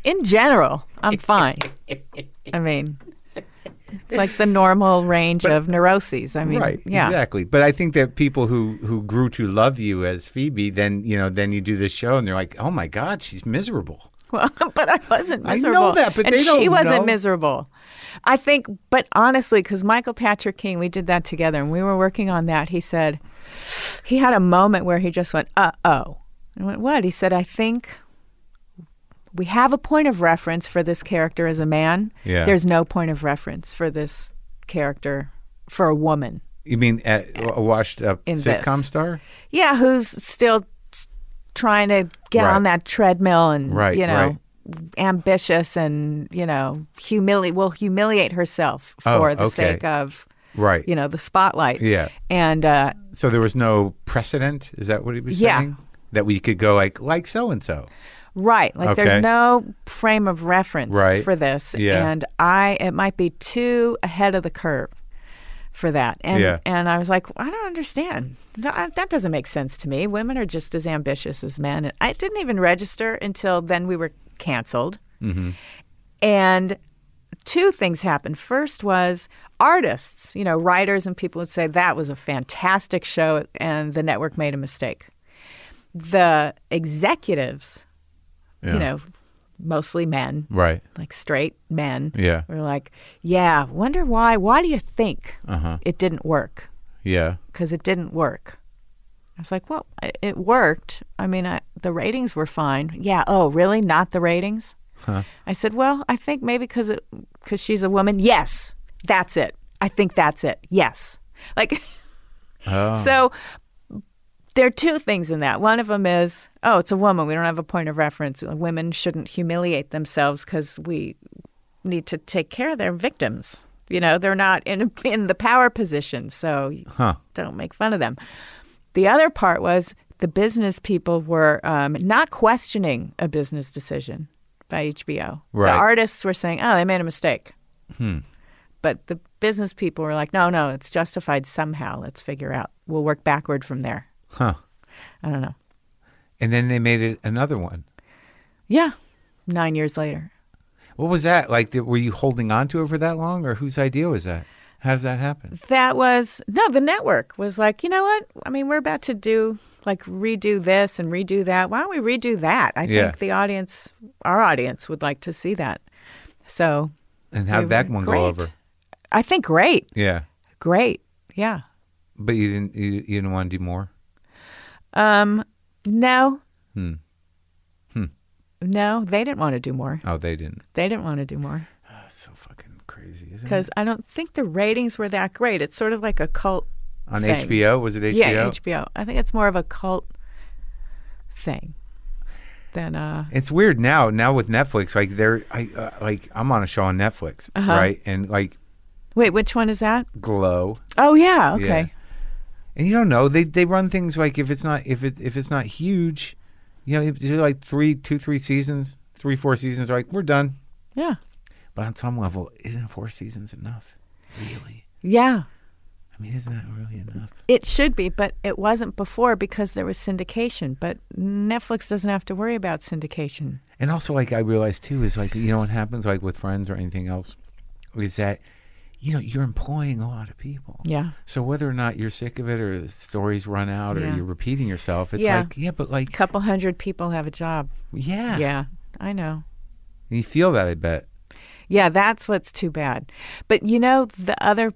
Speaker 3: in general, I'm fine. I mean, it's like the normal range of neuroses. I mean,
Speaker 1: right.
Speaker 3: yeah.
Speaker 1: Exactly. But I think that people who who grew to love you as Phoebe, then you know, then you do this show, and they're like, "Oh my God, she's miserable."
Speaker 3: (laughs) Well, but I wasn't
Speaker 1: I know
Speaker 3: miserable.
Speaker 1: that, but
Speaker 3: and
Speaker 1: they
Speaker 3: she
Speaker 1: don't
Speaker 3: wasn't
Speaker 1: know.
Speaker 3: miserable. I think, but honestly, because Michael Patrick King, we did that together, and we were working on that. He said he had a moment where he just went, "Uh oh," I went, "What?" He said, "I think." We have a point of reference for this character as a man.
Speaker 1: Yeah.
Speaker 3: There's no point of reference for this character for a woman.
Speaker 1: You mean a, a washed up
Speaker 3: In
Speaker 1: sitcom
Speaker 3: this.
Speaker 1: star?
Speaker 3: yeah, who's still s- trying to get
Speaker 1: Right.
Speaker 3: on that treadmill and
Speaker 1: Right,
Speaker 3: you know
Speaker 1: right.
Speaker 3: ambitious and you know humili will humiliate herself
Speaker 1: Oh,
Speaker 3: for the
Speaker 1: okay.
Speaker 3: sake of
Speaker 1: Right.
Speaker 3: you know the spotlight.
Speaker 1: Yeah.
Speaker 3: and uh,
Speaker 1: So there was no precedent. Is that what he was
Speaker 3: Yeah.
Speaker 1: saying? That we could go like like so and so.
Speaker 3: Right. Like
Speaker 1: Okay.
Speaker 3: there's no frame of reference
Speaker 1: Right.
Speaker 3: for this.
Speaker 1: Yeah.
Speaker 3: And I it might be too ahead of the curve for that. And
Speaker 1: Yeah.
Speaker 3: and I was like, I don't understand. No, I- That doesn't make sense to me. Women are just as ambitious as men. And I didn't even register until then we were canceled.
Speaker 1: Mm-hmm.
Speaker 3: And two things happened. First was artists, you know, writers and people would say that was a fantastic show and the network made a mistake. The executives,
Speaker 1: Yeah.
Speaker 3: you know, mostly men,
Speaker 1: Right.
Speaker 3: like straight men,
Speaker 1: Yeah.
Speaker 3: were like, yeah, wonder why. Why do you think
Speaker 1: Uh-huh.
Speaker 3: it didn't work?
Speaker 1: Yeah.
Speaker 3: Because it didn't work. I was like, well, i- it worked. I mean, I, the ratings were fine. Yeah. Oh, really? Not the ratings? I said, well, I think maybe because because she's a woman. Yes, that's it. I think that's it. Yes, like
Speaker 1: Oh.
Speaker 3: so. There are two things in that. One of them is, oh, it's a woman. We don't have a point of reference. Women shouldn't humiliate themselves because we need to take care of their victims. You know, they're not in in the power position, so don't make fun of them. The other part was the business people were um, not questioning a business decision by HBO.
Speaker 1: Right.
Speaker 3: The artists were saying, "Oh, they made a mistake," but the business people were like, "No, no, it's justified somehow. Let's figure out. We'll work backward from there."
Speaker 1: Huh.
Speaker 3: I don't know.
Speaker 1: And then they made it another one.
Speaker 3: Yeah, nine years later.
Speaker 1: What was that like? Did, were you holding on to it for that long, or whose idea was that? How did that happen?
Speaker 3: that was no the network was like you know what i mean we're about to do like redo this and redo that why don't we redo that i
Speaker 1: Yeah.
Speaker 3: think the audience our audience would like to see that so
Speaker 1: And how
Speaker 3: we
Speaker 1: did that
Speaker 3: were-
Speaker 1: one
Speaker 3: great.
Speaker 1: go over?
Speaker 3: i think great
Speaker 1: Yeah,
Speaker 3: great yeah
Speaker 1: but you didn't. You, you didn't want to do more.
Speaker 3: um no hmm. no they didn't want to do more
Speaker 1: Oh, they didn't.
Speaker 3: they didn't want to do more
Speaker 1: That's so fucking crazy, isn't it?
Speaker 3: because i don't think the ratings were that great it's sort of like a cult
Speaker 1: On
Speaker 3: thing.
Speaker 1: HBO was it HBO?
Speaker 3: yeah hbo i think it's more of a cult thing than uh
Speaker 1: It's weird now. Now with Netflix, like they're I uh, like I'm on a show on Netflix, right? And like
Speaker 3: Wait, which one is that?
Speaker 1: Glow,
Speaker 3: Oh yeah,
Speaker 1: Yeah.
Speaker 3: okay.
Speaker 1: and you don't know they they run things like if it's not if it if it's not huge, you know, if it's like three two three seasons, three four seasons, like we're done.
Speaker 3: Yeah.
Speaker 1: But on some level, isn't four seasons enough? Really?
Speaker 3: Yeah.
Speaker 1: I mean, isn't that really enough?
Speaker 3: It should be, but it wasn't before because there was syndication, but Netflix doesn't have to worry about syndication.
Speaker 1: And also, like I realized too, is like you know what happens like with friends or anything else, is that you know you're employing a lot of people.
Speaker 3: Yeah.
Speaker 1: So whether or not you're sick of it, or the stories run out, or
Speaker 3: Yeah.
Speaker 1: you're repeating yourself, it's
Speaker 3: Yeah.
Speaker 1: like yeah, but like
Speaker 3: Couple hundred people have a job. (laughs)
Speaker 1: yeah,
Speaker 3: Yeah. I know.
Speaker 1: And you feel that I bet.
Speaker 3: Yeah, that's what's too bad. But you know, the other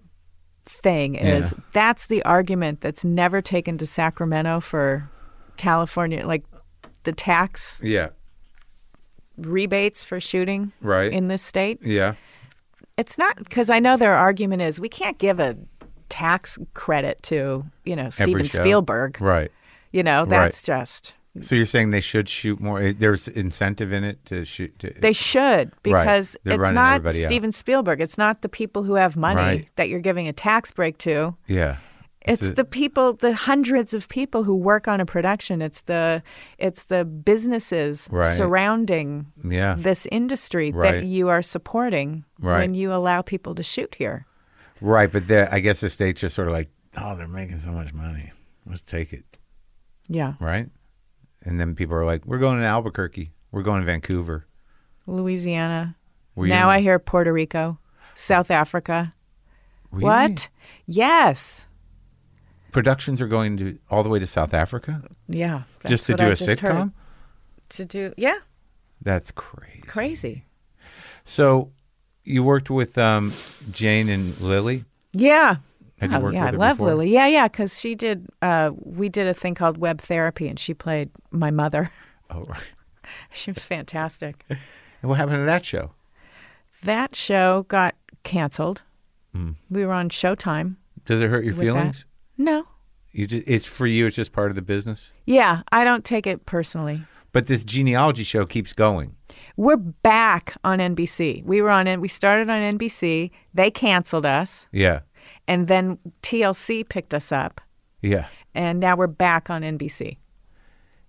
Speaker 3: thing is
Speaker 1: Yeah.
Speaker 3: that's the argument that's never taken to Sacramento for California like the tax
Speaker 1: Yeah.
Speaker 3: rebates for shooting
Speaker 1: Right.
Speaker 3: in this state.
Speaker 1: Yeah.
Speaker 3: It's not because I know their argument is we can't give a tax credit to you know Steven
Speaker 1: show.
Speaker 3: Spielberg.
Speaker 1: Right.
Speaker 3: You know that's just
Speaker 1: So you're saying they should shoot more? eh, There's incentive in it to shoot. To,
Speaker 3: they should because
Speaker 1: They're
Speaker 3: it's
Speaker 1: running
Speaker 3: not
Speaker 1: everybody out.
Speaker 3: Steven Spielberg. It's not the people who have money
Speaker 1: Right.
Speaker 3: that you're giving a tax break to.
Speaker 1: yeah.
Speaker 3: It's
Speaker 1: a-
Speaker 3: the people, the hundreds of people who work on a production. It's the it's the businesses
Speaker 1: Right.
Speaker 3: surrounding
Speaker 1: Yeah.
Speaker 3: this industry
Speaker 1: Right.
Speaker 3: that you are supporting
Speaker 1: Right.
Speaker 3: when you allow people to shoot here.
Speaker 1: Right, but the, I guess the state's just sort of like, oh, they're making so much money, let's take it,
Speaker 3: Yeah.
Speaker 1: right? And then people are like, we're going to Albuquerque, we're going to Vancouver,
Speaker 3: Louisiana.
Speaker 1: Were you-
Speaker 3: now I hear Puerto Rico, South Africa.
Speaker 1: Really?
Speaker 3: What? Yes.
Speaker 1: Productions are going to all the way to South Africa
Speaker 3: Yeah. that's
Speaker 1: just to
Speaker 3: what
Speaker 1: do
Speaker 3: I
Speaker 1: a
Speaker 3: just heard.
Speaker 1: sitcom?
Speaker 3: To do, yeah,
Speaker 1: That's crazy.
Speaker 3: crazy.
Speaker 1: So you worked with um, Jane and Lily.
Speaker 3: Yeah.
Speaker 1: Had you worked
Speaker 3: Oh, yeah,
Speaker 1: with her
Speaker 3: I love
Speaker 1: before?
Speaker 3: Lily. Yeah, yeah, because she did. Uh, we did a thing called web therapy, and she played my mother. (laughs)
Speaker 1: Oh, right.
Speaker 3: she was fantastic.
Speaker 1: And what happened to that show?
Speaker 3: That show got canceled.
Speaker 1: Hmm.
Speaker 3: We were on Showtime.
Speaker 1: Does it hurt your
Speaker 3: with that.
Speaker 1: feelings?
Speaker 3: No.
Speaker 1: You just, it's for you. It's just part of the business.
Speaker 3: Yeah, I don't take it personally.
Speaker 1: But this genealogy show keeps going.
Speaker 3: We're back on NBC. We were on it. We started on NBC. They canceled us,
Speaker 1: Yeah,
Speaker 3: and then TLC picked us up,
Speaker 1: yeah.
Speaker 3: and now we're back on NBC.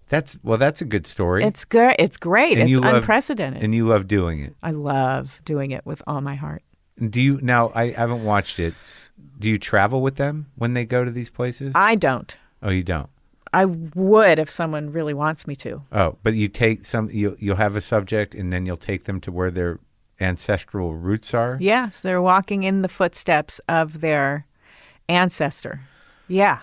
Speaker 1: That's well. That's a good story.
Speaker 3: It's good. It's great.
Speaker 1: And
Speaker 3: it's
Speaker 1: you love-
Speaker 3: unprecedented.
Speaker 1: and you love doing it.
Speaker 3: I love doing it with all my heart.
Speaker 1: Do you now? I haven't watched it. Do you travel with them when they go to these places?
Speaker 3: I don't.
Speaker 1: oh, you don't.
Speaker 3: I would if someone really wants me to.
Speaker 1: Oh, but you take some. You you'll have a subject, and then you'll take them to where their ancestral roots are.
Speaker 3: Yes, they're walking in the footsteps of their ancestor. Yeah.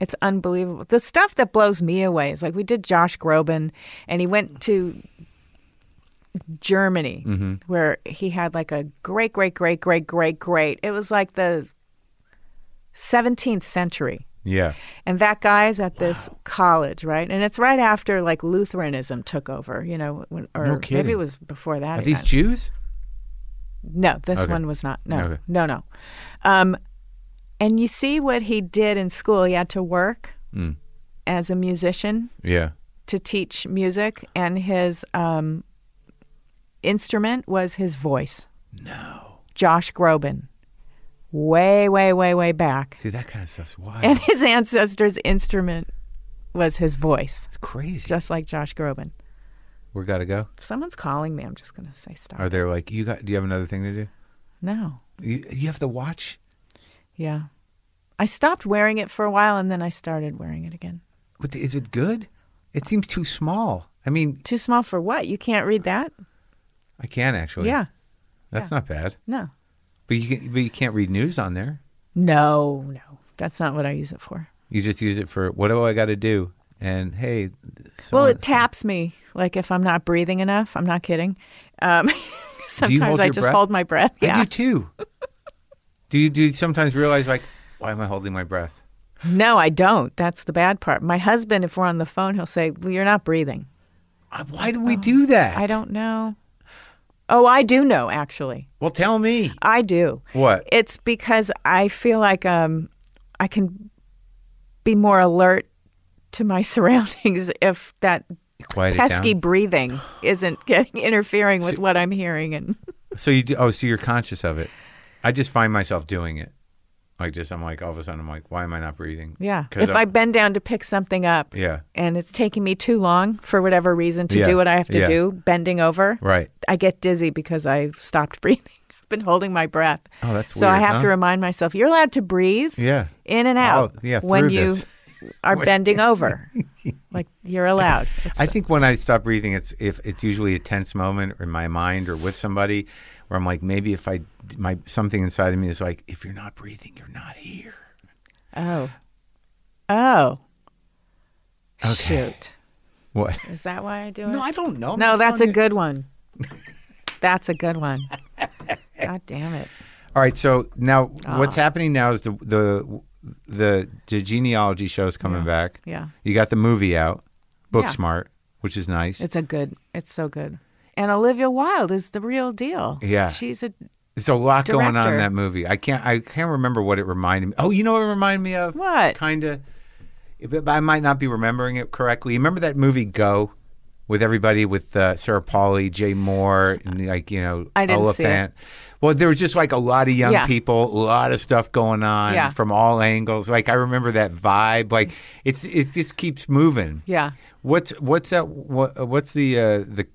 Speaker 3: It's unbelievable. The stuff that blows me away is like we did Josh Groban and he went to Germany
Speaker 1: Mm-hmm.
Speaker 3: where he had like a great, great, great, great, great, great. It was like the 17th century.
Speaker 1: Yeah.
Speaker 3: And that guy's at this college, right? And it's right after like Lutheranism took over, you know, when, or
Speaker 1: No
Speaker 3: maybe
Speaker 1: kidding.
Speaker 3: it was before that.
Speaker 1: Are these
Speaker 3: even.
Speaker 1: Jews?
Speaker 3: No, this
Speaker 1: Okay.
Speaker 3: one was not. No,
Speaker 1: Okay.
Speaker 3: no, no. Um, and you see what he did in school. He had to work
Speaker 1: Mm.
Speaker 3: as a musician
Speaker 1: Yeah.
Speaker 3: to teach music, and his um, instrument was his voice. No. Josh Groban. Way, way, way,
Speaker 1: (laughs)
Speaker 3: way back.
Speaker 1: See, that kind of stuff's wild.
Speaker 3: And (laughs) his ancestor's instrument was his voice,
Speaker 1: it's crazy.
Speaker 3: just like Josh Groban.
Speaker 1: we gotta go.
Speaker 3: Someone's calling me. I'm just going to say stop.
Speaker 1: Are they like you? Got? Do you have another thing to do?
Speaker 3: no.
Speaker 1: You, you have to watch.
Speaker 3: Yeah. I stopped wearing it for a while and then I started wearing it again.
Speaker 1: What, is it good? It seems too small. I mean,
Speaker 3: Too small for what? You can't read that?
Speaker 1: I can actually.
Speaker 3: Yeah.
Speaker 1: That's not bad.
Speaker 3: No.
Speaker 1: But you can, but you can't read news on there.
Speaker 3: No, no. That's not what I use it for.
Speaker 1: You just use it for what do I got to do? And hey, so
Speaker 3: Well, it taps me. Like if I'm not breathing enough, I'm not kidding. Um, (laughs) sometimes
Speaker 1: hold
Speaker 3: I
Speaker 1: your
Speaker 3: just
Speaker 1: breath?
Speaker 3: hold my breath.
Speaker 1: I
Speaker 3: Yeah.
Speaker 1: do
Speaker 3: (laughs)
Speaker 1: too. do you do you sometimes realize like why am I holding my breath?
Speaker 3: No, I don't. That's the bad part. My husband, if we're on the phone, he'll say, well, You're not breathing.
Speaker 1: Uh, Why do we do that?
Speaker 3: Oh, I don't know. Oh, I do know, actually.
Speaker 1: Well, tell me
Speaker 3: I do.
Speaker 1: what.
Speaker 3: It's because I feel like um, I can be more alert to my (laughs) surroundings if that
Speaker 1: Quiet it
Speaker 3: pesky
Speaker 1: down.
Speaker 3: breathing isn't (laughs) getting interfering with what I'm hearing. And
Speaker 1: So you do, oh, so you're conscious of it. I just find myself doing it. Like just I'm like all of a sudden I'm like why am I not breathing?
Speaker 3: yeah,
Speaker 1: 'Cause
Speaker 3: if
Speaker 1: I'm-
Speaker 3: I bend down to pick something up,
Speaker 1: yeah
Speaker 3: and it's taking me too long for whatever reason to
Speaker 1: Yeah,
Speaker 3: do what I have to
Speaker 1: yeah.
Speaker 3: do, bending over,
Speaker 1: right
Speaker 3: I get dizzy because I've stopped (laughs) breathing. I've been holding my breath.
Speaker 1: Oh, that's
Speaker 3: so I
Speaker 1: weird,
Speaker 3: have
Speaker 1: huh?
Speaker 3: to remind myself you're allowed to breathe.
Speaker 1: yeah
Speaker 3: in and out
Speaker 1: Oh, yeah,
Speaker 3: when
Speaker 1: through
Speaker 3: you
Speaker 1: this.
Speaker 3: (laughs)
Speaker 1: (laughs)
Speaker 3: are bending over. Like you're allowed. It's-
Speaker 1: I think when I stop breathing, it's if it's usually a tense moment in my mind or with somebody, where I'm like, maybe if I my something inside of me is like, if you're not breathing, you're not here.
Speaker 3: oh. Oh.
Speaker 1: Okay.
Speaker 3: Shoot.
Speaker 1: What?
Speaker 3: Is that why I do it?
Speaker 1: No, I don't know. I'm
Speaker 3: no,
Speaker 1: just
Speaker 3: that's a
Speaker 1: telling you.
Speaker 3: good one. (laughs) That's a good one. God damn it.
Speaker 1: All right, so now what's
Speaker 3: Ah.
Speaker 1: happening now is the the the, the genealogy show's coming back.
Speaker 3: Yeah.
Speaker 1: You got the movie out, Booksmart,
Speaker 3: Yeah.
Speaker 1: Smart, which is nice.
Speaker 3: It's a good it's so good. And Olivia Wilde is the real deal.
Speaker 1: Yeah.
Speaker 3: She's a
Speaker 1: There's a lot going on in
Speaker 3: Director.
Speaker 1: that movie. I can't I can't remember what it reminded me. Oh, you know what it reminded me of?
Speaker 3: What?
Speaker 1: Kind of. But I might not be remembering it correctly. You remember that movie Go with everybody with uh, Sarah Pauli, Jay Moore, and like you know
Speaker 3: I didn't see it.
Speaker 1: Oliphant. Well, there was just like a lot of young
Speaker 3: Yeah.
Speaker 1: people, a lot of stuff going on
Speaker 3: Yeah.
Speaker 1: from all angles. Like I remember that vibe. Like it's it just keeps moving.
Speaker 3: yeah.
Speaker 1: What's what's that? What, what's the uh, the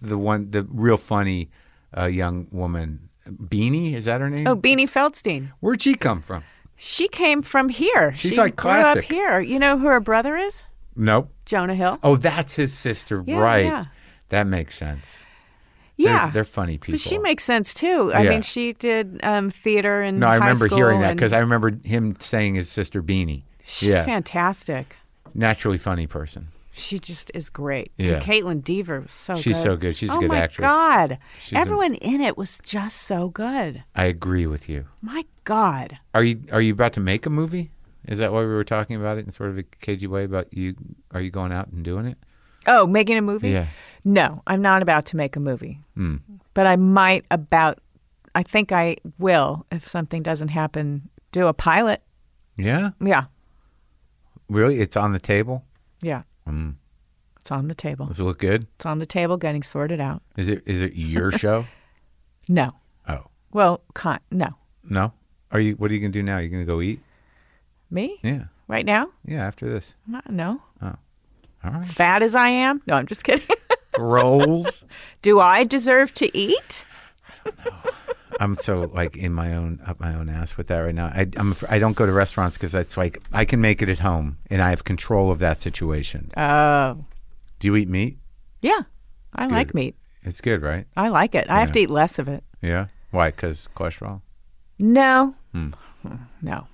Speaker 1: the one the real funny uh, young woman? Beanie is that her name?
Speaker 3: Oh, Beanie Feldstein.
Speaker 1: Where'd she come from?
Speaker 3: She came from here.
Speaker 1: She's
Speaker 3: she
Speaker 1: like
Speaker 3: grew up
Speaker 1: classic.
Speaker 3: here. You know who her brother is?
Speaker 1: Nope.
Speaker 3: Jonah Hill.
Speaker 1: Oh, that's his sister,
Speaker 3: Yeah,
Speaker 1: right?
Speaker 3: yeah.
Speaker 1: That makes sense.
Speaker 3: Yeah.
Speaker 1: They're, they're funny people.
Speaker 3: But she makes sense too. I
Speaker 1: Yeah.
Speaker 3: mean, she did um, theater and
Speaker 1: no, I
Speaker 3: high
Speaker 1: remember
Speaker 3: school
Speaker 1: hearing that
Speaker 3: and-
Speaker 1: because I remember him saying his sister Beanie.
Speaker 3: she's
Speaker 1: yeah,
Speaker 3: fantastic.
Speaker 1: naturally funny person.
Speaker 3: She just is great.
Speaker 1: Yeah.
Speaker 3: And Caitlin Deaver was so
Speaker 1: She's
Speaker 3: good.
Speaker 1: so good. She's a
Speaker 3: oh
Speaker 1: good
Speaker 3: my
Speaker 1: actress.
Speaker 3: God.
Speaker 1: She's a-
Speaker 3: Everyone in it was just so good.
Speaker 1: I agree with you.
Speaker 3: My God.
Speaker 1: Are you are you about to make a movie? Is that why we were talking about it in sort of a cagey way about you? Are you going out and doing it?
Speaker 3: Oh, making a movie?
Speaker 1: Yeah. Hmm.
Speaker 3: No, I'm not about to make a movie. But I might about, I think I will, if something doesn't happen, do a pilot.
Speaker 1: Yeah,
Speaker 3: Yeah.
Speaker 1: really, it's on the table.
Speaker 3: Yeah.
Speaker 1: Hmm.
Speaker 3: It's on the table.
Speaker 1: Does it look good?
Speaker 3: It's on the table getting sorted out.
Speaker 1: Is it is it your show?
Speaker 3: No.
Speaker 1: Oh
Speaker 3: Well, con- no.
Speaker 1: no. Are you? What are you gonna do now? Are you gonna go eat?
Speaker 3: Me?
Speaker 1: Yeah,
Speaker 3: Right now?
Speaker 1: yeah. After this,
Speaker 3: No, No.
Speaker 1: all right.
Speaker 3: Fat as I am? No, I'm just kidding. (laughs)
Speaker 1: Rolls. (laughs)
Speaker 3: do I deserve to eat?
Speaker 1: I'm so like in my own up my own ass with that right now. I I'm I don't go to restaurants because that's like I can make it at home and I have control of that situation.
Speaker 3: Oh.
Speaker 1: Do you eat meat?
Speaker 3: Yeah. I like
Speaker 1: good.
Speaker 3: meat.
Speaker 1: It's good, right?
Speaker 3: I like it. I have to eat less of it.
Speaker 1: Yeah. Why? Because cholesterol.
Speaker 3: No.
Speaker 1: Hmm.
Speaker 3: No.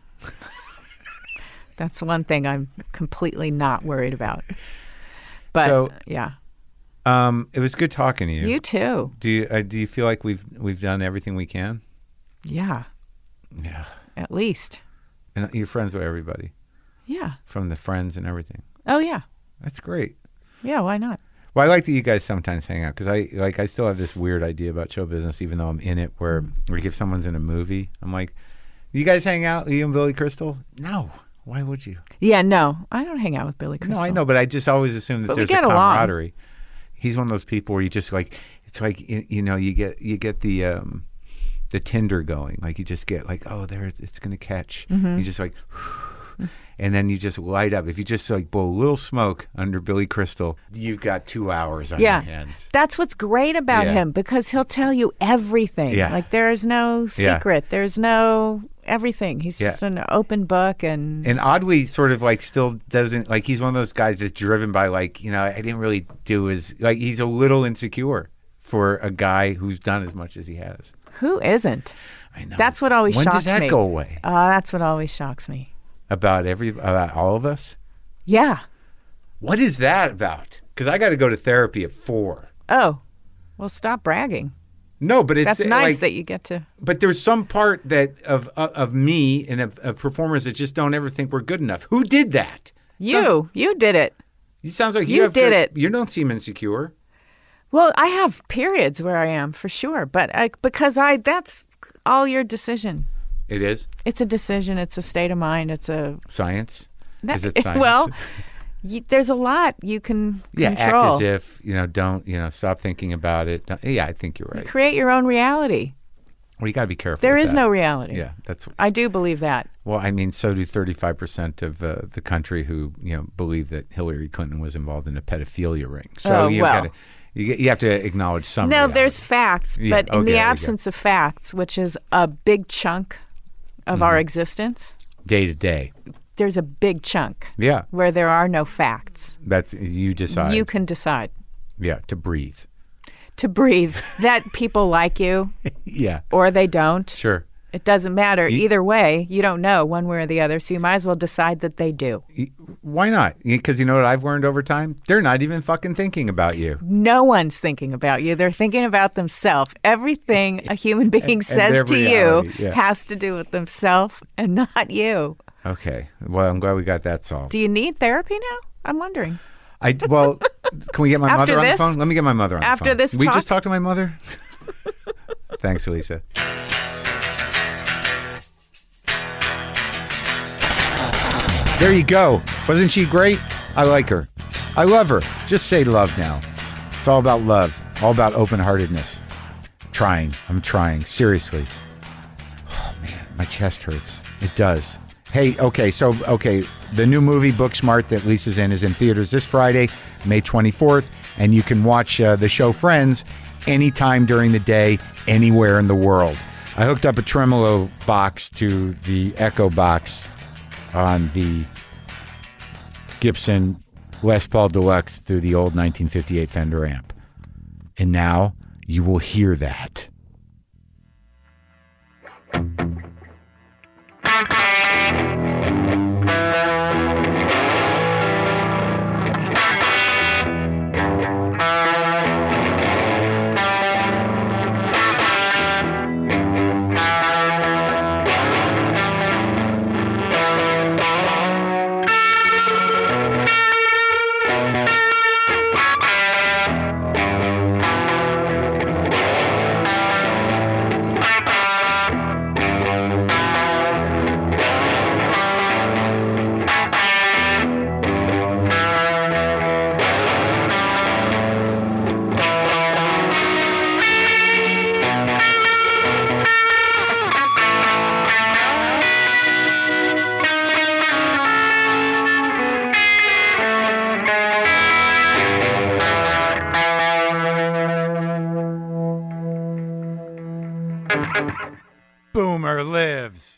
Speaker 3: That's one thing I'm completely not worried about. But
Speaker 1: So-
Speaker 3: yeah.
Speaker 1: Um, it was good talking to you.
Speaker 3: You too.
Speaker 1: do you uh, do you feel like we've we've done everything we can?
Speaker 3: Yeah.
Speaker 1: Yeah.
Speaker 3: At least.
Speaker 1: And uh, you're friends with everybody,
Speaker 3: Yeah.
Speaker 1: from the friends and everything.
Speaker 3: Oh yeah.
Speaker 1: That's great.
Speaker 3: Yeah, why not?
Speaker 1: Well, I like that you guys sometimes hang out because I like I still have this weird idea about show business, even though I'm in it. Where
Speaker 3: Mm-hmm.
Speaker 1: like if someone's in a movie, I'm like, "You guys hang out, you and Billy Crystal?" No, why would you?
Speaker 3: Yeah, no. I don't hang out with Billy Crystal.
Speaker 1: No, I know, but I just always assume that
Speaker 3: But we
Speaker 1: there's a
Speaker 3: get along.
Speaker 1: camaraderie. He's one of those people where you just like it's like you, you know you get you get the um the Tinder going like you just get like oh there it- it's gonna catch
Speaker 3: Mm-hmm.
Speaker 1: you just like (sighs)
Speaker 3: Mm.
Speaker 1: and then you just light up if you just like blow a little smoke under Billy Crystal you've got two hours on
Speaker 3: Yeah.
Speaker 1: your hands
Speaker 3: That's what's great about
Speaker 1: Yeah.
Speaker 3: him because he'll tell you everything.
Speaker 1: Yeah.
Speaker 3: Like there is no
Speaker 1: Yeah.
Speaker 3: secret. There's no everything. He's
Speaker 1: Yeah.
Speaker 3: just an open book and
Speaker 1: and oddly sort of like still doesn't like he's one of those guys that's driven by like you know I didn't really do his like he's a little insecure for a guy who's done as much as he has.
Speaker 3: who isn't?
Speaker 1: I know.
Speaker 3: That's what always
Speaker 1: when
Speaker 3: shocks
Speaker 1: does that
Speaker 3: me.
Speaker 1: go away?
Speaker 3: Uh, that's what always shocks me.
Speaker 1: About every about all of us.
Speaker 3: Yeah.
Speaker 1: What is that about? Because I got to go to therapy at four.
Speaker 3: Oh. Well, stop bragging.
Speaker 1: No, but it's
Speaker 3: That's nice
Speaker 1: like-
Speaker 3: that you get to.
Speaker 1: but there's some part that of of, of me and of, of performers that just don't ever think we're good enough. Who did that?
Speaker 3: You, you did it.
Speaker 1: It sounds like you,
Speaker 3: You
Speaker 1: have
Speaker 3: did
Speaker 1: good-
Speaker 3: it.
Speaker 1: You don't seem insecure.
Speaker 3: Well, I have periods where I am for sure, but I, because I, that's all your decision.
Speaker 1: It is
Speaker 3: It's a decision. It's a state of mind. It's a
Speaker 1: science.
Speaker 3: That-
Speaker 1: Is it science?
Speaker 3: (laughs) Well, you, there's a lot you can
Speaker 1: yeah. Act
Speaker 3: control.
Speaker 1: as if you know. Don't you know? Stop thinking about it. Don't- yeah, I think you're right.
Speaker 3: Create your own reality.
Speaker 1: Well, you got to be careful.
Speaker 3: There
Speaker 1: with
Speaker 3: is
Speaker 1: that.
Speaker 3: no reality.
Speaker 1: Yeah, that's
Speaker 3: I do believe that.
Speaker 1: Well, I mean, so do 35% of uh, the country who, you know, believe that Hillary Clinton was involved in a pedophilia ring. So
Speaker 3: Oh,
Speaker 1: you
Speaker 3: well.
Speaker 1: gotta, you, you have to acknowledge some.
Speaker 3: No,
Speaker 1: reality.
Speaker 3: there's facts,
Speaker 1: Yeah,
Speaker 3: but
Speaker 1: okay,
Speaker 3: in
Speaker 1: there you
Speaker 3: the
Speaker 1: go.
Speaker 3: absence of facts, which is a big chunk of our
Speaker 1: Mm-hmm.
Speaker 3: existence,
Speaker 1: day to day.
Speaker 3: there's a big chunk
Speaker 1: Yeah,
Speaker 3: where there are no facts.
Speaker 1: that's you decide.
Speaker 3: You can decide
Speaker 1: yeah, to breathe. (laughs)
Speaker 3: to breathe that people like you
Speaker 1: Yeah,
Speaker 3: or they don't.
Speaker 1: sure.
Speaker 3: It doesn't matter. Either way, you don't know one way or the other, so you might as well decide that they do.
Speaker 1: Why not? Because you know what I've learned over time? They're not even fucking thinking about you.
Speaker 3: no one's thinking about you. They're thinking about themselves. Everything a human being
Speaker 1: their
Speaker 3: says to
Speaker 1: reality,
Speaker 3: you
Speaker 1: yeah.
Speaker 3: has to do with themselves and not you.
Speaker 1: Okay. Well, I'm glad we got that solved.
Speaker 3: Do you need therapy now? I'm wondering.
Speaker 1: I well, can we get my
Speaker 3: After
Speaker 1: mother on the
Speaker 3: this?
Speaker 1: phone? Let me get my mother on
Speaker 3: After
Speaker 1: the phone.
Speaker 3: this
Speaker 1: we
Speaker 3: talk?
Speaker 1: just talked to my mother. Thanks, Elisa. There you go. Wasn't she great? I like her. I love her. Just say love now. It's all about love. All about open-heartedness. Trying. I'm trying. Seriously. My chest hurts. It does. Hey, okay, so okay, the new movie Booksmart that Lisa's in is in theaters this Friday, May 24th, and you can watch uh, the show Friends anytime during the day, anywhere in the world. I hooked up a tremolo box to the Echo box on the Gibson Les Paul Deluxe through the old 1958 Fender amp. And now you will hear that. Boomer lives.